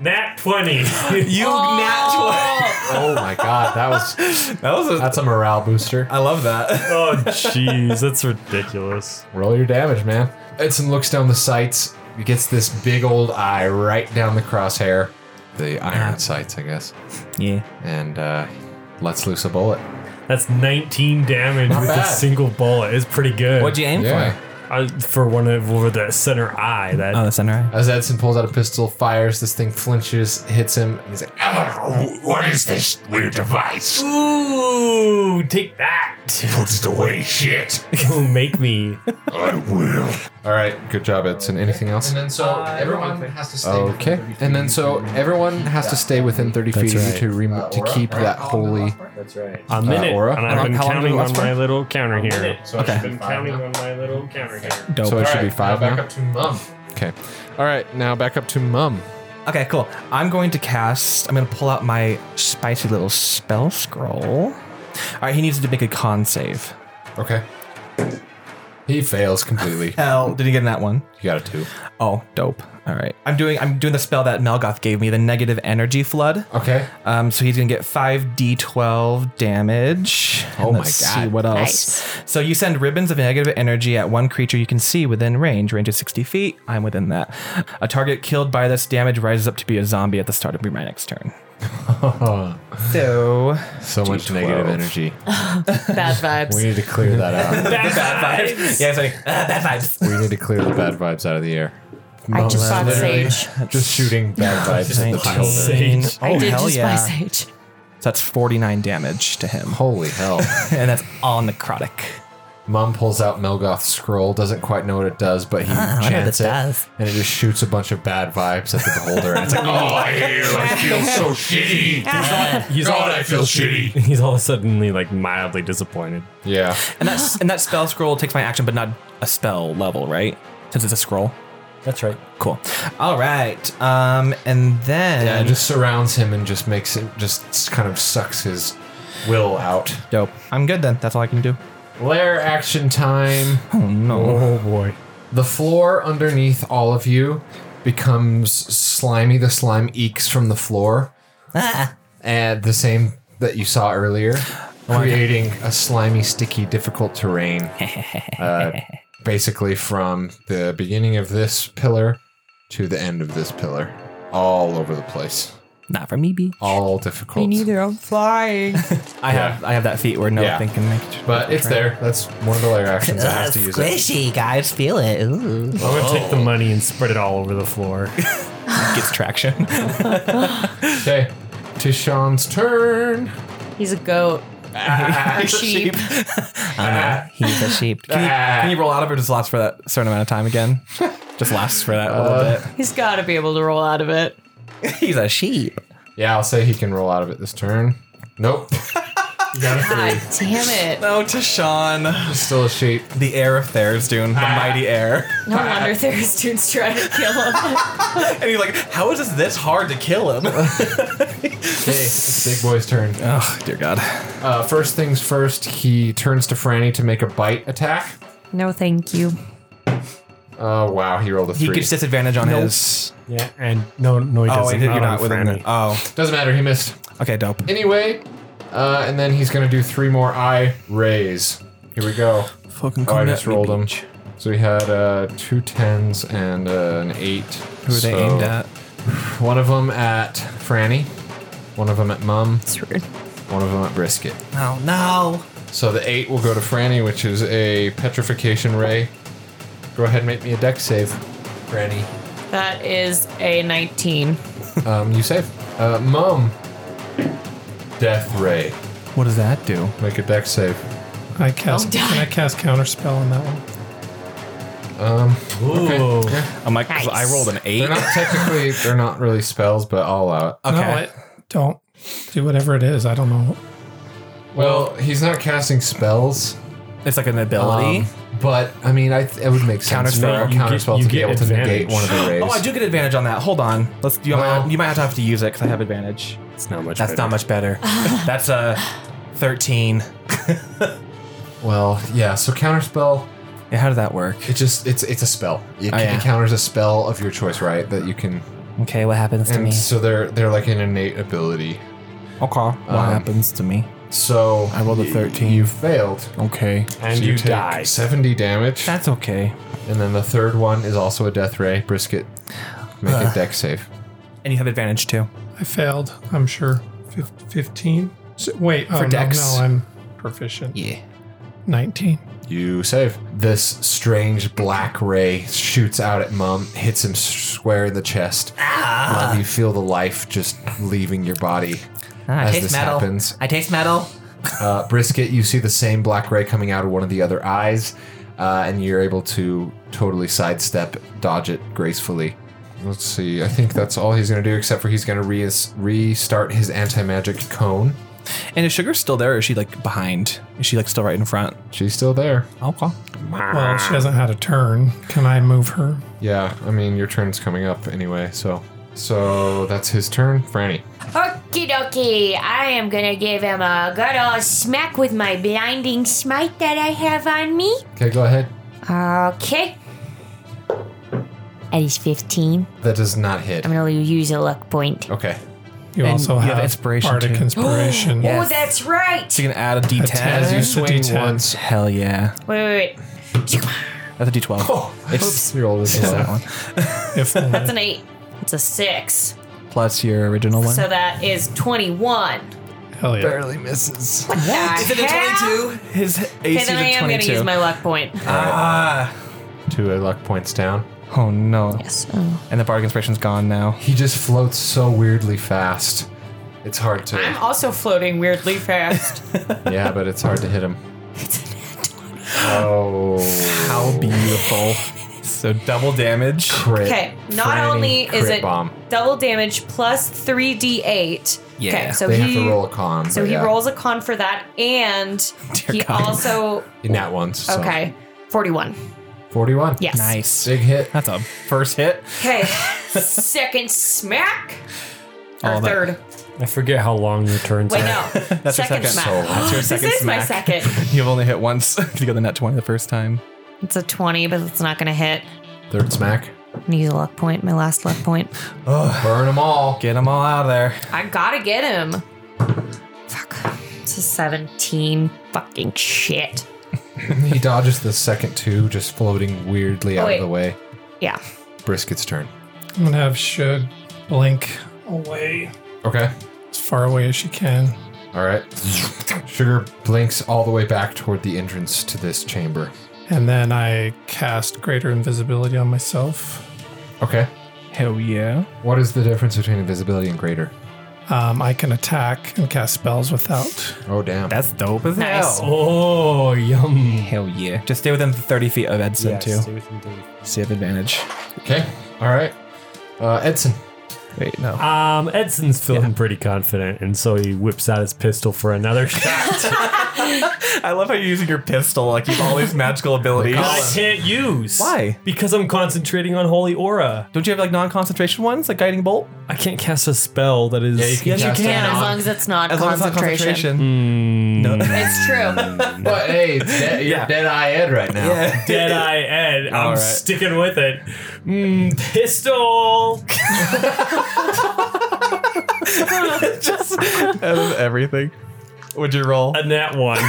[SPEAKER 2] Nat 20.
[SPEAKER 5] You
[SPEAKER 1] Oh my god, that was
[SPEAKER 5] nat 20. That was a,
[SPEAKER 1] that's a morale booster.
[SPEAKER 5] I love that.
[SPEAKER 2] oh, jeez. That's ridiculous.
[SPEAKER 1] Roll your damage, man. Edson looks down the sights. He gets this big old eye right down the crosshair. The iron sights, I guess.
[SPEAKER 5] Yeah.
[SPEAKER 1] And uh, lets loose a bullet.
[SPEAKER 2] That's 19 damage with a
[SPEAKER 1] bad.
[SPEAKER 2] single bullet. It's pretty good.
[SPEAKER 5] What'd you aim
[SPEAKER 1] Yeah.
[SPEAKER 5] for?
[SPEAKER 2] I, for one of over the center eye, that
[SPEAKER 5] Oh, the center eye.
[SPEAKER 1] As Edson pulls out a pistol, fires, this thing flinches, hits him. and He's like, "Ah."
[SPEAKER 10] What is this weird device?
[SPEAKER 2] Ooh, take that.
[SPEAKER 10] Put it away, shit.
[SPEAKER 2] Ooh, make me.
[SPEAKER 10] I will.
[SPEAKER 1] All right, good job, Edson. Anything else?
[SPEAKER 7] And then so
[SPEAKER 4] Uh,
[SPEAKER 7] everyone has to stay.
[SPEAKER 1] Okay. And then so everyone has to stay within 30 feet of you
[SPEAKER 2] right.
[SPEAKER 1] to, rem- to keep that holy.
[SPEAKER 7] That's right.
[SPEAKER 2] A minute.
[SPEAKER 1] Uh, Aura?
[SPEAKER 2] And I've been
[SPEAKER 5] How long do we
[SPEAKER 2] counting
[SPEAKER 5] last
[SPEAKER 2] on
[SPEAKER 5] for?
[SPEAKER 2] my little counter here.
[SPEAKER 7] So
[SPEAKER 5] Okay.
[SPEAKER 2] I've been counting on my little counter here.
[SPEAKER 5] Dope.
[SPEAKER 1] So it should be
[SPEAKER 7] Now
[SPEAKER 1] five
[SPEAKER 7] back
[SPEAKER 1] now.
[SPEAKER 7] up to mum.
[SPEAKER 1] Okay. All right, now back up to Mum.
[SPEAKER 5] Okay, cool. I'm going to cast. I'm going to pull out my spicy little spell scroll. All right, he needs to make a con save.
[SPEAKER 1] Okay. He fails completely.
[SPEAKER 5] Hell, did he get in that one?
[SPEAKER 1] You got a two.
[SPEAKER 5] Oh, dope. All right, I'm doing. I'm doing the spell that Melgoth gave me, the negative energy flood.
[SPEAKER 1] Okay.
[SPEAKER 5] Um, so he's gonna get five d12 damage.
[SPEAKER 1] Oh
[SPEAKER 5] And
[SPEAKER 1] my
[SPEAKER 5] let's
[SPEAKER 1] God.
[SPEAKER 5] See what else?
[SPEAKER 3] Nice.
[SPEAKER 5] So you send ribbons of negative energy at one creature you can see within range. Range is 60 feet. I'm within that. A target killed by this damage rises up to be a zombie at the start of my next turn. so
[SPEAKER 1] So much
[SPEAKER 5] D12.
[SPEAKER 1] negative energy.
[SPEAKER 3] Bad
[SPEAKER 1] We
[SPEAKER 3] vibes.
[SPEAKER 1] need to clear that out.
[SPEAKER 5] bad vibes. Yeah, it's like uh, bad vibes.
[SPEAKER 1] we need to clear the bad vibes out of the air.
[SPEAKER 3] I just bought
[SPEAKER 1] Literally
[SPEAKER 3] sage.
[SPEAKER 1] Just shooting bad vibes at the beholder.
[SPEAKER 5] Nineteen.
[SPEAKER 2] Sage.
[SPEAKER 3] I
[SPEAKER 5] Oh
[SPEAKER 3] did
[SPEAKER 5] hell
[SPEAKER 3] just
[SPEAKER 5] yeah!
[SPEAKER 3] buy sage.
[SPEAKER 5] So that's 49 damage to him,
[SPEAKER 1] Holy hell.
[SPEAKER 5] and that's all necrotic.
[SPEAKER 1] Mom pulls out Melgoth's scroll, doesn't quite know what it does, but he chants it,
[SPEAKER 5] does.
[SPEAKER 1] and it just shoots a bunch of bad vibes at the beholder. And it's like,
[SPEAKER 10] Oh, I am. I feel so shitty.
[SPEAKER 2] He's
[SPEAKER 10] God,
[SPEAKER 2] all,
[SPEAKER 10] I feel shitty.
[SPEAKER 2] he's all suddenly like mildly disappointed.
[SPEAKER 1] yeah.
[SPEAKER 5] And that's and that spell scroll takes my action, but not a spell level, right? Since it's a scroll.
[SPEAKER 2] That's right.
[SPEAKER 5] Cool. All right. Um, and then
[SPEAKER 1] Yeah, it just surrounds him and just makes it, just kind of sucks his will out.
[SPEAKER 5] dope. I'm good then. That's all I can do.
[SPEAKER 1] Lair action time.
[SPEAKER 5] Oh no.
[SPEAKER 2] Oh boy.
[SPEAKER 1] The floor underneath all of you becomes slimy. The slime eeks from the floor.
[SPEAKER 5] Ah.
[SPEAKER 1] And the same that you saw earlier,
[SPEAKER 5] Oh,
[SPEAKER 1] creating a slimy, sticky, difficult terrain. uh, basically, from the beginning of this pillar to the end of this pillar, all over the place.
[SPEAKER 5] Not for me, B.
[SPEAKER 1] All difficult.
[SPEAKER 5] I'm flying. I have I have that feat where no
[SPEAKER 1] Yeah.
[SPEAKER 5] thing can make it.
[SPEAKER 1] But it's there. That's one of the layer actions. I have to use it. Mm.
[SPEAKER 5] guys, feel it. Ooh.
[SPEAKER 2] I'm gonna take the money and spread it all over the floor.
[SPEAKER 5] Oh. Gets traction.
[SPEAKER 1] Okay. Tishon's turn.
[SPEAKER 3] He's a goat. or sheep.
[SPEAKER 5] He's a sheep. Can you, can
[SPEAKER 1] Ah.
[SPEAKER 5] you roll out of it? or Just lasts for that certain amount of time again. Just lasts for that a
[SPEAKER 1] Uh,
[SPEAKER 5] little
[SPEAKER 3] He's got to be able to roll out of it.
[SPEAKER 5] bit. He's a sheep.
[SPEAKER 1] Yeah, I'll say he can roll out of it this turn. Nope.
[SPEAKER 3] God damn it.
[SPEAKER 5] No, Tashawn,
[SPEAKER 1] Still a sheep. Ah.
[SPEAKER 5] the heir of Thersdune, the mighty heir.
[SPEAKER 3] No wonder Theristune's trying to kill him.
[SPEAKER 5] And he's like, how is this this hard to kill him?
[SPEAKER 1] Hey, it's Big Boy's turn.
[SPEAKER 5] oh, dear God.
[SPEAKER 1] Uh, first things first, he turns to Franny to make a bite attack.
[SPEAKER 3] No, thank you.
[SPEAKER 1] Oh, wow, he rolled a
[SPEAKER 5] He
[SPEAKER 1] three.
[SPEAKER 5] gets disadvantage on his.
[SPEAKER 2] yeah, and no, no, he
[SPEAKER 5] Oh, wait,
[SPEAKER 2] doesn't.
[SPEAKER 5] you're not
[SPEAKER 2] on
[SPEAKER 5] within
[SPEAKER 2] Franny.
[SPEAKER 5] it. Oh,
[SPEAKER 1] Doesn't matter, he missed.
[SPEAKER 5] okay, dope.
[SPEAKER 1] Anyway, uh, and then he's going to do three more eye rays. Here we go.
[SPEAKER 5] Fucking
[SPEAKER 1] Oh, I
[SPEAKER 5] come
[SPEAKER 1] just
[SPEAKER 5] at me,
[SPEAKER 1] rolled him.
[SPEAKER 5] bitch.
[SPEAKER 1] So we had uh, two tens and uh, an eight.
[SPEAKER 5] Who are they aimed at?
[SPEAKER 1] One of them at Franny, one of them at Mum, one of them at Brisket.
[SPEAKER 5] Oh, no.
[SPEAKER 1] So the eight will go to Franny, which is a petrification ray. Go ahead and make me a deck save, Franny.
[SPEAKER 3] That is a 19.
[SPEAKER 1] Um, you save. Uh, Mum. Death ray.
[SPEAKER 5] What does that do?
[SPEAKER 1] Make a deck save.
[SPEAKER 4] I cast.
[SPEAKER 3] die.
[SPEAKER 4] Can I cast counterspell on that one?
[SPEAKER 2] Ooh.
[SPEAKER 5] I'm like, 'cause
[SPEAKER 3] Nice.
[SPEAKER 5] I rolled an eight.
[SPEAKER 1] Um, They're not technically, they're not really spells, but I'll allow it.
[SPEAKER 5] Okay.
[SPEAKER 4] No, I don't. Do whatever it is. I don't know.
[SPEAKER 1] Well, he's not casting spells,
[SPEAKER 5] it's like an ability.
[SPEAKER 1] um, but I mean, I th- it would make sense for
[SPEAKER 2] Counterspell.
[SPEAKER 1] a
[SPEAKER 2] You get-
[SPEAKER 1] counterspell
[SPEAKER 2] you
[SPEAKER 1] to be
[SPEAKER 2] get
[SPEAKER 1] able to negate
[SPEAKER 2] advantage.
[SPEAKER 1] one of the rays.
[SPEAKER 5] oh, I do get advantage on that. Hold on. Let's. You,
[SPEAKER 1] Well-
[SPEAKER 5] might, you might have to have to use it because I have advantage.
[SPEAKER 2] It's not much.
[SPEAKER 5] That's
[SPEAKER 2] better.
[SPEAKER 5] not much better. That's a 13.
[SPEAKER 1] Well, yeah. So counterspell,
[SPEAKER 5] Yeah, how did that work?
[SPEAKER 1] it just it's it's a spell. It,
[SPEAKER 5] Oh,
[SPEAKER 1] it
[SPEAKER 5] yeah.
[SPEAKER 1] counters a spell of your choice, right? That you can
[SPEAKER 5] Okay, what happens to
[SPEAKER 1] And
[SPEAKER 5] me?
[SPEAKER 1] so they're they're like an innate ability. Um,
[SPEAKER 5] Okay, what happens to me?
[SPEAKER 1] So
[SPEAKER 5] I rolled a
[SPEAKER 1] y-
[SPEAKER 5] 13.
[SPEAKER 1] You failed.
[SPEAKER 5] Okay,
[SPEAKER 2] And
[SPEAKER 1] So
[SPEAKER 2] you,
[SPEAKER 1] take
[SPEAKER 2] die.
[SPEAKER 1] 70 damage.
[SPEAKER 5] that's okay.
[SPEAKER 1] And then the third one is also a death ray. Brisket, make a deck save.
[SPEAKER 5] And you have advantage too.
[SPEAKER 4] I failed, I'm sure. Fif- 15? S- Wait, oh,
[SPEAKER 5] For
[SPEAKER 4] no,
[SPEAKER 5] dex.
[SPEAKER 4] no, I'm proficient.
[SPEAKER 5] Yeah.
[SPEAKER 4] 19.
[SPEAKER 1] You save. This strange black ray shoots out at Mum, hits him square in the chest.
[SPEAKER 5] Ah.
[SPEAKER 1] Mum, you feel the life just leaving your body
[SPEAKER 5] Ah, I
[SPEAKER 1] as
[SPEAKER 5] taste
[SPEAKER 1] this
[SPEAKER 5] metal.
[SPEAKER 1] happens.
[SPEAKER 5] I taste metal.
[SPEAKER 1] Uh, Brisket, you see the same black ray coming out of one of the other eyes, uh, and you're able to totally sidestep, dodge it gracefully. Let's see. I think that's all he's going to do, except for he's going to re- restart his anti magic cone.
[SPEAKER 5] And is Sugar still there, or is she like behind? Is she like still right in front?
[SPEAKER 1] She's still there.
[SPEAKER 5] Okay.
[SPEAKER 4] Well, she hasn't had a turn. Can I move her?
[SPEAKER 1] Yeah, I mean, your turn's coming up anyway, so. So that's his turn, Franny.
[SPEAKER 6] Okie dokie, I am gonna give him a good old smack with my blinding smite that I have on me.
[SPEAKER 1] Okay, go ahead.
[SPEAKER 6] Okay. At least 15.
[SPEAKER 1] That does not hit.
[SPEAKER 6] I'm gonna use a luck point.
[SPEAKER 1] Okay.
[SPEAKER 4] You
[SPEAKER 5] And
[SPEAKER 4] also
[SPEAKER 5] you have
[SPEAKER 4] have,
[SPEAKER 5] inspiration,
[SPEAKER 4] Bardic
[SPEAKER 5] too.
[SPEAKER 4] inspiration.
[SPEAKER 6] Oh, that's right!
[SPEAKER 5] So you can add a D10.
[SPEAKER 4] As you It's a swing D10. once-
[SPEAKER 5] Hell yeah.
[SPEAKER 6] Wait, wait, wait.
[SPEAKER 5] That's a D12. It's,
[SPEAKER 1] Your oldest
[SPEAKER 5] it's that
[SPEAKER 1] one.
[SPEAKER 5] one.
[SPEAKER 4] If
[SPEAKER 6] That's an 8. It's a 6.
[SPEAKER 5] Plus your original one.
[SPEAKER 6] So that is 21.
[SPEAKER 4] hell yeah.
[SPEAKER 5] barely misses.
[SPEAKER 6] What? Is
[SPEAKER 5] Is it a 22? His AC
[SPEAKER 6] And
[SPEAKER 5] is
[SPEAKER 6] then I
[SPEAKER 5] a
[SPEAKER 6] am gonna
[SPEAKER 5] 22.
[SPEAKER 6] use my luck point.
[SPEAKER 5] ah.
[SPEAKER 1] Two luck points down.
[SPEAKER 5] Oh no.
[SPEAKER 3] Oh.
[SPEAKER 6] So
[SPEAKER 5] And the bardic inspiration's gone now.
[SPEAKER 1] He just floats so weirdly fast. It's hard to.
[SPEAKER 3] I'm also floating weirdly fast.
[SPEAKER 1] Yeah, but it's hard to hit him. Oh,
[SPEAKER 5] How beautiful. so double damage.
[SPEAKER 1] crit.
[SPEAKER 3] Okay, not
[SPEAKER 1] Franny,
[SPEAKER 3] only is
[SPEAKER 1] crit
[SPEAKER 3] it
[SPEAKER 1] bomb.
[SPEAKER 3] double damage plus 3d8.
[SPEAKER 5] Yeah.
[SPEAKER 3] Okay, so
[SPEAKER 1] They
[SPEAKER 3] he
[SPEAKER 1] have to roll a con.
[SPEAKER 3] so
[SPEAKER 1] but
[SPEAKER 3] he
[SPEAKER 1] yeah,
[SPEAKER 3] rolls a con for that and
[SPEAKER 5] Dear
[SPEAKER 3] he
[SPEAKER 5] God.
[SPEAKER 3] also
[SPEAKER 1] in that one. So.
[SPEAKER 3] okay, 41.
[SPEAKER 1] forty-one.
[SPEAKER 3] Yes.
[SPEAKER 5] Nice.
[SPEAKER 1] big hit.
[SPEAKER 5] That's a first hit.
[SPEAKER 3] Okay. Second smack. Or
[SPEAKER 5] All that-
[SPEAKER 3] third.
[SPEAKER 2] I forget how long your turns
[SPEAKER 3] Wait,
[SPEAKER 2] are.
[SPEAKER 3] no.
[SPEAKER 5] That's your
[SPEAKER 3] second
[SPEAKER 5] second.
[SPEAKER 3] smack.
[SPEAKER 1] So
[SPEAKER 5] That's your
[SPEAKER 3] this
[SPEAKER 5] second
[SPEAKER 3] is my
[SPEAKER 5] smack.
[SPEAKER 3] second.
[SPEAKER 5] You've only hit once. you got the net 20 the first time.
[SPEAKER 6] it's a 20, but it's not gonna hit.
[SPEAKER 1] Third smack.
[SPEAKER 6] I'm gonna use a luck point, my last luck point.
[SPEAKER 1] Burn them all.
[SPEAKER 5] Get them all out of there.
[SPEAKER 3] I gotta get him.
[SPEAKER 6] Fuck. It's a 17. Fucking shit.
[SPEAKER 1] he dodges the second two, just floating weirdly
[SPEAKER 3] Oh,
[SPEAKER 1] out
[SPEAKER 6] wait.
[SPEAKER 1] of the way.
[SPEAKER 6] Yeah.
[SPEAKER 1] Brisket's turn.
[SPEAKER 4] I'm gonna have should blink away
[SPEAKER 1] Okay.
[SPEAKER 4] as far away as she can.
[SPEAKER 1] All right. Sugar blinks all the way back toward the entrance to this chamber.
[SPEAKER 4] And then I cast greater invisibility on myself.
[SPEAKER 1] Okay.
[SPEAKER 5] Hell yeah.
[SPEAKER 1] What is the difference between invisibility and greater?
[SPEAKER 4] Um, I can attack and cast spells without.
[SPEAKER 1] Oh damn.
[SPEAKER 5] That's dope as
[SPEAKER 3] Nice.
[SPEAKER 5] hell.
[SPEAKER 2] Oh, yum.
[SPEAKER 5] Hell yeah. Just stay within 30 feet of Edson, too. So you have advantage.
[SPEAKER 1] okay. All right. Uh, Edson.
[SPEAKER 5] Wait, no.
[SPEAKER 2] Um, Edson's feeling pretty confident, and so he whips out his pistol for another shot
[SPEAKER 5] I love how you're using your pistol. Like, you have all these magical abilities.
[SPEAKER 2] that I can't use.
[SPEAKER 5] Why?
[SPEAKER 2] Because I'm concentrating on Holy Aura.
[SPEAKER 5] Don't you have, like, non concentration ones? Like, Guiding Bolt?
[SPEAKER 2] I can't cast a spell that is.
[SPEAKER 5] Yes, you
[SPEAKER 3] Yeah, as long as it's not,
[SPEAKER 5] As long as it's not
[SPEAKER 3] concentration.
[SPEAKER 5] concentration.
[SPEAKER 2] Hmm.
[SPEAKER 3] It's true.
[SPEAKER 1] But hey, it's de- you're
[SPEAKER 5] Yeah.
[SPEAKER 1] dead eye Ed right now.
[SPEAKER 2] Dead Eye Ed. I'm
[SPEAKER 5] All right.
[SPEAKER 2] sticking with it. Mm, pistol.
[SPEAKER 5] Just out of everything. Would you roll?
[SPEAKER 2] And that one.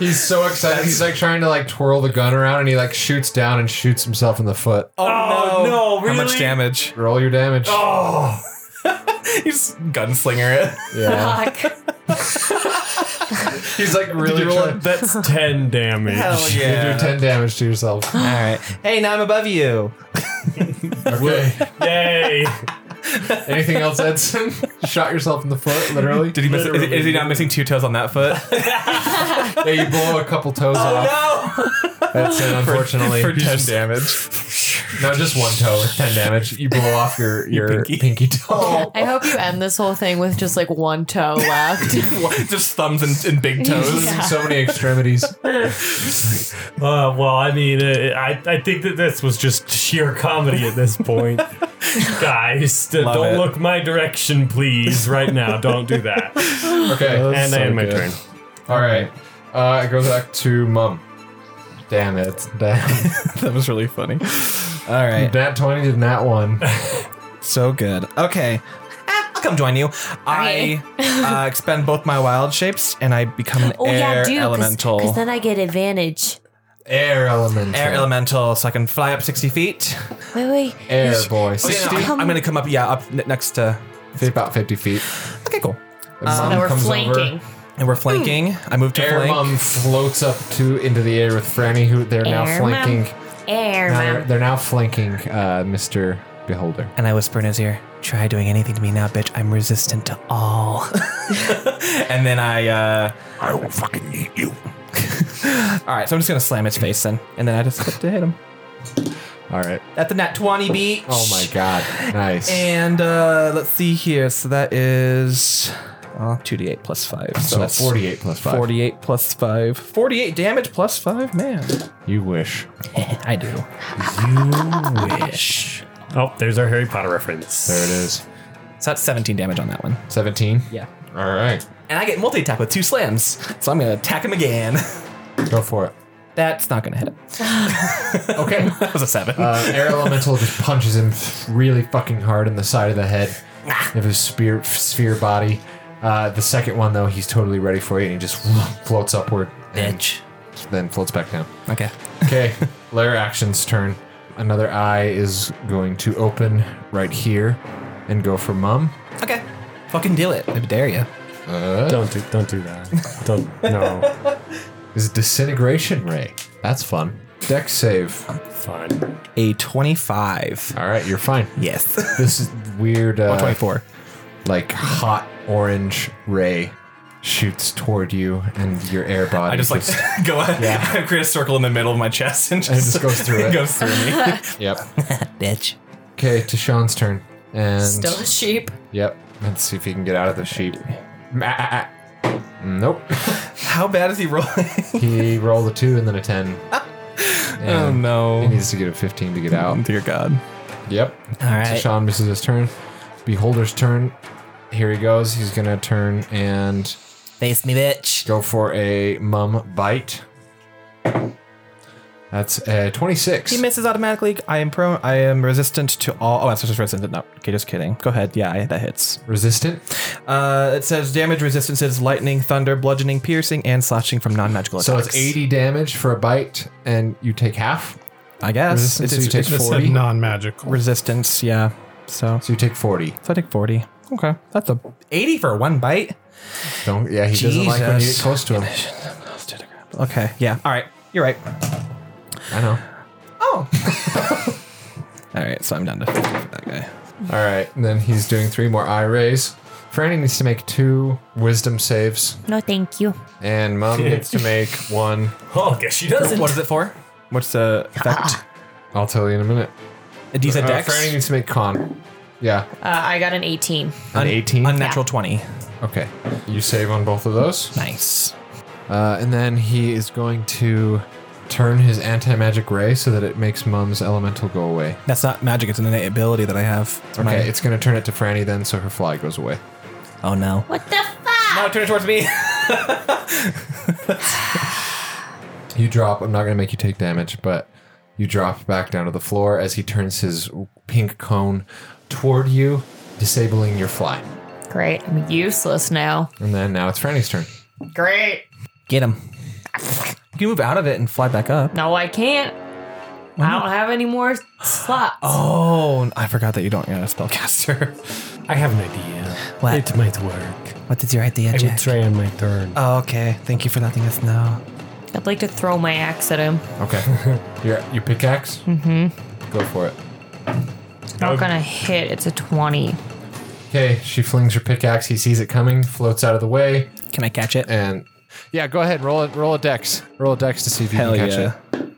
[SPEAKER 1] He's so excited. He's like trying to like twirl the gun around and he like shoots down and shoots himself in the foot.
[SPEAKER 2] Oh, no,
[SPEAKER 5] How much
[SPEAKER 2] really?
[SPEAKER 5] damage?
[SPEAKER 1] Roll your damage.
[SPEAKER 2] oh.
[SPEAKER 5] He's gunslinger it.
[SPEAKER 1] Yeah.
[SPEAKER 3] Fuck.
[SPEAKER 1] He's like really
[SPEAKER 5] you roll
[SPEAKER 1] trying
[SPEAKER 2] That's 10 damage.
[SPEAKER 5] Hell
[SPEAKER 1] to do
[SPEAKER 5] yeah.
[SPEAKER 1] 10 damage to yourself.
[SPEAKER 5] All right. Hey, now I'm above you.
[SPEAKER 1] Okay.
[SPEAKER 2] Yay.
[SPEAKER 1] Anything else, Edson? Shot yourself in the foot, literally.
[SPEAKER 5] Did he miss? Is, is he not missing two toes on that foot?
[SPEAKER 1] Yeah, you blow a couple toes
[SPEAKER 5] Oh,
[SPEAKER 1] off. That's it, unfortunately.
[SPEAKER 5] for ten damage.
[SPEAKER 1] no, just one toe with 10 damage. You blow off your, your, pinky. toe.
[SPEAKER 3] I hope you end this whole thing with just like one toe left.
[SPEAKER 5] Just thumbs and, and big toes.
[SPEAKER 1] Losing so many extremities.
[SPEAKER 2] Uh, well, I mean, uh, I, I think that this was just sheer comedy at this point. Guys, d-
[SPEAKER 5] Love
[SPEAKER 2] don't
[SPEAKER 5] it.
[SPEAKER 2] look my direction, please, right now. Don't do that.
[SPEAKER 1] Okay.
[SPEAKER 2] and I end my
[SPEAKER 1] good.
[SPEAKER 2] turn.
[SPEAKER 1] All right. Uh, it goes back to mum. Damn it. Damn.
[SPEAKER 5] That was really funny. All right.
[SPEAKER 1] Nat 20 did nat 1.
[SPEAKER 5] So good. Okay. Eh, I'll come join you. I uh, expend both my wild shapes and I become an
[SPEAKER 6] Oh
[SPEAKER 5] air
[SPEAKER 6] yeah, dude.
[SPEAKER 5] elemental.
[SPEAKER 6] Because then I get advantage.
[SPEAKER 1] Air element.
[SPEAKER 5] air elemental, so I can fly up 60 feet.
[SPEAKER 6] Wait, wait.
[SPEAKER 1] Air boy.
[SPEAKER 5] Oh, yeah, no, I'm- I'm, going to come up, yeah, up n- next to.
[SPEAKER 1] about 50 feet.
[SPEAKER 5] Okay, cool.
[SPEAKER 1] And mom
[SPEAKER 3] Now we're
[SPEAKER 1] comes
[SPEAKER 3] flanking.
[SPEAKER 1] over.
[SPEAKER 5] And we're flanking. I move to
[SPEAKER 1] Air
[SPEAKER 5] flank.
[SPEAKER 1] mom floats up to into the air with Franny, who they're now
[SPEAKER 6] Air Mom.
[SPEAKER 1] flanking.
[SPEAKER 6] Air,
[SPEAKER 1] Now they're,
[SPEAKER 6] man.
[SPEAKER 1] they're now flanking uh, Mr. Beholder.
[SPEAKER 5] And I whisper in his ear, try doing anything to me now, bitch. I'm resistant to all. and then I, uh,
[SPEAKER 10] I will fucking eat you.
[SPEAKER 5] all right, so I'm just going to slam his face then. And then I just hope to hit him.
[SPEAKER 1] All right.
[SPEAKER 5] At the nat 20 beat.
[SPEAKER 1] Oh my god. Nice.
[SPEAKER 5] And uh, let's see here. So that is uh, 2d8 plus 5. So,
[SPEAKER 1] so
[SPEAKER 5] that's
[SPEAKER 1] 48 plus 5.
[SPEAKER 5] 48 plus 5. 48 damage plus 5? Man.
[SPEAKER 1] You wish.
[SPEAKER 5] I do. You wish.
[SPEAKER 2] Oh, there's our Harry Potter reference.
[SPEAKER 1] There it is.
[SPEAKER 5] So that's 17 damage on that one.
[SPEAKER 1] 17?
[SPEAKER 5] Yeah.
[SPEAKER 1] All right.
[SPEAKER 5] And I get multi attack with two slams. So I'm going to attack him again.
[SPEAKER 1] Go for it.
[SPEAKER 5] That's not going to hit him.
[SPEAKER 1] Okay.
[SPEAKER 5] That was a 7.
[SPEAKER 1] Uh, Air Elemental just punches him really fucking hard in the side of the head of his spear, sphere body. Uh, the second one, though, he's totally ready for you and he just floats upward. and Then floats back down.
[SPEAKER 5] Okay.
[SPEAKER 1] Okay, layer actions turn. Another eye is going to open right here and go for mum.
[SPEAKER 5] Okay. Fucking deal it. I dare you.
[SPEAKER 2] Don't do, don't do that. Don't no.
[SPEAKER 1] Is disintegration ray. That's fun. Deck save.
[SPEAKER 2] Fine.
[SPEAKER 5] A 25.
[SPEAKER 1] All right, you're fine.
[SPEAKER 5] Yes.
[SPEAKER 1] This is weird. Uh,
[SPEAKER 5] 24.
[SPEAKER 1] Like hot orange ray shoots toward you and your air body.
[SPEAKER 5] I just like
[SPEAKER 1] goes-
[SPEAKER 5] go ahead,
[SPEAKER 1] Yeah.
[SPEAKER 5] create a circle in the middle of my chest and
[SPEAKER 1] it
[SPEAKER 5] just,
[SPEAKER 1] just goes through it.
[SPEAKER 5] goes through me.
[SPEAKER 1] yep.
[SPEAKER 5] Bitch.
[SPEAKER 1] Okay, Tashawn's turn. And
[SPEAKER 3] Still a sheep.
[SPEAKER 1] yep. Let's see if he can get out of the sheep. Nope.
[SPEAKER 5] How bad is he rolling?
[SPEAKER 1] He rolled a two and then a ten.
[SPEAKER 5] oh
[SPEAKER 1] And He
[SPEAKER 5] no.
[SPEAKER 1] needs to get a 15 to get out.
[SPEAKER 5] Dear God.
[SPEAKER 1] Yep.
[SPEAKER 5] All right.
[SPEAKER 1] Sean misses his turn. Beholder's turn. Here he goes. He's going to turn and
[SPEAKER 5] Face me, bitch.
[SPEAKER 1] go for a mum bite. That's uh, a 26.
[SPEAKER 5] He misses automatically. I am prone. I am resistant to all. Oh, that's just resistant. No. Okay, just kidding. Go ahead. Yeah, I, that hits.
[SPEAKER 1] Resistant.
[SPEAKER 5] Uh, it says damage resistances lightning, thunder, bludgeoning, piercing, and slashing from non-magical
[SPEAKER 1] So
[SPEAKER 5] attacks.
[SPEAKER 1] it's 80 damage for a bite, and you take half.
[SPEAKER 5] I guess.
[SPEAKER 1] Resistance,
[SPEAKER 5] It's,
[SPEAKER 1] so you
[SPEAKER 5] it's,
[SPEAKER 1] take
[SPEAKER 5] it's
[SPEAKER 4] This said
[SPEAKER 1] 40?
[SPEAKER 4] non-magical.
[SPEAKER 5] resistance. Yeah. So,
[SPEAKER 1] So you take 40.
[SPEAKER 5] so I take forty. Okay, that's a eighty for one bite.
[SPEAKER 1] Don't, yeah, he doesn't like when you get
[SPEAKER 5] Jesus.
[SPEAKER 1] close to him.
[SPEAKER 5] Okay. Yeah. All right. You're right.
[SPEAKER 1] I know. Oh.
[SPEAKER 5] All right. So I'm down to 50 for that guy.
[SPEAKER 1] All right. And then he's doing three more eye rays. Franny needs to make two wisdom saves,
[SPEAKER 6] No, thank you.
[SPEAKER 1] and Mum needs to make one.
[SPEAKER 2] Oh, guess she doesn't.
[SPEAKER 5] What is it for? What's the effect?
[SPEAKER 1] I'll tell you in a minute.
[SPEAKER 5] A decent
[SPEAKER 1] Uh,
[SPEAKER 5] dex.
[SPEAKER 1] Franny needs to make con. Yeah,
[SPEAKER 3] Uh, I got an 18.
[SPEAKER 1] an 18.
[SPEAKER 5] Unnatural 20.
[SPEAKER 1] okay, you save on both of those,
[SPEAKER 5] Nice.
[SPEAKER 1] uh, and then he is going to turn his anti-magic ray so that it makes Mum's elemental go away.
[SPEAKER 5] That's not magic. It's an innate ability that I have. It's
[SPEAKER 1] Okay,
[SPEAKER 5] my-
[SPEAKER 1] it's going to turn it to Franny then, so her fly goes away.
[SPEAKER 5] oh no.
[SPEAKER 6] What the fuck?
[SPEAKER 5] turn it towards me.
[SPEAKER 1] You drop. I'm not going to make you take damage, but you drop back down to the floor as he turns his pink cone toward you, disabling your fly.
[SPEAKER 3] Great. I'm useless now.
[SPEAKER 1] And then now it's Franny's turn.
[SPEAKER 3] Great.
[SPEAKER 5] Get him. You can move out of it and fly back up.
[SPEAKER 3] No, I can't. I don't have any more slots.
[SPEAKER 5] Oh, I forgot that you don't have a spellcaster.
[SPEAKER 2] I have an idea.
[SPEAKER 5] What?
[SPEAKER 2] It might work.
[SPEAKER 5] What is your idea,
[SPEAKER 2] I will try on my turn.
[SPEAKER 5] Oh, okay. Thank you for letting us know.
[SPEAKER 3] I'd like to throw my axe at him.
[SPEAKER 1] Okay, your your pickaxe. Mm-hmm. Go for it.
[SPEAKER 5] Oh.
[SPEAKER 3] Not gonna hit. It's a 20.
[SPEAKER 1] Okay, she flings her pickaxe. He sees it coming, floats out of the way,
[SPEAKER 5] Can I catch it?
[SPEAKER 1] and yeah, go ahead, roll it, roll a dex, roll a dex to see if you
[SPEAKER 5] Hell
[SPEAKER 1] can catch
[SPEAKER 5] yeah.
[SPEAKER 1] it.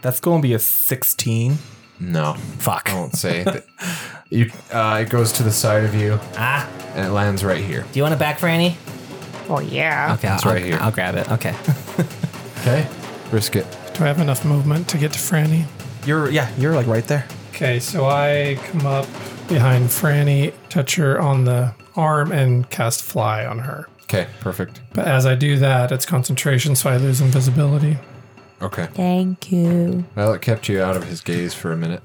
[SPEAKER 5] That's going to be a 16.
[SPEAKER 1] No,
[SPEAKER 5] Fuck.
[SPEAKER 1] I won't say. it. you, uh, it goes to the side of you,
[SPEAKER 5] Ah.
[SPEAKER 1] and it lands right here.
[SPEAKER 5] Do you want it back, Franny?
[SPEAKER 3] Oh, yeah.
[SPEAKER 5] Okay,
[SPEAKER 1] It's
[SPEAKER 5] I'll,
[SPEAKER 1] right here.
[SPEAKER 5] I'll grab it. Okay.
[SPEAKER 1] Okay, risk it.
[SPEAKER 4] Do I have enough movement to get to Franny?
[SPEAKER 5] You're yeah, you're like right there.
[SPEAKER 4] Okay, so I come up behind Franny, touch her on the arm, and cast Fly on her.
[SPEAKER 1] Okay, perfect.
[SPEAKER 4] But as I do that, it's concentration, so I lose invisibility.
[SPEAKER 1] Okay,
[SPEAKER 6] Thank you.
[SPEAKER 1] well, it kept you out of his gaze for a minute.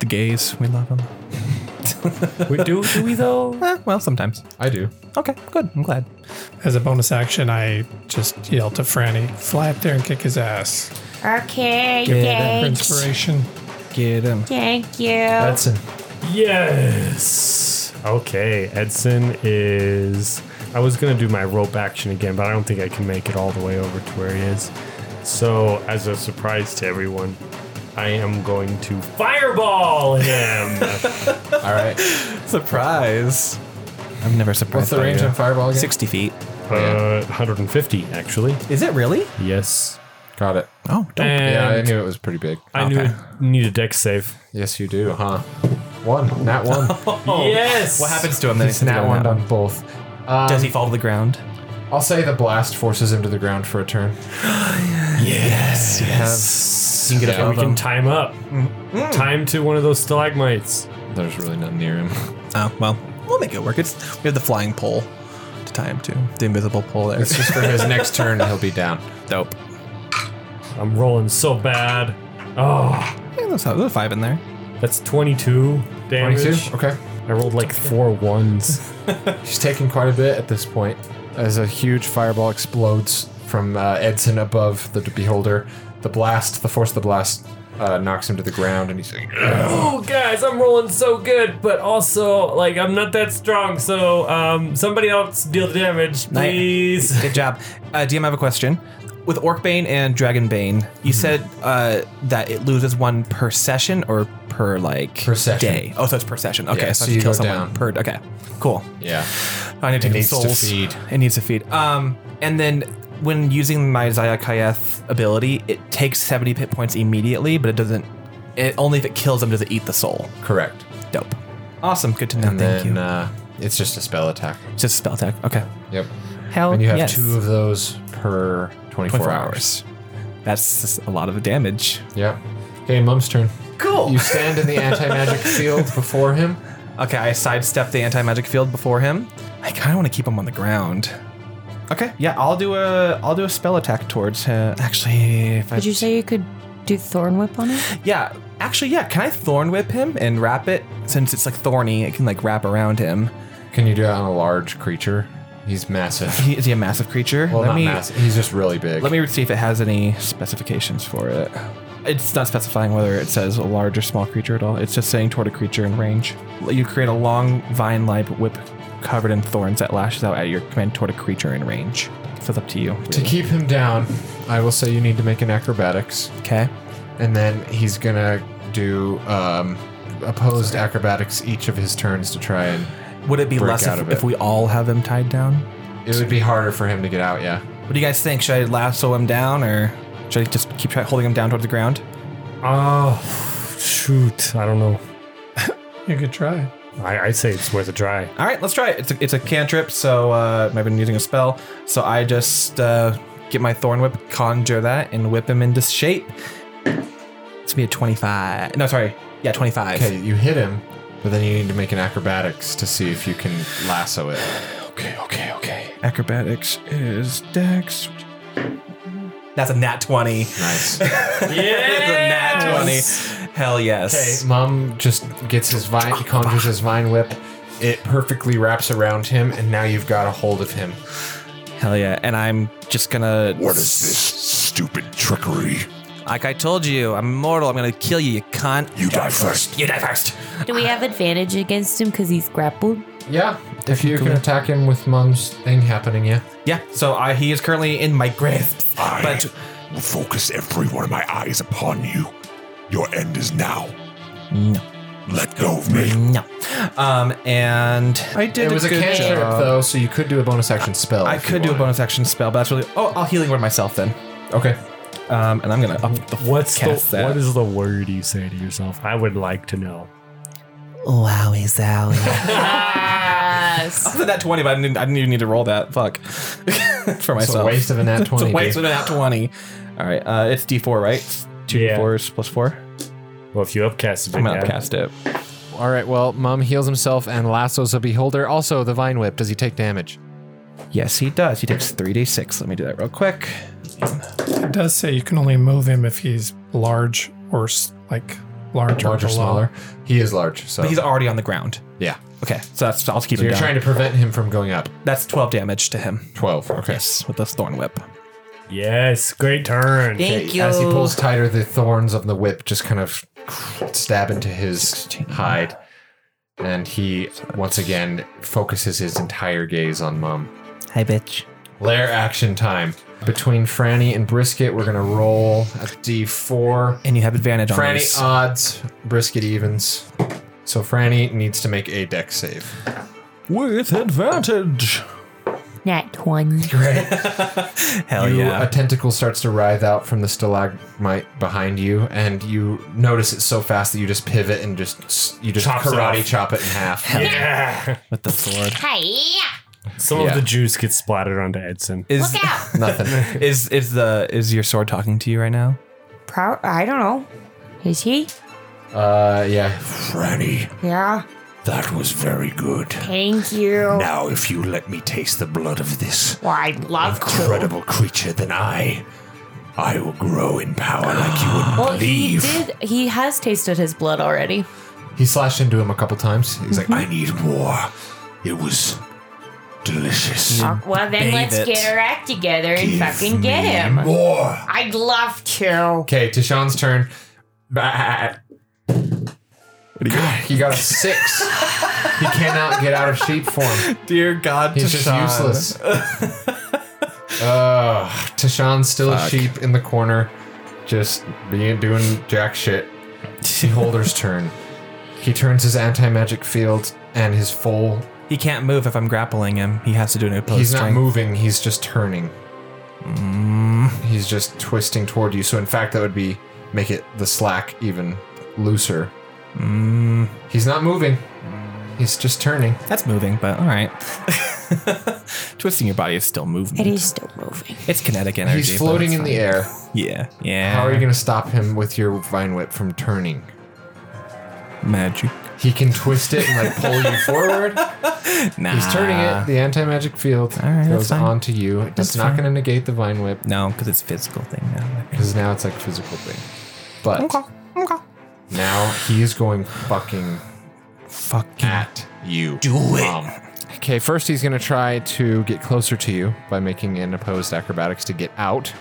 [SPEAKER 5] The gaze, we love him.
[SPEAKER 2] We do, do we though?
[SPEAKER 5] Eh, well, sometimes.
[SPEAKER 1] I do.
[SPEAKER 5] Okay, good. I'm glad.
[SPEAKER 4] As a bonus action, I just yell to Franny, fly up there and kick his ass.
[SPEAKER 6] Okay,
[SPEAKER 4] For
[SPEAKER 6] thanks.
[SPEAKER 4] inspiration.
[SPEAKER 5] Get him.
[SPEAKER 6] Thank you.
[SPEAKER 1] Edson.
[SPEAKER 2] Yes. Okay, Edson is. I was gonna do my rope action again, but I don't think I can make it all the way over to where he is. So, as a surprise to everyone, I am going to fireball him.
[SPEAKER 1] All right.
[SPEAKER 9] Surprise.
[SPEAKER 5] I'm never surprised.
[SPEAKER 1] What's the
[SPEAKER 5] by
[SPEAKER 1] range
[SPEAKER 5] you.
[SPEAKER 1] on fireball again?
[SPEAKER 5] 60 feet.
[SPEAKER 2] uh, 150 actually.
[SPEAKER 5] Is it really?
[SPEAKER 2] Yes.
[SPEAKER 1] Got it.
[SPEAKER 5] Oh, don't.
[SPEAKER 1] Yeah, I
[SPEAKER 2] And
[SPEAKER 1] knew it was pretty big.
[SPEAKER 2] I knew it need a deck save.
[SPEAKER 1] Yes, you do, huh? One, not one.
[SPEAKER 2] yes.
[SPEAKER 5] Uh-huh. Oh. What happens to him then?
[SPEAKER 1] It's not one on both. Um,
[SPEAKER 5] Does he fall to the ground?
[SPEAKER 1] I'll say the blast forces him to the ground for a turn.
[SPEAKER 2] Yes. Yes. You can
[SPEAKER 1] Yeah. Mm-hmm.
[SPEAKER 2] we can time up. Time to one of those stalagmites.
[SPEAKER 1] There's really nothing near him.
[SPEAKER 5] Oh, well.
[SPEAKER 9] We'll make it work. It's we have the flying pole to tie him to. The invisible pole there.
[SPEAKER 1] It's just for his next turn, he'll be down.
[SPEAKER 5] Dope.
[SPEAKER 2] I'm rolling so bad. Oh,
[SPEAKER 5] Yeah, that's how, there's a five in there.
[SPEAKER 2] that's 22 damage.
[SPEAKER 1] 22? Okay.
[SPEAKER 2] I rolled like four ones.
[SPEAKER 1] She's taking quite a bit at this point as a huge fireball explodes from uh, Edson above the beholder. The blast, the force of the blast, uh, knocks him to the ground, and he's like, "Ugh."
[SPEAKER 2] oh, guys, I'm rolling so good, but also like I'm not that strong. So, um, somebody else deal the
[SPEAKER 5] Nice.
[SPEAKER 2] damage, please.
[SPEAKER 5] Good job. Uh, DM, I have a question. With Orcbane and Dragonbane,
[SPEAKER 1] Mm-hmm.
[SPEAKER 5] you said uh, that it loses one per session or per like
[SPEAKER 1] Per session.
[SPEAKER 5] day. Oh, so it's per session. Okay,
[SPEAKER 1] Yeah,
[SPEAKER 5] so,
[SPEAKER 1] so
[SPEAKER 5] I have
[SPEAKER 1] you
[SPEAKER 5] to kill
[SPEAKER 1] go
[SPEAKER 5] someone
[SPEAKER 1] down.
[SPEAKER 5] per. Okay, cool.
[SPEAKER 1] yeah.
[SPEAKER 5] I need
[SPEAKER 1] It
[SPEAKER 5] to take
[SPEAKER 1] needs
[SPEAKER 5] some
[SPEAKER 1] to
[SPEAKER 5] souls.
[SPEAKER 1] feed.
[SPEAKER 5] It needs to feed. Um, and then when using my Zayakayath ability, it takes seventy hit points immediately, but it doesn't. It only if it kills them does it eat the soul.
[SPEAKER 1] Correct.
[SPEAKER 5] Dope. Awesome. Good to know.
[SPEAKER 1] And
[SPEAKER 5] Thank
[SPEAKER 1] then
[SPEAKER 5] you.
[SPEAKER 1] Uh, it's just a spell attack.
[SPEAKER 5] It's Just spell attack. Okay.
[SPEAKER 1] Yep.
[SPEAKER 5] Hell,
[SPEAKER 1] And you have
[SPEAKER 5] yes.
[SPEAKER 1] two of those per 24,
[SPEAKER 5] 24
[SPEAKER 1] hours.
[SPEAKER 5] hours. That's just a lot of damage.
[SPEAKER 1] Yeah. Okay, Mum's turn.
[SPEAKER 5] Cool.
[SPEAKER 1] You stand in the anti-magic field before him.
[SPEAKER 5] Okay, I sidestep the anti magic field before him. I kind of want to keep him on the ground. Okay, yeah, I'll do a I'll do a spell attack towards him. Actually, if I
[SPEAKER 3] Did you say you could do thorn whip on it?
[SPEAKER 5] yeah, actually yeah, can I thorn whip him and wrap it since it's like thorny? It can like wrap around him.
[SPEAKER 1] Can you do that on a large creature? He's massive.
[SPEAKER 5] He, is he a massive creature?
[SPEAKER 1] Well,
[SPEAKER 5] let
[SPEAKER 1] not
[SPEAKER 5] me
[SPEAKER 1] massive. He's just really big.
[SPEAKER 5] let me see if it has any specifications for it. It's not specifying whether it says a large or small creature at all. It's just saying toward a creature in range. You create a long vine-like whip covered in thorns that lashes out at your command toward a creature in range. So it's up to you.
[SPEAKER 1] to keep him down, I will say you need to make an acrobatics,
[SPEAKER 5] Okay.
[SPEAKER 1] and then he's gonna do um, opposed acrobatics each of his turns to try and.
[SPEAKER 5] Would it be
[SPEAKER 1] Break
[SPEAKER 5] less
[SPEAKER 1] out
[SPEAKER 5] if,
[SPEAKER 1] of it.
[SPEAKER 5] if we all have him tied down?
[SPEAKER 1] It would be harder for him to get out. Yeah.
[SPEAKER 5] What do you guys think? Should I lasso him down or should I just keep try- holding him down toward the ground?
[SPEAKER 2] Oh, shoot. I don't know.
[SPEAKER 4] You could try.
[SPEAKER 2] I, I'd say it's worth a try.
[SPEAKER 5] All right, let's try it. It's a, it's a cantrip, so uh, I've been using a spell. So I just uh, get my thorn whip, conjure that, and whip him into shape. It's gonna be a 25. No, sorry. Yeah, 25.
[SPEAKER 1] Okay, you hit him, but then you need to make an acrobatics to see if you can lasso it.
[SPEAKER 5] okay, okay, okay. Acrobatics is dex. That's a nat 20.
[SPEAKER 1] Nice.
[SPEAKER 5] That's a nat 20. Hell
[SPEAKER 1] Okay,
[SPEAKER 5] yes.
[SPEAKER 1] Mom just gets his vine, he conjures his vine whip. It perfectly wraps around him, and now you've got a hold of him.
[SPEAKER 5] Hell yeah. And I'm just gonna.
[SPEAKER 10] What is this stupid trickery?
[SPEAKER 5] Like I told you, I'm immortal. I'm gonna kill you, you cunt.
[SPEAKER 10] You die first.
[SPEAKER 5] You die first.
[SPEAKER 6] Do we have advantage against him because he's grappled?
[SPEAKER 1] Yeah, if you can attack him with Mom's thing happening, yeah.
[SPEAKER 5] Yeah. So I, he is currently in my grasp.
[SPEAKER 10] I
[SPEAKER 5] But
[SPEAKER 10] will focus every one of my eyes upon you. Your end is now.
[SPEAKER 5] No.
[SPEAKER 10] Let go of me.
[SPEAKER 5] no. Um, and I did.
[SPEAKER 1] It was a
[SPEAKER 5] good
[SPEAKER 1] cantrip
[SPEAKER 5] job.
[SPEAKER 1] though, so you could do a bonus action spell.
[SPEAKER 5] I
[SPEAKER 1] if you
[SPEAKER 5] could do a
[SPEAKER 1] wanted.
[SPEAKER 5] bonus action spell, but that's really. Oh, I'll healing word myself then.
[SPEAKER 1] Okay,
[SPEAKER 5] Um, and I'm gonna up the
[SPEAKER 2] What's
[SPEAKER 5] cast
[SPEAKER 2] the,
[SPEAKER 5] that.
[SPEAKER 2] what is the word you say to yourself? I would like to know.
[SPEAKER 5] Wowie zowie.
[SPEAKER 3] Yes.
[SPEAKER 5] I said that twenty, but I didn't, I didn't even need to roll that. Fuck. For myself.
[SPEAKER 1] it's a waste of a nat
[SPEAKER 5] It's
[SPEAKER 1] twenty.
[SPEAKER 5] a waste
[SPEAKER 1] dude.
[SPEAKER 5] of that twenty. All right. Uh, it's D4, right? It's Two
[SPEAKER 2] Yeah.
[SPEAKER 5] D4s plus four.
[SPEAKER 2] Well, if you upcast it,
[SPEAKER 5] I'm gonna
[SPEAKER 2] yeah.
[SPEAKER 5] upcast it.
[SPEAKER 1] All right, well, Mom heals himself and lassos a beholder. Also, the vine whip. Does he take damage?
[SPEAKER 5] Yes, he does. He takes three d6. Let me do that real quick.
[SPEAKER 4] It does say you can only move him if he's large or s- like large
[SPEAKER 1] Large or
[SPEAKER 4] below.
[SPEAKER 1] smaller? He is large, so
[SPEAKER 5] But he's already on the ground.
[SPEAKER 1] yeah.
[SPEAKER 5] Okay, so that's I'll keep
[SPEAKER 1] So
[SPEAKER 5] him
[SPEAKER 1] you're
[SPEAKER 5] down.
[SPEAKER 1] trying to prevent him from going up.
[SPEAKER 5] that's 12 damage to him.
[SPEAKER 1] Twelve. Okay.
[SPEAKER 5] Yes, with the thorn whip.
[SPEAKER 2] Yes, great turn.
[SPEAKER 1] Thank you. As he pulls tighter, the thorns of the whip just kind of stab into his hide, and he once again focuses his entire gaze on Mum.
[SPEAKER 11] Hi, bitch.
[SPEAKER 1] Lair action time. Between Franny and Brisket, we're gonna roll a d4.
[SPEAKER 5] And you have advantage on
[SPEAKER 1] Franny
[SPEAKER 5] these.
[SPEAKER 1] odds, Brisket evens. So Franny needs to make a deck save.
[SPEAKER 12] With advantage.
[SPEAKER 6] Nat one.
[SPEAKER 5] Hell
[SPEAKER 1] you,
[SPEAKER 5] yeah.
[SPEAKER 1] A tentacle starts to writhe out from the stalagmite behind you, and you notice it so fast that you just pivot and just you just
[SPEAKER 2] Chops it
[SPEAKER 1] karate
[SPEAKER 2] off.
[SPEAKER 1] chop it in half.
[SPEAKER 2] Yeah.
[SPEAKER 12] With the sword.
[SPEAKER 2] Some
[SPEAKER 1] Yeah.
[SPEAKER 2] of the juice gets splattered onto Edson.
[SPEAKER 5] Is,
[SPEAKER 1] Nothing.
[SPEAKER 5] is is the is your sword talking to you right now?
[SPEAKER 6] Pro- I don't know. Is he?
[SPEAKER 1] Uh, yeah.
[SPEAKER 9] Franny,
[SPEAKER 6] Yeah.
[SPEAKER 9] that was very good.
[SPEAKER 6] Thank you.
[SPEAKER 9] Now, if you let me taste the blood of this
[SPEAKER 6] Well, I'd love to.
[SPEAKER 9] incredible creature, then I, I will grow in power like you wouldn't
[SPEAKER 3] Well, he
[SPEAKER 9] believe.
[SPEAKER 3] did. He has tasted his blood already.
[SPEAKER 1] He slashed into him a couple times. He's
[SPEAKER 5] Mm-hmm.
[SPEAKER 1] like,
[SPEAKER 9] I need more. It was delicious.
[SPEAKER 6] Uh, Well, then let's
[SPEAKER 5] it.
[SPEAKER 6] get our act together and
[SPEAKER 9] Give
[SPEAKER 6] fucking get
[SPEAKER 9] me
[SPEAKER 6] him.
[SPEAKER 9] More.
[SPEAKER 6] I'd love to.
[SPEAKER 1] okay, Tashawn's turn. Bah. He got a six. he cannot get out of sheep form.
[SPEAKER 5] Dear God,
[SPEAKER 1] He's just useless. Ugh, Tashawn's still a sheep in the corner, just being doing jack shit. Beholder's turn. He turns his anti-magic field and his full.
[SPEAKER 5] He can't move if I'm grappling him. He has to do an opposed
[SPEAKER 1] he's not
[SPEAKER 5] strength.
[SPEAKER 1] moving. He's just turning. Mm, He's just twisting toward you. So in fact, that would be make it the slack even looser. Mm, He's not moving. He's just turning.
[SPEAKER 5] That's moving, but all right. Twisting your body is still movement.
[SPEAKER 6] It is still moving.
[SPEAKER 5] It's kinetic energy.
[SPEAKER 1] He's
[SPEAKER 5] but
[SPEAKER 1] floating
[SPEAKER 5] it's
[SPEAKER 1] in the
[SPEAKER 5] fine.
[SPEAKER 1] air.
[SPEAKER 5] Yeah, yeah.
[SPEAKER 1] How are you going to stop him with your vine whip from turning?
[SPEAKER 5] magic?
[SPEAKER 1] He can twist it and like pull you forward.
[SPEAKER 5] Nah.
[SPEAKER 1] He's turning it. The anti-magic field
[SPEAKER 5] right, that's
[SPEAKER 1] goes
[SPEAKER 5] fine.
[SPEAKER 1] onto you. It's
[SPEAKER 5] That's
[SPEAKER 1] not
[SPEAKER 5] fine.
[SPEAKER 1] going to negate the vine whip
[SPEAKER 5] No, because it's a physical thing now.
[SPEAKER 1] because now it's like physical thing. But now he is going fucking
[SPEAKER 5] Fucking.
[SPEAKER 1] at you. Do it. Okay, first he's going to try to get closer to you by making an opposed acrobatics to get out.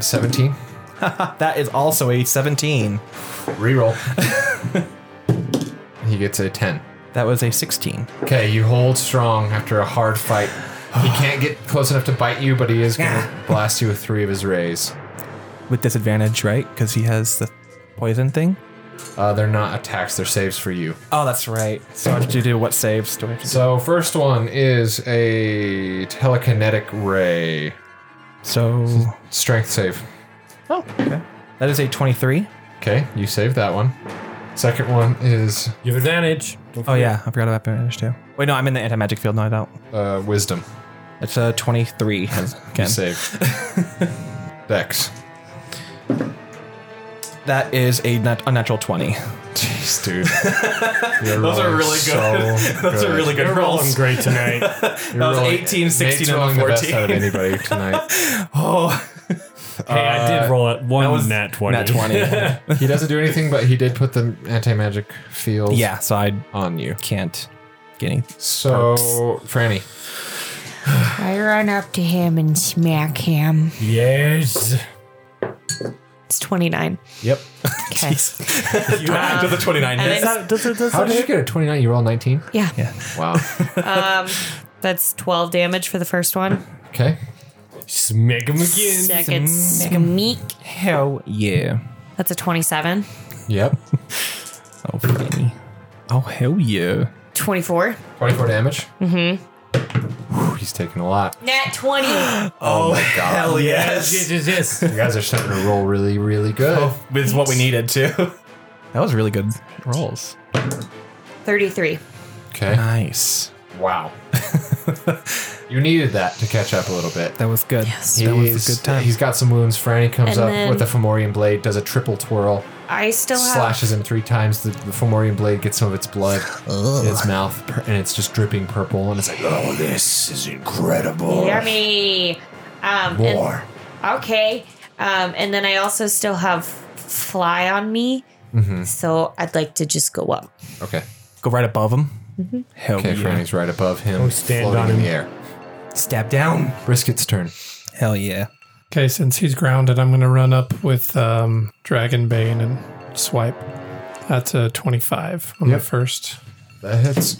[SPEAKER 1] 17.
[SPEAKER 5] That is also a 17.
[SPEAKER 1] Reroll. he gets a 10.
[SPEAKER 5] That was a 16.
[SPEAKER 1] Okay, you hold strong after a hard fight. He can't get close enough to bite you, but he is going to blast you with three of his rays.
[SPEAKER 5] With disadvantage, right? Because he has the poison thing.
[SPEAKER 1] Uh, they're not attacks, they're saves for you.
[SPEAKER 5] Oh, that's right. So I have to do what saves? Do I have to do?
[SPEAKER 1] So, first one is a telekinetic ray.
[SPEAKER 5] So Oh,
[SPEAKER 1] Strength save.
[SPEAKER 5] that is a 23.
[SPEAKER 1] Okay, you save that one. Second one is
[SPEAKER 2] You have advantage.
[SPEAKER 5] Oh, yeah. I forgot about advantage too. Wait, no, I'm in the anti magic field. No, I don't.
[SPEAKER 1] uh, wisdom.
[SPEAKER 5] It's a 23.
[SPEAKER 1] You
[SPEAKER 5] Again.
[SPEAKER 1] save. Dex.
[SPEAKER 5] That is a nat- unnatural 20.
[SPEAKER 1] Jeez, dude. Those are really good. Those are really
[SPEAKER 2] You're rolling great tonight.
[SPEAKER 1] You're that
[SPEAKER 5] was 18, 16, and
[SPEAKER 1] The best
[SPEAKER 5] 14.
[SPEAKER 1] out of anybody tonight.
[SPEAKER 5] Oh, Uh,
[SPEAKER 2] hey, I did roll it one nat 20.
[SPEAKER 5] nat 20.
[SPEAKER 1] Uh, he doesn't do anything, but he did put the anti magic field
[SPEAKER 5] yeah, so I
[SPEAKER 1] on you.
[SPEAKER 5] can't get any.
[SPEAKER 1] So, Franny,
[SPEAKER 6] I run up to him and smack him.
[SPEAKER 2] yes.
[SPEAKER 3] It's twenty nine.
[SPEAKER 1] Yep.
[SPEAKER 6] Okay.
[SPEAKER 5] You have the 29
[SPEAKER 3] And it's-
[SPEAKER 1] how did you get a 29? You roll 19?
[SPEAKER 3] Yeah.
[SPEAKER 1] Wow.
[SPEAKER 3] Um, that's twelve damage for the first one.
[SPEAKER 1] Okay.
[SPEAKER 2] Smack him again.
[SPEAKER 3] Second
[SPEAKER 2] Mm.
[SPEAKER 3] sneak.
[SPEAKER 5] Hell yeah.
[SPEAKER 3] That's a twenty-seven.
[SPEAKER 1] Yep.
[SPEAKER 5] Oh, Franny. Oh, hell yeah.
[SPEAKER 3] Twenty-four.
[SPEAKER 1] 24 damage. Mm-hmm. he's taking a lot.
[SPEAKER 6] Nat 20.
[SPEAKER 2] Oh.
[SPEAKER 1] Oh,
[SPEAKER 5] Hell
[SPEAKER 2] Yes, yes, yes.
[SPEAKER 1] You guys are starting to roll really, really good.
[SPEAKER 5] It's Oh, what we needed too. That was really good rolls.
[SPEAKER 3] 33.
[SPEAKER 1] Okay.
[SPEAKER 5] Nice.
[SPEAKER 1] Wow. you needed that to catch up a little bit.
[SPEAKER 5] That was good. That
[SPEAKER 1] He's-
[SPEAKER 5] was a good time.
[SPEAKER 1] He's got some wounds. Franny comes
[SPEAKER 3] And
[SPEAKER 1] up
[SPEAKER 3] then-
[SPEAKER 1] with the Fomorian blade, does a triple twirl,
[SPEAKER 3] I still have.
[SPEAKER 1] slashes him three times. The, the Fomorian blade gets some of its blood in its mouth, pur- and it's just dripping purple. And it's like,
[SPEAKER 9] Oh, this is incredible.
[SPEAKER 3] Yummy. Um, and-
[SPEAKER 9] More.
[SPEAKER 3] okay. Um, and then I also still have fly on me.
[SPEAKER 6] So I'd like to just go up.
[SPEAKER 1] Okay.
[SPEAKER 5] Go right above him.
[SPEAKER 3] Mm-hmm.
[SPEAKER 5] Hell
[SPEAKER 1] Okay,
[SPEAKER 5] yeah.
[SPEAKER 1] Franny's right above him,
[SPEAKER 2] Oh, stand
[SPEAKER 1] floating
[SPEAKER 2] on
[SPEAKER 1] in
[SPEAKER 2] him.
[SPEAKER 1] the air.
[SPEAKER 5] Stab down.
[SPEAKER 1] Brisket's turn.
[SPEAKER 5] Hell yeah.
[SPEAKER 4] Okay, since he's grounded, I'm going to run up with um, Dragonbane and swipe. That's a 25 on
[SPEAKER 1] Yep.
[SPEAKER 4] the first.
[SPEAKER 1] That hits.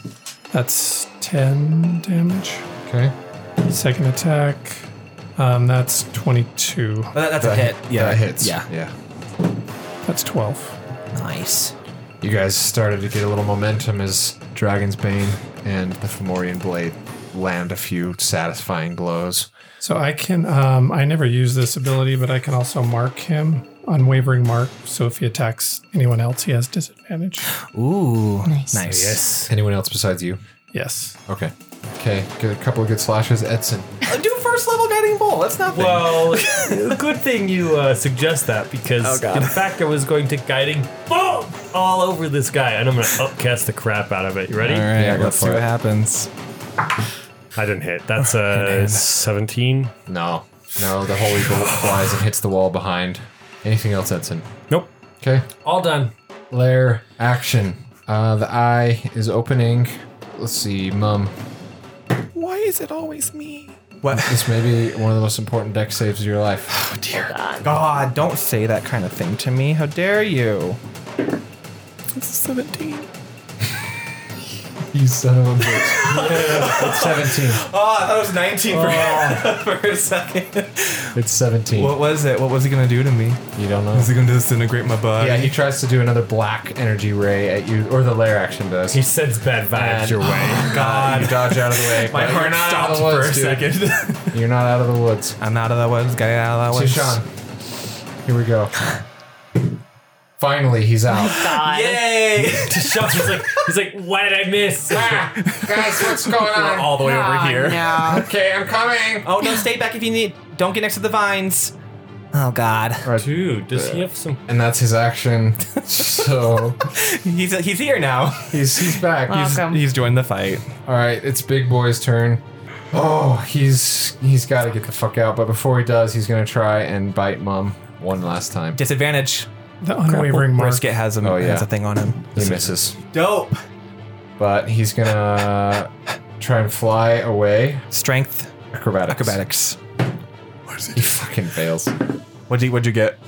[SPEAKER 4] That's 10 damage.
[SPEAKER 1] Okay.
[SPEAKER 4] Second attack, um, that's 22.
[SPEAKER 5] That- that's a hit. Yeah.
[SPEAKER 1] that hits.
[SPEAKER 5] Yeah.
[SPEAKER 1] Yeah.
[SPEAKER 4] That's 12.
[SPEAKER 5] Nice.
[SPEAKER 1] You guys started to get a little momentum as Dragon's Bane and the Fomorian Blade land a few satisfying blows.
[SPEAKER 4] So I can, um, I never use this ability, but I can also mark him, unwavering mark. So if he attacks anyone else, he has disadvantage.
[SPEAKER 5] Ooh. Nice.
[SPEAKER 2] Yes.
[SPEAKER 1] Anyone else besides you?
[SPEAKER 4] Yes.
[SPEAKER 1] Okay. Okay, get a couple of good slashes. Edson.
[SPEAKER 5] Uh, Do first level guiding bolt. That's not
[SPEAKER 2] Well, good thing you uh, suggest that because,
[SPEAKER 5] Oh, God.
[SPEAKER 2] in fact, I was going to guiding boom all over this guy, and I'm going to upcast the crap out of it. You ready?
[SPEAKER 5] All right.
[SPEAKER 1] Yeah, go
[SPEAKER 5] let's
[SPEAKER 1] for
[SPEAKER 5] see
[SPEAKER 1] it.
[SPEAKER 5] what happens.
[SPEAKER 2] I didn't hit. That's uh, a 17.
[SPEAKER 1] No. No, the holy bolt flies and hits the wall behind. Anything else, Edson?
[SPEAKER 2] Nope.
[SPEAKER 1] Okay.
[SPEAKER 2] All done.
[SPEAKER 1] Lair action. Uh, the eye is opening. Let's see, Mum.
[SPEAKER 5] Why is it always me?
[SPEAKER 9] What?
[SPEAKER 1] This may be one of the most important deck saves of your life.
[SPEAKER 5] Oh dear. God, don't say that kind of thing to me. How dare you? It's a 17.
[SPEAKER 1] You son of a bitch. it's 17.
[SPEAKER 5] Oh, I thought it was 19 for, for a second.
[SPEAKER 1] It's 17.
[SPEAKER 5] Oh. What was it? What was he gonna do to me?
[SPEAKER 1] You don't know.
[SPEAKER 5] Was he gonna disintegrate my body?
[SPEAKER 1] Yeah, he tries to do another black energy ray at you, or the lair action does.
[SPEAKER 2] He sends bad vibes
[SPEAKER 1] And- oh,
[SPEAKER 2] your way.
[SPEAKER 5] God.
[SPEAKER 1] dodge out of the way.
[SPEAKER 5] my
[SPEAKER 1] but
[SPEAKER 5] heart stopped
[SPEAKER 1] out of the
[SPEAKER 5] for a
[SPEAKER 1] woods, dude.
[SPEAKER 5] second.
[SPEAKER 1] You're not out of the woods.
[SPEAKER 5] I'm out of that woods. Got out of that woods.
[SPEAKER 1] Sushan, here we go. Finally, he's out.
[SPEAKER 3] Oh,
[SPEAKER 2] Oh,
[SPEAKER 5] Yay!
[SPEAKER 2] Shucks, he's like, he's like, why did I miss?
[SPEAKER 1] Ah, guys, what's going on?
[SPEAKER 5] All the way over here.
[SPEAKER 1] okay, I'm coming.
[SPEAKER 5] Oh no! Stay back if you need. Don't get next to the vines. Oh God.
[SPEAKER 2] Dude, does he have some?
[SPEAKER 1] Uh, And that's his action. So
[SPEAKER 5] He's he's here now.
[SPEAKER 1] he's he's back. He's-
[SPEAKER 3] Welcome.
[SPEAKER 5] He's joined the fight.
[SPEAKER 1] all right, it's Big Boy's turn. Oh, he's he's got to get the fuck out. But before he does, he's gonna try and bite Mum one last time.
[SPEAKER 5] Disadvantage.
[SPEAKER 4] The unwavering mark.
[SPEAKER 5] Brisket has him.
[SPEAKER 1] Oh, yeah.
[SPEAKER 5] Has a thing on him.
[SPEAKER 1] He misses.
[SPEAKER 5] Dope.
[SPEAKER 1] but he's gonna try and fly away.
[SPEAKER 5] Strength.
[SPEAKER 1] Acrobatics.
[SPEAKER 5] Acrobatics.
[SPEAKER 1] He fucking fails.
[SPEAKER 5] What'd you What'd you get?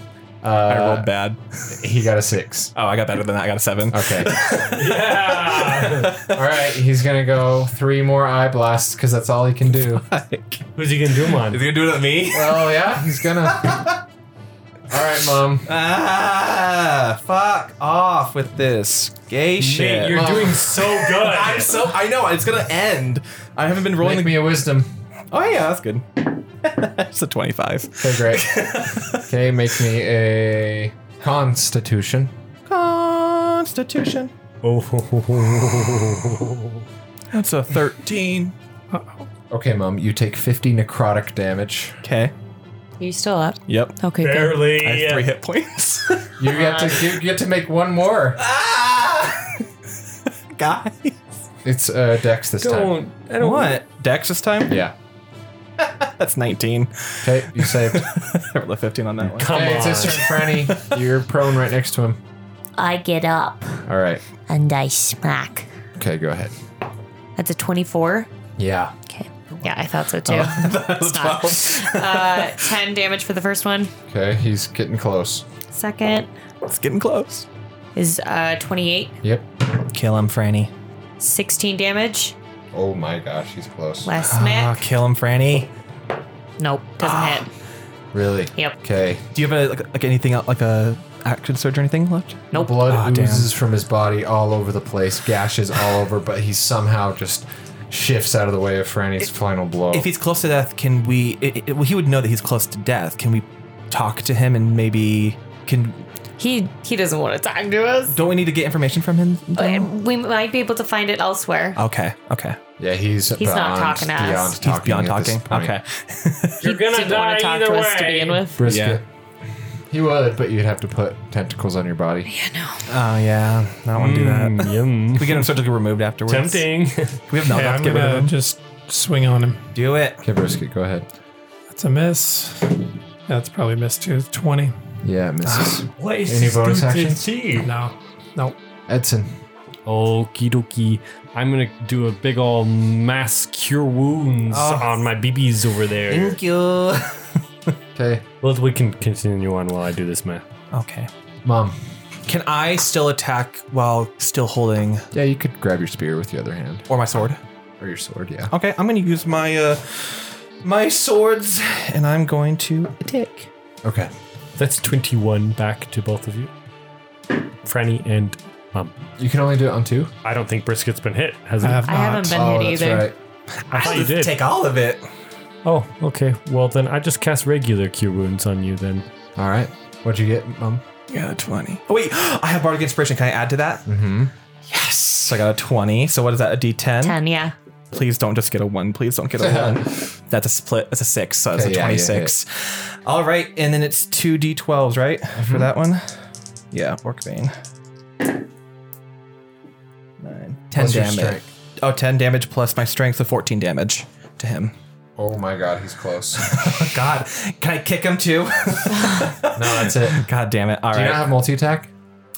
[SPEAKER 1] Uh,
[SPEAKER 5] I rolled bad.
[SPEAKER 1] He got a six.
[SPEAKER 5] Oh, I got better than that. I got a seven.
[SPEAKER 1] Okay.
[SPEAKER 2] Yeah.
[SPEAKER 1] all right. He's gonna go three more eye blasts because that's all he can do.
[SPEAKER 2] Who's he gonna do him on?
[SPEAKER 5] Is he gonna do it at me?
[SPEAKER 1] well, Oh, yeah, he's gonna. All right, mom.
[SPEAKER 5] Ah! Fuck off with this gay
[SPEAKER 2] Nate,
[SPEAKER 5] shit.
[SPEAKER 2] you're doing so good.
[SPEAKER 5] I'm so. I know it's gonna end. I haven't been rolling.
[SPEAKER 1] Make
[SPEAKER 5] The,
[SPEAKER 1] me a wisdom.
[SPEAKER 5] oh yeah, that's good. it's a twenty-five.
[SPEAKER 1] Okay, great. Okay, make me a Constitution.
[SPEAKER 5] Constitution.
[SPEAKER 2] Oh.
[SPEAKER 5] That's a thirteen.
[SPEAKER 1] Okay, mom, you take 50 necrotic damage.
[SPEAKER 5] Okay.
[SPEAKER 3] you still up?
[SPEAKER 5] Yep.
[SPEAKER 3] Okay. Good. Uh,
[SPEAKER 2] Barely.
[SPEAKER 5] I have three hit points.
[SPEAKER 1] You get to you get to make one more.
[SPEAKER 5] ah! Guy.
[SPEAKER 1] It's uh, Dex this time.
[SPEAKER 2] Don't. I don't want.
[SPEAKER 5] What? Dex this time?
[SPEAKER 1] Yeah.
[SPEAKER 5] That's nineteen.
[SPEAKER 1] Okay, you saved.
[SPEAKER 5] I rolled a fifteen on that one.
[SPEAKER 2] Come
[SPEAKER 1] Hey,
[SPEAKER 2] on.
[SPEAKER 1] it's his turn, Franny. You're prone right next to him.
[SPEAKER 6] I get up
[SPEAKER 1] All right.
[SPEAKER 6] and I smack.
[SPEAKER 1] Okay, go ahead.
[SPEAKER 3] That's a 24.
[SPEAKER 1] Yeah.
[SPEAKER 3] Okay. Yeah, I thought so too.
[SPEAKER 9] Oh.
[SPEAKER 5] Oh,
[SPEAKER 3] It's not. Uh, 10 damage for the first one.
[SPEAKER 1] Okay, he's getting close.
[SPEAKER 3] Second
[SPEAKER 5] It's getting close.
[SPEAKER 3] is uh, 28.
[SPEAKER 1] Yep.
[SPEAKER 5] Kill him, Franny.
[SPEAKER 3] 16 damage.
[SPEAKER 1] Oh my gosh, he's close.
[SPEAKER 3] Last
[SPEAKER 5] Ah,
[SPEAKER 3] smack.
[SPEAKER 5] kill him, Franny.
[SPEAKER 3] Nope. Doesn't hit.
[SPEAKER 1] Really?
[SPEAKER 3] Yep.
[SPEAKER 1] Okay.
[SPEAKER 5] Do you have a, like, like anything el- like a action surge or anything left?
[SPEAKER 3] Nope.
[SPEAKER 1] Blood
[SPEAKER 5] Ah, damn.
[SPEAKER 1] oozes from his body all over the place, gashes all over, but he somehow just shifts out of the way of Franny's final blow.
[SPEAKER 5] If he's close to death, can we? It, it- well, he would know that he's close to death. Can we talk to him and maybe can?
[SPEAKER 3] He he doesn't want to talk to us. Oh,
[SPEAKER 5] Don't we need to get information from him?
[SPEAKER 3] But we might be able to find it elsewhere.
[SPEAKER 5] Okay. Okay.
[SPEAKER 1] yeah, he's
[SPEAKER 3] He's not
[SPEAKER 1] beyond-
[SPEAKER 3] talking to us.
[SPEAKER 1] beyond
[SPEAKER 3] He's
[SPEAKER 1] talking
[SPEAKER 5] he's beyond
[SPEAKER 1] at this
[SPEAKER 5] talking.
[SPEAKER 1] point.
[SPEAKER 5] Okay.
[SPEAKER 2] You're gonna
[SPEAKER 3] Didn't want
[SPEAKER 2] die
[SPEAKER 3] to talk
[SPEAKER 2] either
[SPEAKER 3] to
[SPEAKER 2] way.
[SPEAKER 3] us to begin with.
[SPEAKER 1] Brisket. He would, but you'd have to put tentacles on your body.
[SPEAKER 5] Oh yeah, I don't want to do that.
[SPEAKER 1] Mm,
[SPEAKER 5] Can
[SPEAKER 2] Yum.
[SPEAKER 5] we get him surgically removed afterwards.
[SPEAKER 2] Tempting.
[SPEAKER 5] We have no.
[SPEAKER 4] Okay,
[SPEAKER 5] let's
[SPEAKER 4] I'm
[SPEAKER 5] get
[SPEAKER 4] going
[SPEAKER 5] rid of
[SPEAKER 4] to
[SPEAKER 5] him.
[SPEAKER 4] just swing on him.
[SPEAKER 5] Do it.
[SPEAKER 1] Okay, Brisket, go ahead.
[SPEAKER 4] That's a miss. That's probably a miss too. 20.
[SPEAKER 1] Yeah, it misses.
[SPEAKER 2] Place
[SPEAKER 1] Any bonus actions?
[SPEAKER 4] No. Nope.
[SPEAKER 1] Edson.
[SPEAKER 2] Okie dokie. I'm gonna do a big old mass cure wounds on my BBs over there.
[SPEAKER 5] you.
[SPEAKER 1] Okay.
[SPEAKER 2] Well, we can continue on while I do this math.
[SPEAKER 5] Okay.
[SPEAKER 1] Mom.
[SPEAKER 5] Can I still attack while still holding
[SPEAKER 1] Yeah, you could grab your spear with your other hand.
[SPEAKER 5] or my sword?
[SPEAKER 1] Or your sword, yeah.
[SPEAKER 5] Okay, I'm gonna use my uh my swords and I'm going to attack.
[SPEAKER 1] Okay.
[SPEAKER 2] That's 21 back to both of you, Franny and Mom.
[SPEAKER 1] You can only do it on two? Oh,
[SPEAKER 2] I don't think Brisket's been hit, has
[SPEAKER 4] I
[SPEAKER 2] he?
[SPEAKER 4] have
[SPEAKER 3] I
[SPEAKER 4] not.
[SPEAKER 3] haven't been hit either.
[SPEAKER 1] right.
[SPEAKER 2] I thought you did.
[SPEAKER 5] Take all of it.
[SPEAKER 2] Oh, okay. Well, then I just cast regular cure wounds on you then.
[SPEAKER 1] All right. What'd you get, Mom?
[SPEAKER 5] Yeah, 20. Oh wait, I have Bardic Inspiration. Can I add to that? Mm-hmm. Yes. So I got a 20. So what is that? A D10?
[SPEAKER 3] 10, yeah.
[SPEAKER 5] Please don't just get a one. Please don't get a one. That's a split. That's a six. So that's
[SPEAKER 1] Okay,
[SPEAKER 5] a
[SPEAKER 1] yeah, yeah,
[SPEAKER 5] 26. All right. And then it's two D12s, right? For that one? Yeah, Orcbane. Nine. 10
[SPEAKER 1] Plus your
[SPEAKER 5] damage.
[SPEAKER 1] strength.
[SPEAKER 5] Oh, 10 damage plus my strength, so 14 damage to him.
[SPEAKER 1] Oh my god, he's close.
[SPEAKER 5] God, can I kick him too?
[SPEAKER 1] no, that's it.
[SPEAKER 5] God damn it. All
[SPEAKER 1] Do you
[SPEAKER 5] right.
[SPEAKER 1] not have multi attack?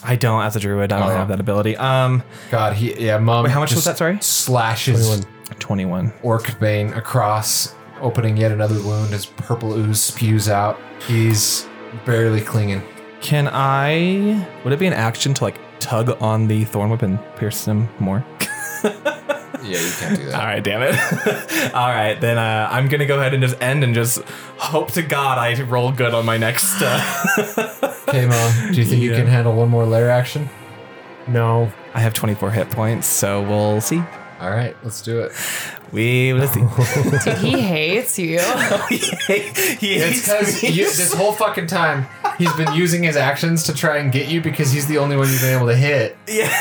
[SPEAKER 5] I don't, as a druid, I don't
[SPEAKER 1] Oh.
[SPEAKER 5] have that ability. Um,
[SPEAKER 1] God, he yeah, mom.
[SPEAKER 5] Wait, how much was
[SPEAKER 1] just
[SPEAKER 5] that, sorry?
[SPEAKER 1] Slashes
[SPEAKER 5] 21.
[SPEAKER 1] orc bane across, opening yet another wound. His purple ooze spews out. He's barely clinging.
[SPEAKER 5] Can I? Would it be an action to like tug on the thorn whip and pierce him more?
[SPEAKER 4] Ah.
[SPEAKER 1] Yeah, you can't do that.
[SPEAKER 5] All right, damn it. All right, then uh, I'm gonna go ahead and just end and just hope to God I roll good on my next. Uh...
[SPEAKER 1] Okay, mom. Do you think you
[SPEAKER 2] Yeah.
[SPEAKER 1] can handle one more layer action?
[SPEAKER 2] No.
[SPEAKER 5] I have 24 hit points, so we'll see.
[SPEAKER 1] All right, let's do it.
[SPEAKER 5] We will see.
[SPEAKER 3] Dude, he hates you.
[SPEAKER 5] he
[SPEAKER 1] It's because
[SPEAKER 5] hates me.
[SPEAKER 1] this whole fucking time he's been using his actions to try and get you because he's the only one you've been able to hit,
[SPEAKER 5] Yeah.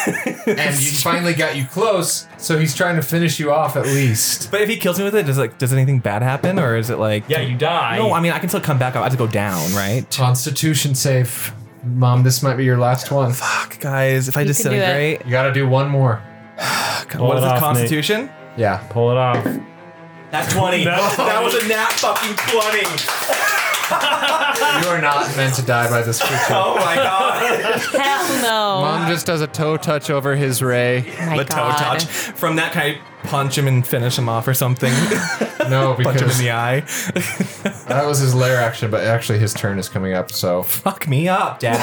[SPEAKER 1] and he finally got you close. So he's trying to finish you off at least.
[SPEAKER 5] But if he kills me with it, does like does anything bad happen, or is it like?
[SPEAKER 2] Yeah, you die.
[SPEAKER 5] No, I mean I can still come back. up. I have to go down, right?
[SPEAKER 1] Uh, Constitution safe, mom. This might be your last one.
[SPEAKER 5] Fuck, guys, if I
[SPEAKER 3] can do it.
[SPEAKER 5] disintegrate,
[SPEAKER 1] You gotta do one more.
[SPEAKER 5] what is
[SPEAKER 2] it
[SPEAKER 5] it?
[SPEAKER 2] off, Nate.
[SPEAKER 5] Constitution?
[SPEAKER 1] Yeah.
[SPEAKER 2] Pull it off.
[SPEAKER 5] That's 20.
[SPEAKER 2] Nat
[SPEAKER 5] that was a nat fucking 20.
[SPEAKER 1] You are not meant to die by this creature.
[SPEAKER 5] Oh my god.
[SPEAKER 3] Hell no.
[SPEAKER 1] Mom just does a toe touch over his ray.
[SPEAKER 3] My
[SPEAKER 5] the toe
[SPEAKER 3] God.
[SPEAKER 5] touch. From that, can I punch him and finish him off or something?
[SPEAKER 1] No,
[SPEAKER 5] punch him in
[SPEAKER 1] because
[SPEAKER 5] the eye.
[SPEAKER 1] that was his lair action, but actually his turn is coming up. So
[SPEAKER 5] Fuck me up, dad.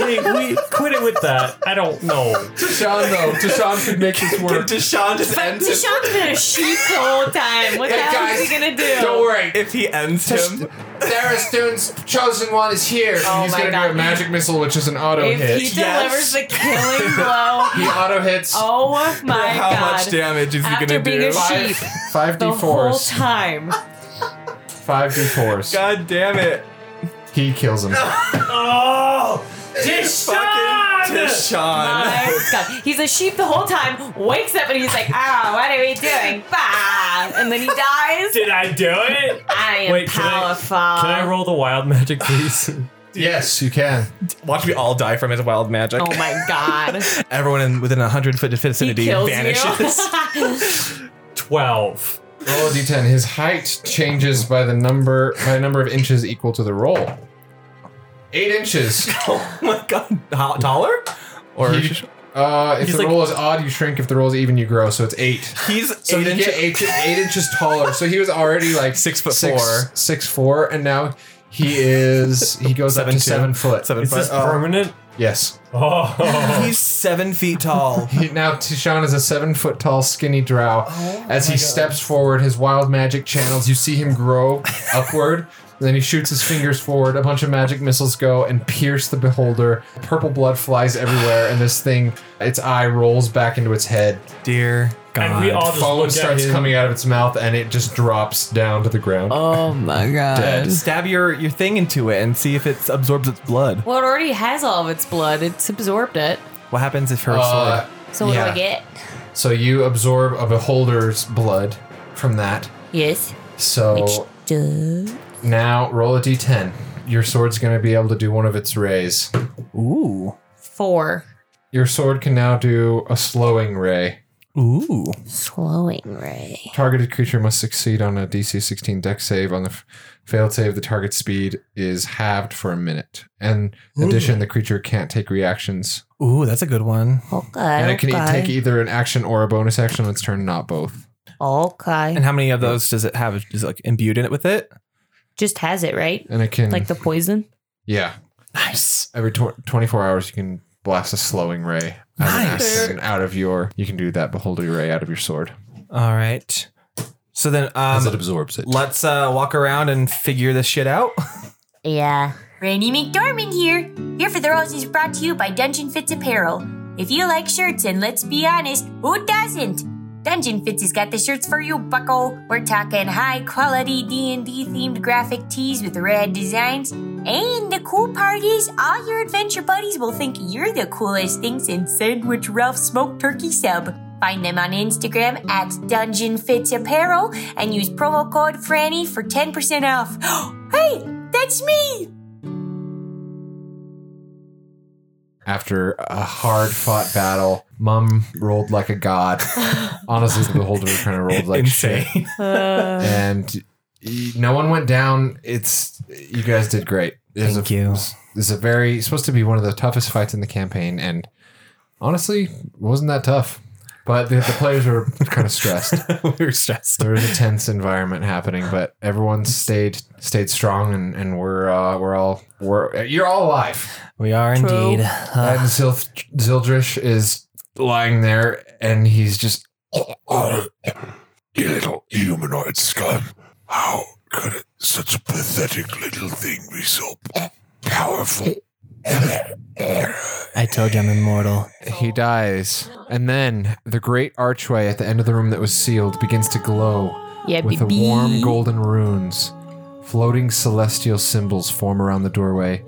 [SPEAKER 2] Wait, we quit it with that. I don't know.
[SPEAKER 1] Deshaun though, Deshaun could make this
[SPEAKER 5] Can
[SPEAKER 1] work.
[SPEAKER 5] Deshaun just ends him?
[SPEAKER 3] Deshaun's been a sheep the whole time. What the
[SPEAKER 1] Hey,
[SPEAKER 3] hell is
[SPEAKER 1] guys,
[SPEAKER 3] he gonna do?
[SPEAKER 1] Don't worry.
[SPEAKER 5] If he ends him,
[SPEAKER 1] Therastoon's chosen one is here.
[SPEAKER 3] Oh
[SPEAKER 1] He's
[SPEAKER 3] my
[SPEAKER 1] gonna
[SPEAKER 3] God.
[SPEAKER 1] do a magic missile, which is an auto
[SPEAKER 3] If
[SPEAKER 1] hit.
[SPEAKER 3] he
[SPEAKER 1] He,
[SPEAKER 3] delivers
[SPEAKER 5] Yes.
[SPEAKER 3] the killing blow,
[SPEAKER 1] auto hits
[SPEAKER 3] oh my
[SPEAKER 5] how
[SPEAKER 3] god.
[SPEAKER 5] much damage is he
[SPEAKER 3] After
[SPEAKER 5] gonna
[SPEAKER 3] being
[SPEAKER 5] do?
[SPEAKER 3] a sheep
[SPEAKER 1] five
[SPEAKER 3] the
[SPEAKER 1] d
[SPEAKER 3] whole
[SPEAKER 1] fours,
[SPEAKER 3] time.
[SPEAKER 1] five d fours.
[SPEAKER 5] God damn it.
[SPEAKER 1] He kills him.
[SPEAKER 5] Oh! Deshaun! Deshaun.
[SPEAKER 3] My God. He's a sheep the whole time, wakes up and he's like, oh, what are we doing? Bah! And then he dies.
[SPEAKER 2] Did I do it?
[SPEAKER 3] I am
[SPEAKER 2] Wait, can I-
[SPEAKER 3] powerful.
[SPEAKER 2] Can I roll the wild magic, please?
[SPEAKER 1] Yes, you can.
[SPEAKER 5] Watch me all die from his wild magic.
[SPEAKER 3] Oh my god.
[SPEAKER 5] Everyone in, within a hundred foot
[SPEAKER 3] he
[SPEAKER 5] vicinity
[SPEAKER 3] kills
[SPEAKER 5] vanishes.
[SPEAKER 3] you.
[SPEAKER 2] 12.
[SPEAKER 1] Roll a d10. His height changes by the number by a number of inches equal to the roll. Eight inches.
[SPEAKER 5] oh my god. Ho- Taller? Or
[SPEAKER 1] You- uh, if
[SPEAKER 5] He's
[SPEAKER 1] the
[SPEAKER 5] like-
[SPEAKER 1] roll is odd, you shrink. If the roll is even, you grow. So it's eight.
[SPEAKER 5] he's
[SPEAKER 1] So
[SPEAKER 5] eight
[SPEAKER 1] you
[SPEAKER 5] inches.
[SPEAKER 1] get eight, eight inches taller. So he was already like
[SPEAKER 5] Six foot
[SPEAKER 1] six,
[SPEAKER 5] four.
[SPEAKER 1] six four, and now he is he goes up
[SPEAKER 5] Seven
[SPEAKER 1] to
[SPEAKER 5] two.
[SPEAKER 1] seven foot. Uh,
[SPEAKER 5] Seven Oh.
[SPEAKER 2] Is
[SPEAKER 5] foot.
[SPEAKER 2] this permanent?
[SPEAKER 1] Yes.
[SPEAKER 2] Oh.
[SPEAKER 5] He's seven feet tall.
[SPEAKER 1] He, now Tishan is a seven foot tall skinny drow.
[SPEAKER 5] Oh
[SPEAKER 1] As he steps forward, his wild magic channels. You see him grow upward. Then he shoots his fingers forward. A bunch of magic missiles go and pierce the beholder. Purple blood flies everywhere, and this thing, its eye rolls back into its head.
[SPEAKER 5] Dear God.
[SPEAKER 2] And we all just
[SPEAKER 1] Foam
[SPEAKER 2] look at
[SPEAKER 1] starts
[SPEAKER 2] him.
[SPEAKER 1] coming out of its mouth, and it just drops down to the ground.
[SPEAKER 3] oh my god.
[SPEAKER 5] Stab your, your thing into it and see if it absorbs its blood.
[SPEAKER 3] Well, it already has all of its blood. It's absorbed it.
[SPEAKER 5] What happens if her
[SPEAKER 1] Uh,
[SPEAKER 5] sword?
[SPEAKER 3] So what do
[SPEAKER 1] Yeah.
[SPEAKER 3] I get?
[SPEAKER 1] So you absorb a beholder's blood from that.
[SPEAKER 6] Yes.
[SPEAKER 1] So
[SPEAKER 6] Duh.
[SPEAKER 1] now roll a d10. Your sword's going to be able to do one of its rays.
[SPEAKER 5] Ooh.
[SPEAKER 3] Four.
[SPEAKER 1] Your sword can now do a slowing ray.
[SPEAKER 5] Ooh.
[SPEAKER 6] Slowing ray.
[SPEAKER 1] Targeted creature must succeed on a DC 16 deck save. On the f- failed save, the target speed is halved for a minute. And in addition, the creature can't take reactions.
[SPEAKER 5] Ooh, that's a good one.
[SPEAKER 6] Okay.
[SPEAKER 1] and it can e-
[SPEAKER 6] okay.
[SPEAKER 1] take either an action or a bonus action on its turn, not both.
[SPEAKER 6] Okay.
[SPEAKER 5] And how many of those does it have? Is it like imbued in it with it?
[SPEAKER 6] Just has it, right?
[SPEAKER 1] And it can.
[SPEAKER 6] Like the poison.
[SPEAKER 1] yeah.
[SPEAKER 5] Nice.
[SPEAKER 1] Every tw- 24 hours, you can blast a slowing ray out, of an
[SPEAKER 5] Nice.
[SPEAKER 1] action out of your. You can do that beholder ray out of your sword
[SPEAKER 5] All right. So then
[SPEAKER 1] as it
[SPEAKER 5] um,
[SPEAKER 1] absorbs it.
[SPEAKER 5] let's uh, walk around and figure this shit out.
[SPEAKER 6] Yeah. Randy McDormand here. Here for the Rose is brought to you by Dungeon Fits Apparel. If you like shirts, and let's be honest, who doesn't? Dungeon Fits has got the shirts for you, bucko. We're talking high quality D&D themed graphic tees with rad designs. And the cool part is, all your adventure buddies will think you're the coolest thing since Sandwich Ralph smoked turkey sub. Find them on Instagram at Dungeon Fits Apparel and use promo code Franny for 10% off. hey, that's me!
[SPEAKER 1] After a hard fought battle, Mum rolled like a god. Honestly, the beholder kind of rolled like shit. and y- no one went down. It's you guys did great. It was
[SPEAKER 5] Thank
[SPEAKER 1] a,
[SPEAKER 5] you.
[SPEAKER 1] It's a very it's supposed to be one of the toughest fights in the campaign, and honestly, it wasn't that tough. But the, the players were kind of stressed.
[SPEAKER 5] we were stressed.
[SPEAKER 1] There was a tense environment happening, but everyone stayed stayed strong, and and we're uh, we're all we're you're all alive.
[SPEAKER 5] We are indeed.
[SPEAKER 1] And Zil- Zildrish is lying there, and he's just
[SPEAKER 10] You Oh, little humanoid scum. How could it, such a pathetic little thing be so powerful?
[SPEAKER 5] I told you I'm immortal.
[SPEAKER 1] He dies. And then the great archway at the end of the room that was sealed begins to glow
[SPEAKER 7] Yeah,
[SPEAKER 1] with the warm golden runes. Floating celestial symbols form around the doorway,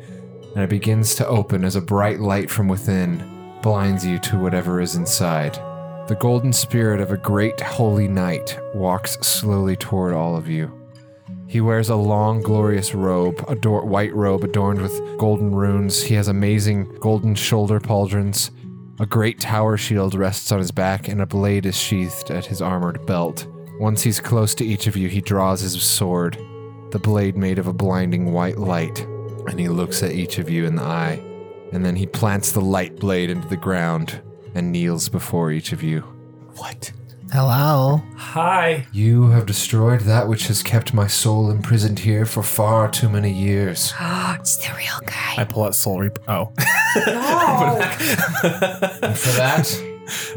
[SPEAKER 1] and it begins to open as a bright light from within blinds you to whatever is inside. The golden spirit of a great holy knight walks slowly toward all of you. He wears a long, glorious robe, a dor- white robe adorned with golden runes. He has amazing golden shoulder pauldrons. A great tower shield rests on his back, and a blade is sheathed at his armored belt. Once he's close to each of you, he draws his sword, the blade made of a blinding white light, and he looks at each of you in the eye. And then he plants the light blade into the ground and kneels before each of you.
[SPEAKER 13] Hello.
[SPEAKER 2] Hi.
[SPEAKER 1] You have destroyed that which has kept my soul imprisoned here for far too many years.
[SPEAKER 6] It's the real guy.
[SPEAKER 5] I pull out Soul Reap. Oh.
[SPEAKER 1] And for that,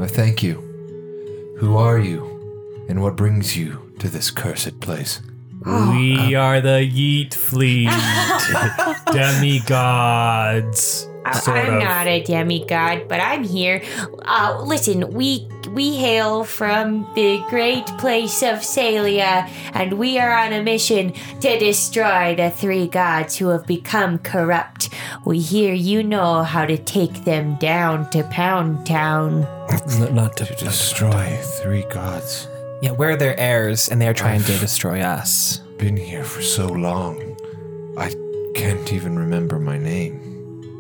[SPEAKER 1] I thank you. Who are you, and what brings you to this cursed place?
[SPEAKER 2] We are the Yeet Fleet. Demigods.
[SPEAKER 6] I- I'm not a demigod, but I'm here. Uh, listen, we we hail from the great place of Salia, and we are on a mission to destroy the three gods who have become corrupt. We hear you know how to take them down to Pound Town.
[SPEAKER 5] Not, not to,
[SPEAKER 1] Destroy three gods.
[SPEAKER 5] Yeah, we're their heirs, and they are trying to destroy us.
[SPEAKER 1] Been here for so long, I can't even remember my name.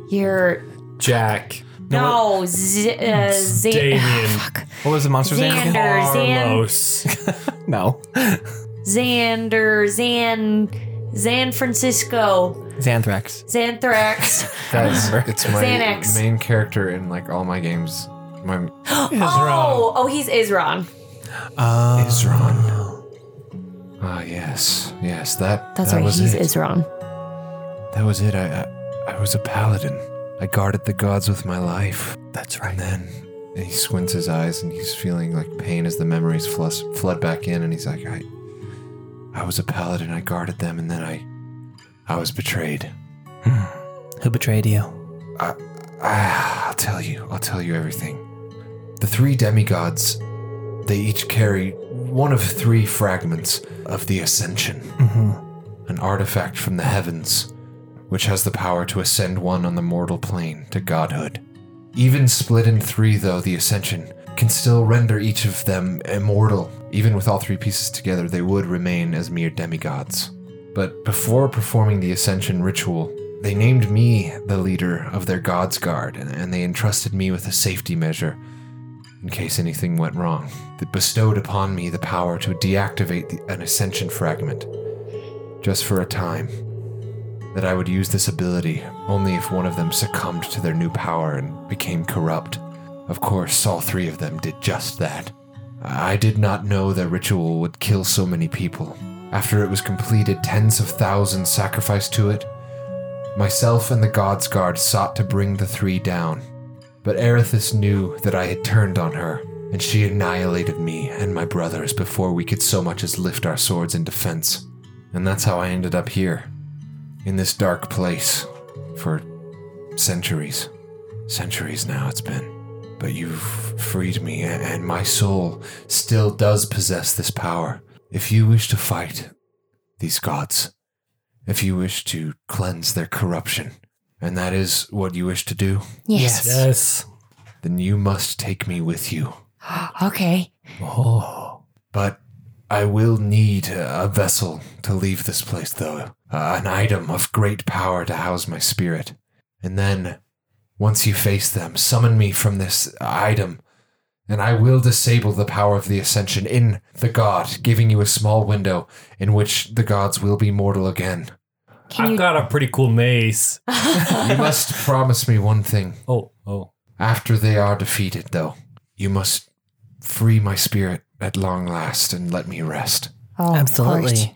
[SPEAKER 6] You're
[SPEAKER 2] Jack.
[SPEAKER 6] no, Z- uh, Z-
[SPEAKER 2] Damien.
[SPEAKER 6] fuck.
[SPEAKER 5] What was the monster's name?
[SPEAKER 6] Xander, Xan,
[SPEAKER 2] Carlos.
[SPEAKER 5] No.
[SPEAKER 6] Xander, Xan, San Francisco,
[SPEAKER 5] Xanthrax.
[SPEAKER 6] Xanthrax.
[SPEAKER 1] Guys, it's my
[SPEAKER 6] Xanax.
[SPEAKER 1] main character in like all my games. My
[SPEAKER 6] Oh, oh, he's Isron.
[SPEAKER 5] Uh,
[SPEAKER 1] Isron. Ah, yes, yes. That
[SPEAKER 6] That's
[SPEAKER 1] that
[SPEAKER 6] right,
[SPEAKER 1] was
[SPEAKER 6] he's
[SPEAKER 1] it.
[SPEAKER 6] Isron.
[SPEAKER 1] That was it. I, I I was a paladin. I guarded the gods with my life.
[SPEAKER 5] that's
[SPEAKER 1] And then he squints his eyes and he's feeling like pain as the memories flus- flood back in and he's like, I I was a paladin, I guarded them, and then I I was betrayed.
[SPEAKER 5] Who betrayed you?
[SPEAKER 1] Ah, I'll tell you. I'll tell you everything. The three demigods, they each carry one of three fragments of the Ascension,
[SPEAKER 4] Mm-hmm.
[SPEAKER 1] an artifact from the heavens, which has the power to ascend one on the mortal plane to godhood. Even split in three, though, the Ascension can still render each of them immortal. Even with all three pieces together, they would remain as mere demigods. But before performing the Ascension ritual, they named me the leader of their God's Guard, and- and they entrusted me with a safety measure in case anything went wrong, that bestowed upon me the power to deactivate the, an ascension fragment, just for a time. That I would use this ability only if one of them succumbed to their new power and became corrupt. Of course, all three of them did just that. I did not know their ritual would kill so many people. After it was completed, tens of thousands sacrificed to it. Myself and the God's Guard sought to bring the three down, but Erithis knew that I had turned on her, and she annihilated me and my brothers before we could so much as lift our swords in defense. And that's how I ended up here, in this dark place, for centuries. Centuries now it's been. But you've freed me, a- and my soul still does possess this power. If you wish to fight these gods, if you wish to cleanse their corruption, and that is what you wish to do,
[SPEAKER 6] Yes.
[SPEAKER 2] Yes.
[SPEAKER 1] then you must take me with you.
[SPEAKER 6] Okay.
[SPEAKER 1] But I will need a vessel to leave this place, though. Uh, an item of great power to house my spirit. And then, once you face them, summon me from this item, and I will disable the power of the ascension in the god, giving you a small window in which the gods will be mortal again.
[SPEAKER 6] Can
[SPEAKER 2] I've
[SPEAKER 6] you
[SPEAKER 2] got a pretty cool mace.
[SPEAKER 1] You must promise me one thing.
[SPEAKER 2] Oh, oh.
[SPEAKER 1] After they are defeated, though, you must free my spirit at long last and let me rest.
[SPEAKER 6] Oh, of course.
[SPEAKER 14] Absolutely.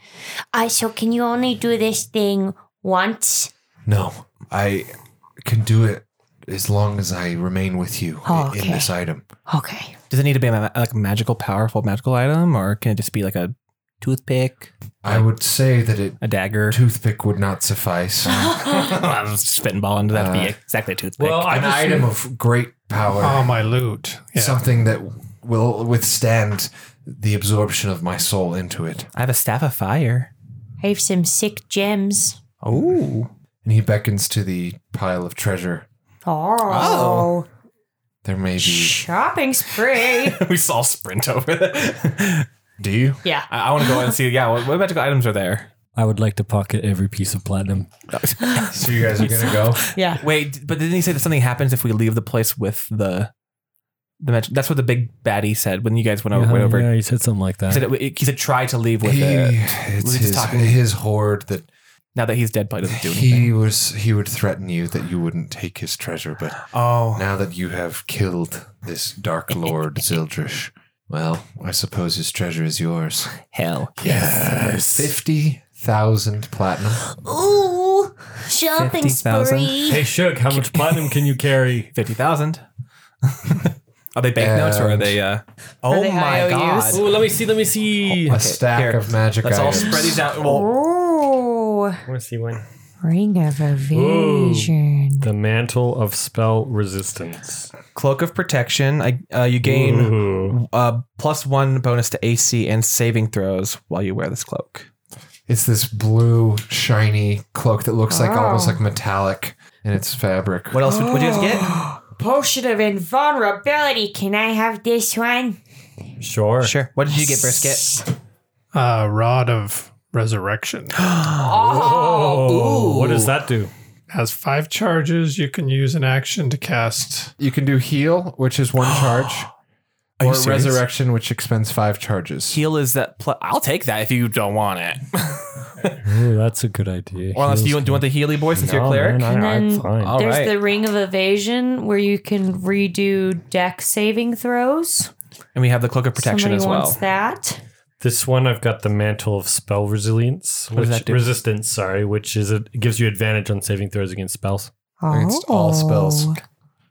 [SPEAKER 6] Uh, so can you only do this thing once?
[SPEAKER 1] No, I can do it as long as I remain with you
[SPEAKER 6] Oh,
[SPEAKER 1] i- in
[SPEAKER 6] okay.
[SPEAKER 1] this item.
[SPEAKER 6] Okay.
[SPEAKER 5] Does it need to be a ma- like a magical, powerful magical item, or can it just be like a toothpick,
[SPEAKER 1] I would say that it
[SPEAKER 5] a dagger?
[SPEAKER 1] a toothpick would not suffice. An
[SPEAKER 5] I was spitballing. Does that
[SPEAKER 1] Uh,
[SPEAKER 5] be exactly a toothpick?
[SPEAKER 2] Well, I just
[SPEAKER 1] item of great power,
[SPEAKER 4] Oh, my loot. Yeah.
[SPEAKER 1] something that will withstand the absorption of my soul into it.
[SPEAKER 5] I have a staff of fire.
[SPEAKER 6] I have some sick gems.
[SPEAKER 5] Oh,
[SPEAKER 1] And he beckons to the pile of treasure.
[SPEAKER 6] Oh.
[SPEAKER 1] There may be.
[SPEAKER 6] Shopping spree.
[SPEAKER 5] we saw sprint over. there.
[SPEAKER 1] Do you?
[SPEAKER 6] yeah.
[SPEAKER 5] I, I want to go and see. Yeah, what, what magical items are there?
[SPEAKER 3] I would like to pocket every piece of platinum.
[SPEAKER 1] So you guys are gonna go.
[SPEAKER 6] Yeah.
[SPEAKER 5] Wait, but didn't he say that something happens if we leave the place with the the magic? That's what the big baddie said when you guys went over.
[SPEAKER 3] yeah,
[SPEAKER 5] went over.
[SPEAKER 3] yeah, you said something like
[SPEAKER 5] He
[SPEAKER 3] that.
[SPEAKER 5] said, it, he said try to leave with
[SPEAKER 1] He,
[SPEAKER 5] it.
[SPEAKER 1] it's
[SPEAKER 5] We're just
[SPEAKER 1] his,
[SPEAKER 5] talking-
[SPEAKER 1] his hoard that
[SPEAKER 5] Now that he's dead, probably doesn't do anything.
[SPEAKER 1] he was. He would threaten you that you wouldn't take his treasure, but
[SPEAKER 5] oh,
[SPEAKER 1] Now that you have killed this Dark Lord Zildrish, well, I suppose his treasure is yours.
[SPEAKER 5] hell.
[SPEAKER 1] Yes. 50,000 platinum.
[SPEAKER 6] Ooh. Shopping
[SPEAKER 5] 50,000.
[SPEAKER 6] spree.
[SPEAKER 2] Hey, Shook, how much platinum can you carry?
[SPEAKER 5] 50,000. are they banknotes or are
[SPEAKER 1] And-
[SPEAKER 5] they. Uh, oh
[SPEAKER 15] they
[SPEAKER 5] my
[SPEAKER 15] IOUs?
[SPEAKER 5] God.
[SPEAKER 2] Oh, let me see. Let me see.
[SPEAKER 1] a stack
[SPEAKER 5] here.
[SPEAKER 1] of magic
[SPEAKER 5] Let's all
[SPEAKER 1] items.
[SPEAKER 5] spread these out. Well,
[SPEAKER 6] Ooh.
[SPEAKER 2] I want to see one.
[SPEAKER 6] Ring of evasion.
[SPEAKER 2] The mantle of spell resistance.
[SPEAKER 5] Cloak of Protection. I, uh, you gain
[SPEAKER 2] Ooh.
[SPEAKER 5] uh, plus one bonus to AC and saving throws while you wear this cloak.
[SPEAKER 1] It's this blue, shiny cloak that looks like almost
[SPEAKER 6] Oh.
[SPEAKER 1] like metallic in its fabric.
[SPEAKER 5] What else would, would you guys get?
[SPEAKER 6] Potion of invulnerability. Can I have this one?
[SPEAKER 2] Sure.
[SPEAKER 5] Sure. What did you get, Brisket?
[SPEAKER 4] Uh, Rod of Resurrection.
[SPEAKER 2] Oh, what does that do?
[SPEAKER 4] has five charges. You can use an action to cast.
[SPEAKER 1] You can do heal, which is one charge,
[SPEAKER 5] you
[SPEAKER 1] or
[SPEAKER 5] serious?
[SPEAKER 1] resurrection, which expends five charges.
[SPEAKER 5] Heal is that. Pl- I'll take that if you don't want it.
[SPEAKER 3] Ooh, that's a good idea.
[SPEAKER 5] or unless you want, do you want the Healy boy since you're a cleric?
[SPEAKER 3] Man, I,
[SPEAKER 6] And
[SPEAKER 3] am
[SPEAKER 6] then
[SPEAKER 3] fine.
[SPEAKER 5] All
[SPEAKER 6] There's
[SPEAKER 5] right.
[SPEAKER 6] the ring of evasion where you can redo deck saving throws.
[SPEAKER 5] and we have the Cloak of Protection
[SPEAKER 6] Somebody
[SPEAKER 5] as well.
[SPEAKER 6] wants that.
[SPEAKER 2] This one, I've got the mantle of spell resilience,
[SPEAKER 5] does
[SPEAKER 2] which,
[SPEAKER 5] that do?
[SPEAKER 2] resistance. Sorry, which is it gives you advantage on saving throws against spells.
[SPEAKER 6] Oh.
[SPEAKER 1] Against all spells.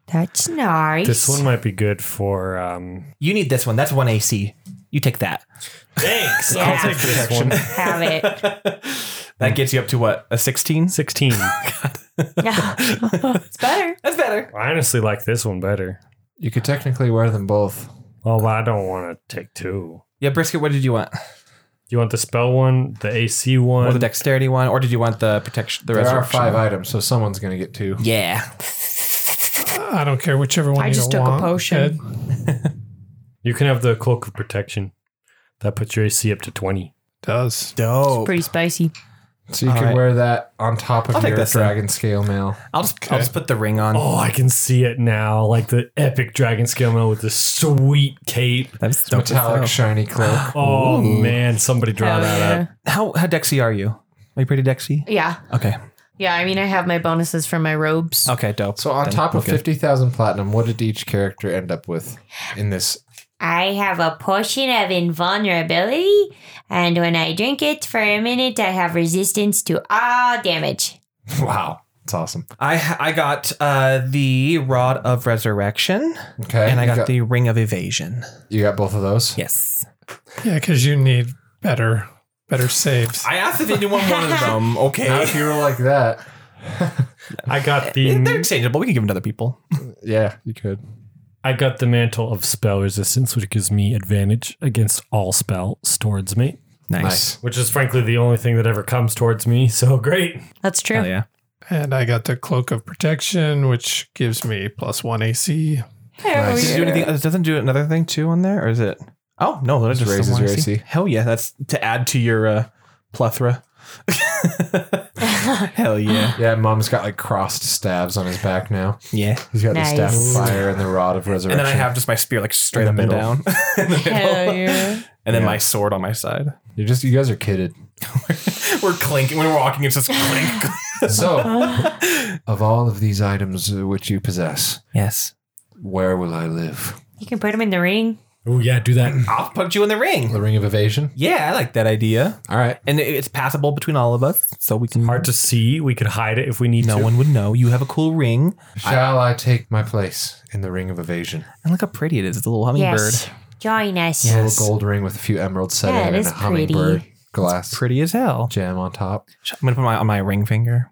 [SPEAKER 6] That's nice.
[SPEAKER 2] This one might be good for. Um,
[SPEAKER 5] You need this one. That's one AC. You take that.
[SPEAKER 2] Thanks.
[SPEAKER 6] Yeah.
[SPEAKER 2] I'll take this one.
[SPEAKER 6] Have it.
[SPEAKER 5] That gets you up to what? A 16?
[SPEAKER 2] Sixteen.
[SPEAKER 6] Yeah. it's better.
[SPEAKER 5] That's better.
[SPEAKER 2] I honestly like this one better.
[SPEAKER 1] You could technically wear them both.
[SPEAKER 2] Oh, but I don't want to take two.
[SPEAKER 5] Yeah, brisket. What did you want?
[SPEAKER 2] You want the spell one, the AC one,
[SPEAKER 5] Or the dexterity one, or did you want the protection? The
[SPEAKER 1] There are
[SPEAKER 5] resurrection?
[SPEAKER 1] five items, so someone's going to get two.
[SPEAKER 5] Yeah.
[SPEAKER 4] I don't care whichever one
[SPEAKER 6] I
[SPEAKER 4] you
[SPEAKER 6] just
[SPEAKER 4] don't
[SPEAKER 6] took a
[SPEAKER 4] want,
[SPEAKER 6] potion.
[SPEAKER 4] Ed.
[SPEAKER 2] You can have the cloak of protection. That puts your AC up to twenty.
[SPEAKER 4] Does
[SPEAKER 5] Dope.
[SPEAKER 6] Pretty spicy.
[SPEAKER 1] Oh. So you
[SPEAKER 5] All
[SPEAKER 1] can
[SPEAKER 5] right.
[SPEAKER 1] wear that on top of
[SPEAKER 5] I'll take
[SPEAKER 1] your
[SPEAKER 5] this then.
[SPEAKER 1] dragon scale mail.
[SPEAKER 5] I'll just I'll just put the ring on.
[SPEAKER 2] Oh, I can see it now. Like the epic dragon scale mail with the sweet cape.
[SPEAKER 5] That's dope.
[SPEAKER 1] Metallic shiny cloak.
[SPEAKER 2] Oh man, somebody draw that up.
[SPEAKER 5] How how dexy are you? Are you pretty dexy?
[SPEAKER 6] Yeah.
[SPEAKER 5] Okay.
[SPEAKER 6] Yeah, I mean, I have my bonuses from my robes.
[SPEAKER 5] Okay, dope.
[SPEAKER 1] So on
[SPEAKER 5] Then
[SPEAKER 1] top
[SPEAKER 5] we're
[SPEAKER 1] of
[SPEAKER 5] good.
[SPEAKER 1] fifty thousand platinum, what did each character end up with in this?
[SPEAKER 6] I have a potion of invulnerability, and when I drink it for a minute, I have resistance to all damage.
[SPEAKER 1] Wow, it's awesome.
[SPEAKER 5] I ha- I got uh, the rod of resurrection
[SPEAKER 1] Okay,
[SPEAKER 5] and I
[SPEAKER 1] you
[SPEAKER 5] got, the ring of evasion.
[SPEAKER 1] you got both of those.
[SPEAKER 5] Yes.
[SPEAKER 4] Yeah, because you need better, better saves.
[SPEAKER 5] I asked if anyone wanted them.
[SPEAKER 1] Now
[SPEAKER 5] Okay.
[SPEAKER 1] if you were like that,
[SPEAKER 2] I got
[SPEAKER 5] They're
[SPEAKER 2] the
[SPEAKER 5] exchangeable. We can give them to other people.
[SPEAKER 1] yeah, you could.
[SPEAKER 16] I got the mantle of spell resistance, which gives me advantage against all spells towards me,
[SPEAKER 1] Nice.
[SPEAKER 2] which is frankly the only thing that ever comes towards me. So great.
[SPEAKER 6] That's true.
[SPEAKER 5] Hell yeah.
[SPEAKER 4] And I got the Cloak of Protection, which gives me plus one AC.
[SPEAKER 5] Does it do anything? It doesn't do another thing too on there, or is it? Oh no, that just
[SPEAKER 1] raises
[SPEAKER 5] the one
[SPEAKER 1] your AC.
[SPEAKER 5] Hell yeah, that's to add to your uh, plethora. Hell yeah,
[SPEAKER 1] Yeah, Mom's got like crossed stabs on his back now.
[SPEAKER 5] yeah.
[SPEAKER 1] He's got
[SPEAKER 6] Nice.
[SPEAKER 1] the staff of fire and the rod of resurrection.
[SPEAKER 5] And then I have just my spear like
[SPEAKER 1] In
[SPEAKER 5] straight up
[SPEAKER 1] the
[SPEAKER 5] and
[SPEAKER 1] middle.
[SPEAKER 5] down, In the middle.
[SPEAKER 6] Hell yeah.
[SPEAKER 5] and then my sword on my side.
[SPEAKER 1] You're just you guys are kidded.
[SPEAKER 5] We're clinking when we're walking. It's just clink.
[SPEAKER 1] So, of all of these items uh, which you possess,
[SPEAKER 5] yes,
[SPEAKER 1] where will I live?
[SPEAKER 6] You can put them in the ring.
[SPEAKER 16] Oh yeah, do that.
[SPEAKER 5] I'll put you in the ring.
[SPEAKER 1] The ring of evasion.
[SPEAKER 5] Yeah, I like that idea,
[SPEAKER 1] All right.
[SPEAKER 5] and it- it's passable between all of us, so we can.
[SPEAKER 2] Hard to see. We could hide it if we need
[SPEAKER 5] no
[SPEAKER 2] to.
[SPEAKER 5] one would know. You have a cool ring,
[SPEAKER 1] Shall I take my place in the ring of evasion?
[SPEAKER 5] and look how pretty it is. It's a little hummingbird.
[SPEAKER 6] Yes. Join us.
[SPEAKER 1] A little gold ring with a few emeralds set
[SPEAKER 6] Yeah,
[SPEAKER 1] in
[SPEAKER 6] it
[SPEAKER 1] and
[SPEAKER 6] is
[SPEAKER 1] a hummingbird
[SPEAKER 6] pretty.
[SPEAKER 1] glass
[SPEAKER 5] Pretty as hell.
[SPEAKER 1] jam on top.
[SPEAKER 5] I'm gonna put my on my ring finger.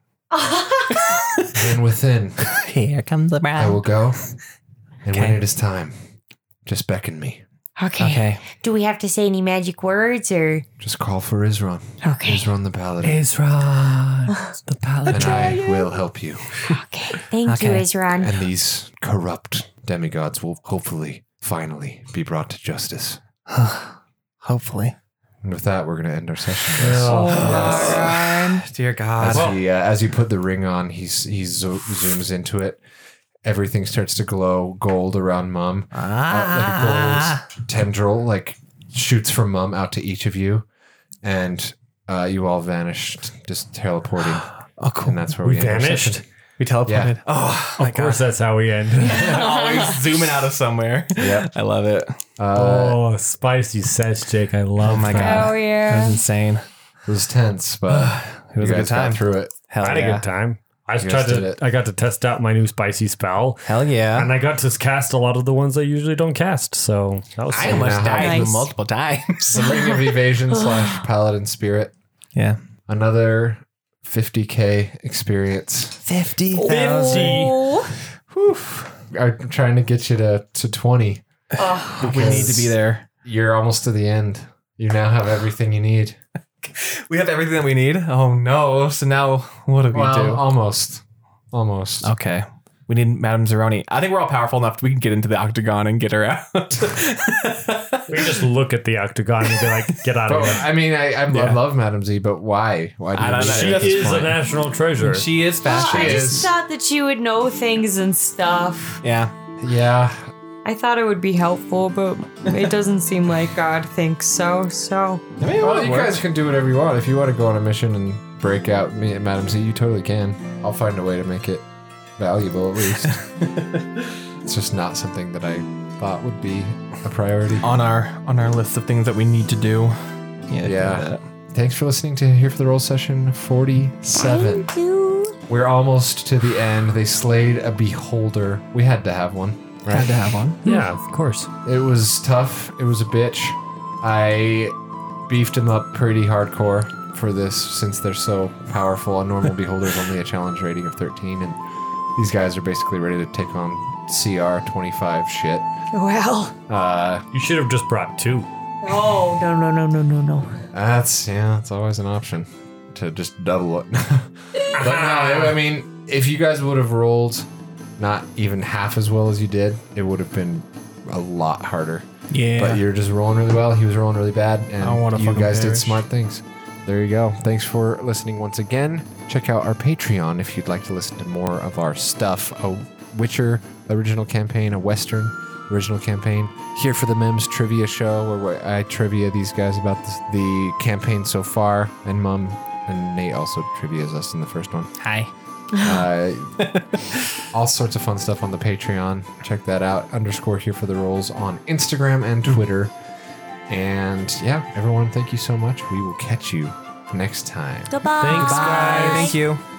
[SPEAKER 1] And within,
[SPEAKER 5] Here comes the
[SPEAKER 1] I will go. And when
[SPEAKER 5] Okay.
[SPEAKER 1] it is time, just beckon me.
[SPEAKER 6] Okay.
[SPEAKER 5] Okay.
[SPEAKER 6] Do we have to say any magic words or?
[SPEAKER 1] Just call for Isron.
[SPEAKER 6] Okay.
[SPEAKER 1] Isron the paladin.
[SPEAKER 5] Isra, the paladin.
[SPEAKER 1] And I will help you.
[SPEAKER 6] Okay. Thank you,
[SPEAKER 5] Okay.
[SPEAKER 6] Isran.
[SPEAKER 1] And these corrupt demigods will hopefully, finally, be brought to justice.
[SPEAKER 5] Hopefully.
[SPEAKER 1] And with that, we're going to end our session.
[SPEAKER 5] Dear God.
[SPEAKER 1] Oh, As he uh, as you put the ring on, he's he zo- zooms into it. Everything starts to glow gold around Mum. Uh,
[SPEAKER 5] ah.
[SPEAKER 1] like a gold tendril like shoots from Mum out to each of you, and uh, you all vanished, just teleporting.
[SPEAKER 5] Oh, cool.
[SPEAKER 1] And that's where
[SPEAKER 2] We
[SPEAKER 1] we, end our session.
[SPEAKER 2] vanished.
[SPEAKER 5] We teleported.
[SPEAKER 1] Yeah.
[SPEAKER 5] Oh,
[SPEAKER 2] Of course, that's how we end.
[SPEAKER 5] Always zooming out of somewhere.
[SPEAKER 1] Yep.
[SPEAKER 5] I love it.
[SPEAKER 1] Uh,
[SPEAKER 2] oh, spicy sesh, Jake. I love.
[SPEAKER 5] Oh my
[SPEAKER 2] that.
[SPEAKER 5] God. That
[SPEAKER 6] yeah.
[SPEAKER 5] was insane.
[SPEAKER 1] It was tense, but
[SPEAKER 5] It was
[SPEAKER 1] you
[SPEAKER 5] a good
[SPEAKER 1] guys got
[SPEAKER 5] time.
[SPEAKER 1] through it.
[SPEAKER 5] Hell
[SPEAKER 2] I had
[SPEAKER 5] yeah.
[SPEAKER 2] a good time. I
[SPEAKER 1] You
[SPEAKER 2] tried
[SPEAKER 1] guys did
[SPEAKER 2] to.
[SPEAKER 1] it.
[SPEAKER 2] I got to test out my new spicy spell,
[SPEAKER 5] Hell yeah.
[SPEAKER 2] and I got to cast a lot of the ones I usually don't cast. So that was.
[SPEAKER 5] I
[SPEAKER 2] fun.
[SPEAKER 5] almost died
[SPEAKER 6] Nice.
[SPEAKER 5] multiple times.
[SPEAKER 1] The ring of evasion slash paladin spirit.
[SPEAKER 5] yeah.
[SPEAKER 1] Another 50k experience.
[SPEAKER 5] 50.
[SPEAKER 1] I'm trying to get you to to 20.
[SPEAKER 5] We need to be there.
[SPEAKER 1] You're almost to the end. You now have everything you need.
[SPEAKER 5] We have everything that we need. Oh, no. So now what do we
[SPEAKER 1] Well,
[SPEAKER 5] do?
[SPEAKER 1] almost. Almost.
[SPEAKER 5] Okay. We need Madame Zeroni. I think we're all powerful enough. We can get into the octagon and get her out.
[SPEAKER 2] We can just look at the octagon and be like, "Get out
[SPEAKER 1] But,
[SPEAKER 2] of here."
[SPEAKER 1] I mean, I, I
[SPEAKER 5] Yeah.
[SPEAKER 1] love Madam Z, but why? Why do
[SPEAKER 5] I
[SPEAKER 1] you
[SPEAKER 5] don't
[SPEAKER 1] need
[SPEAKER 5] know.
[SPEAKER 1] her
[SPEAKER 5] She
[SPEAKER 1] at this
[SPEAKER 2] is a
[SPEAKER 1] point?
[SPEAKER 2] national treasure.
[SPEAKER 5] she is fast.
[SPEAKER 6] I
[SPEAKER 1] She
[SPEAKER 6] just
[SPEAKER 1] is.
[SPEAKER 6] thought that you would know things and stuff.
[SPEAKER 5] Yeah.
[SPEAKER 1] Yeah.
[SPEAKER 6] I thought it would be helpful, but it doesn't seem like God thinks so. So
[SPEAKER 5] I mean,
[SPEAKER 1] Well, you guys can do whatever you want. If you want to go on a mission and break out me and Madam Z, you totally can. I'll find a way to make it valuable, at least. it's just not something that I thought would be a priority.
[SPEAKER 5] on our on our list of things that we need to do. Yeah.
[SPEAKER 1] Yeah. Thanks for listening to Here for the Roll session 47. We're almost to the end. They slayed a beholder. We had to have one.
[SPEAKER 5] I had to have one.
[SPEAKER 16] Yeah, of course.
[SPEAKER 1] It was tough. It was a bitch. I beefed him up pretty hardcore for this since they're so powerful. A normal beholder is only a challenge rating of 13, and these guys are basically ready to take on CR 25 shit.
[SPEAKER 6] well.
[SPEAKER 1] Uh,
[SPEAKER 2] You should have just brought two.
[SPEAKER 6] Oh no no no no no no.
[SPEAKER 1] That's yeah, it's always an option to just double it. but no, I I mean, if you guys would have rolled not even half as well as you did, it would have been a lot harder.
[SPEAKER 5] Yeah.
[SPEAKER 1] But you're just rolling really well. He was rolling really bad, and
[SPEAKER 5] I wanna
[SPEAKER 1] you
[SPEAKER 5] fucking
[SPEAKER 1] guys did
[SPEAKER 5] perish.
[SPEAKER 1] smart things. there you go. Thanks for listening once again. Check out our Patreon if you'd like to listen to more of our stuff a Witcher original campaign, a Western original campaign. Here for the Mems trivia show where I trivia these guys about this, the campaign so far, and Mum and Nate also trivias us in the first one.
[SPEAKER 17] Hi.
[SPEAKER 1] Uh, all sorts of fun stuff on the Patreon. Check that out. Underscore here for the rolls on Instagram and Twitter. And yeah, everyone, thank you so much. We will catch you next time.
[SPEAKER 6] Goodbye.
[SPEAKER 5] Thanks, guys. Thank you.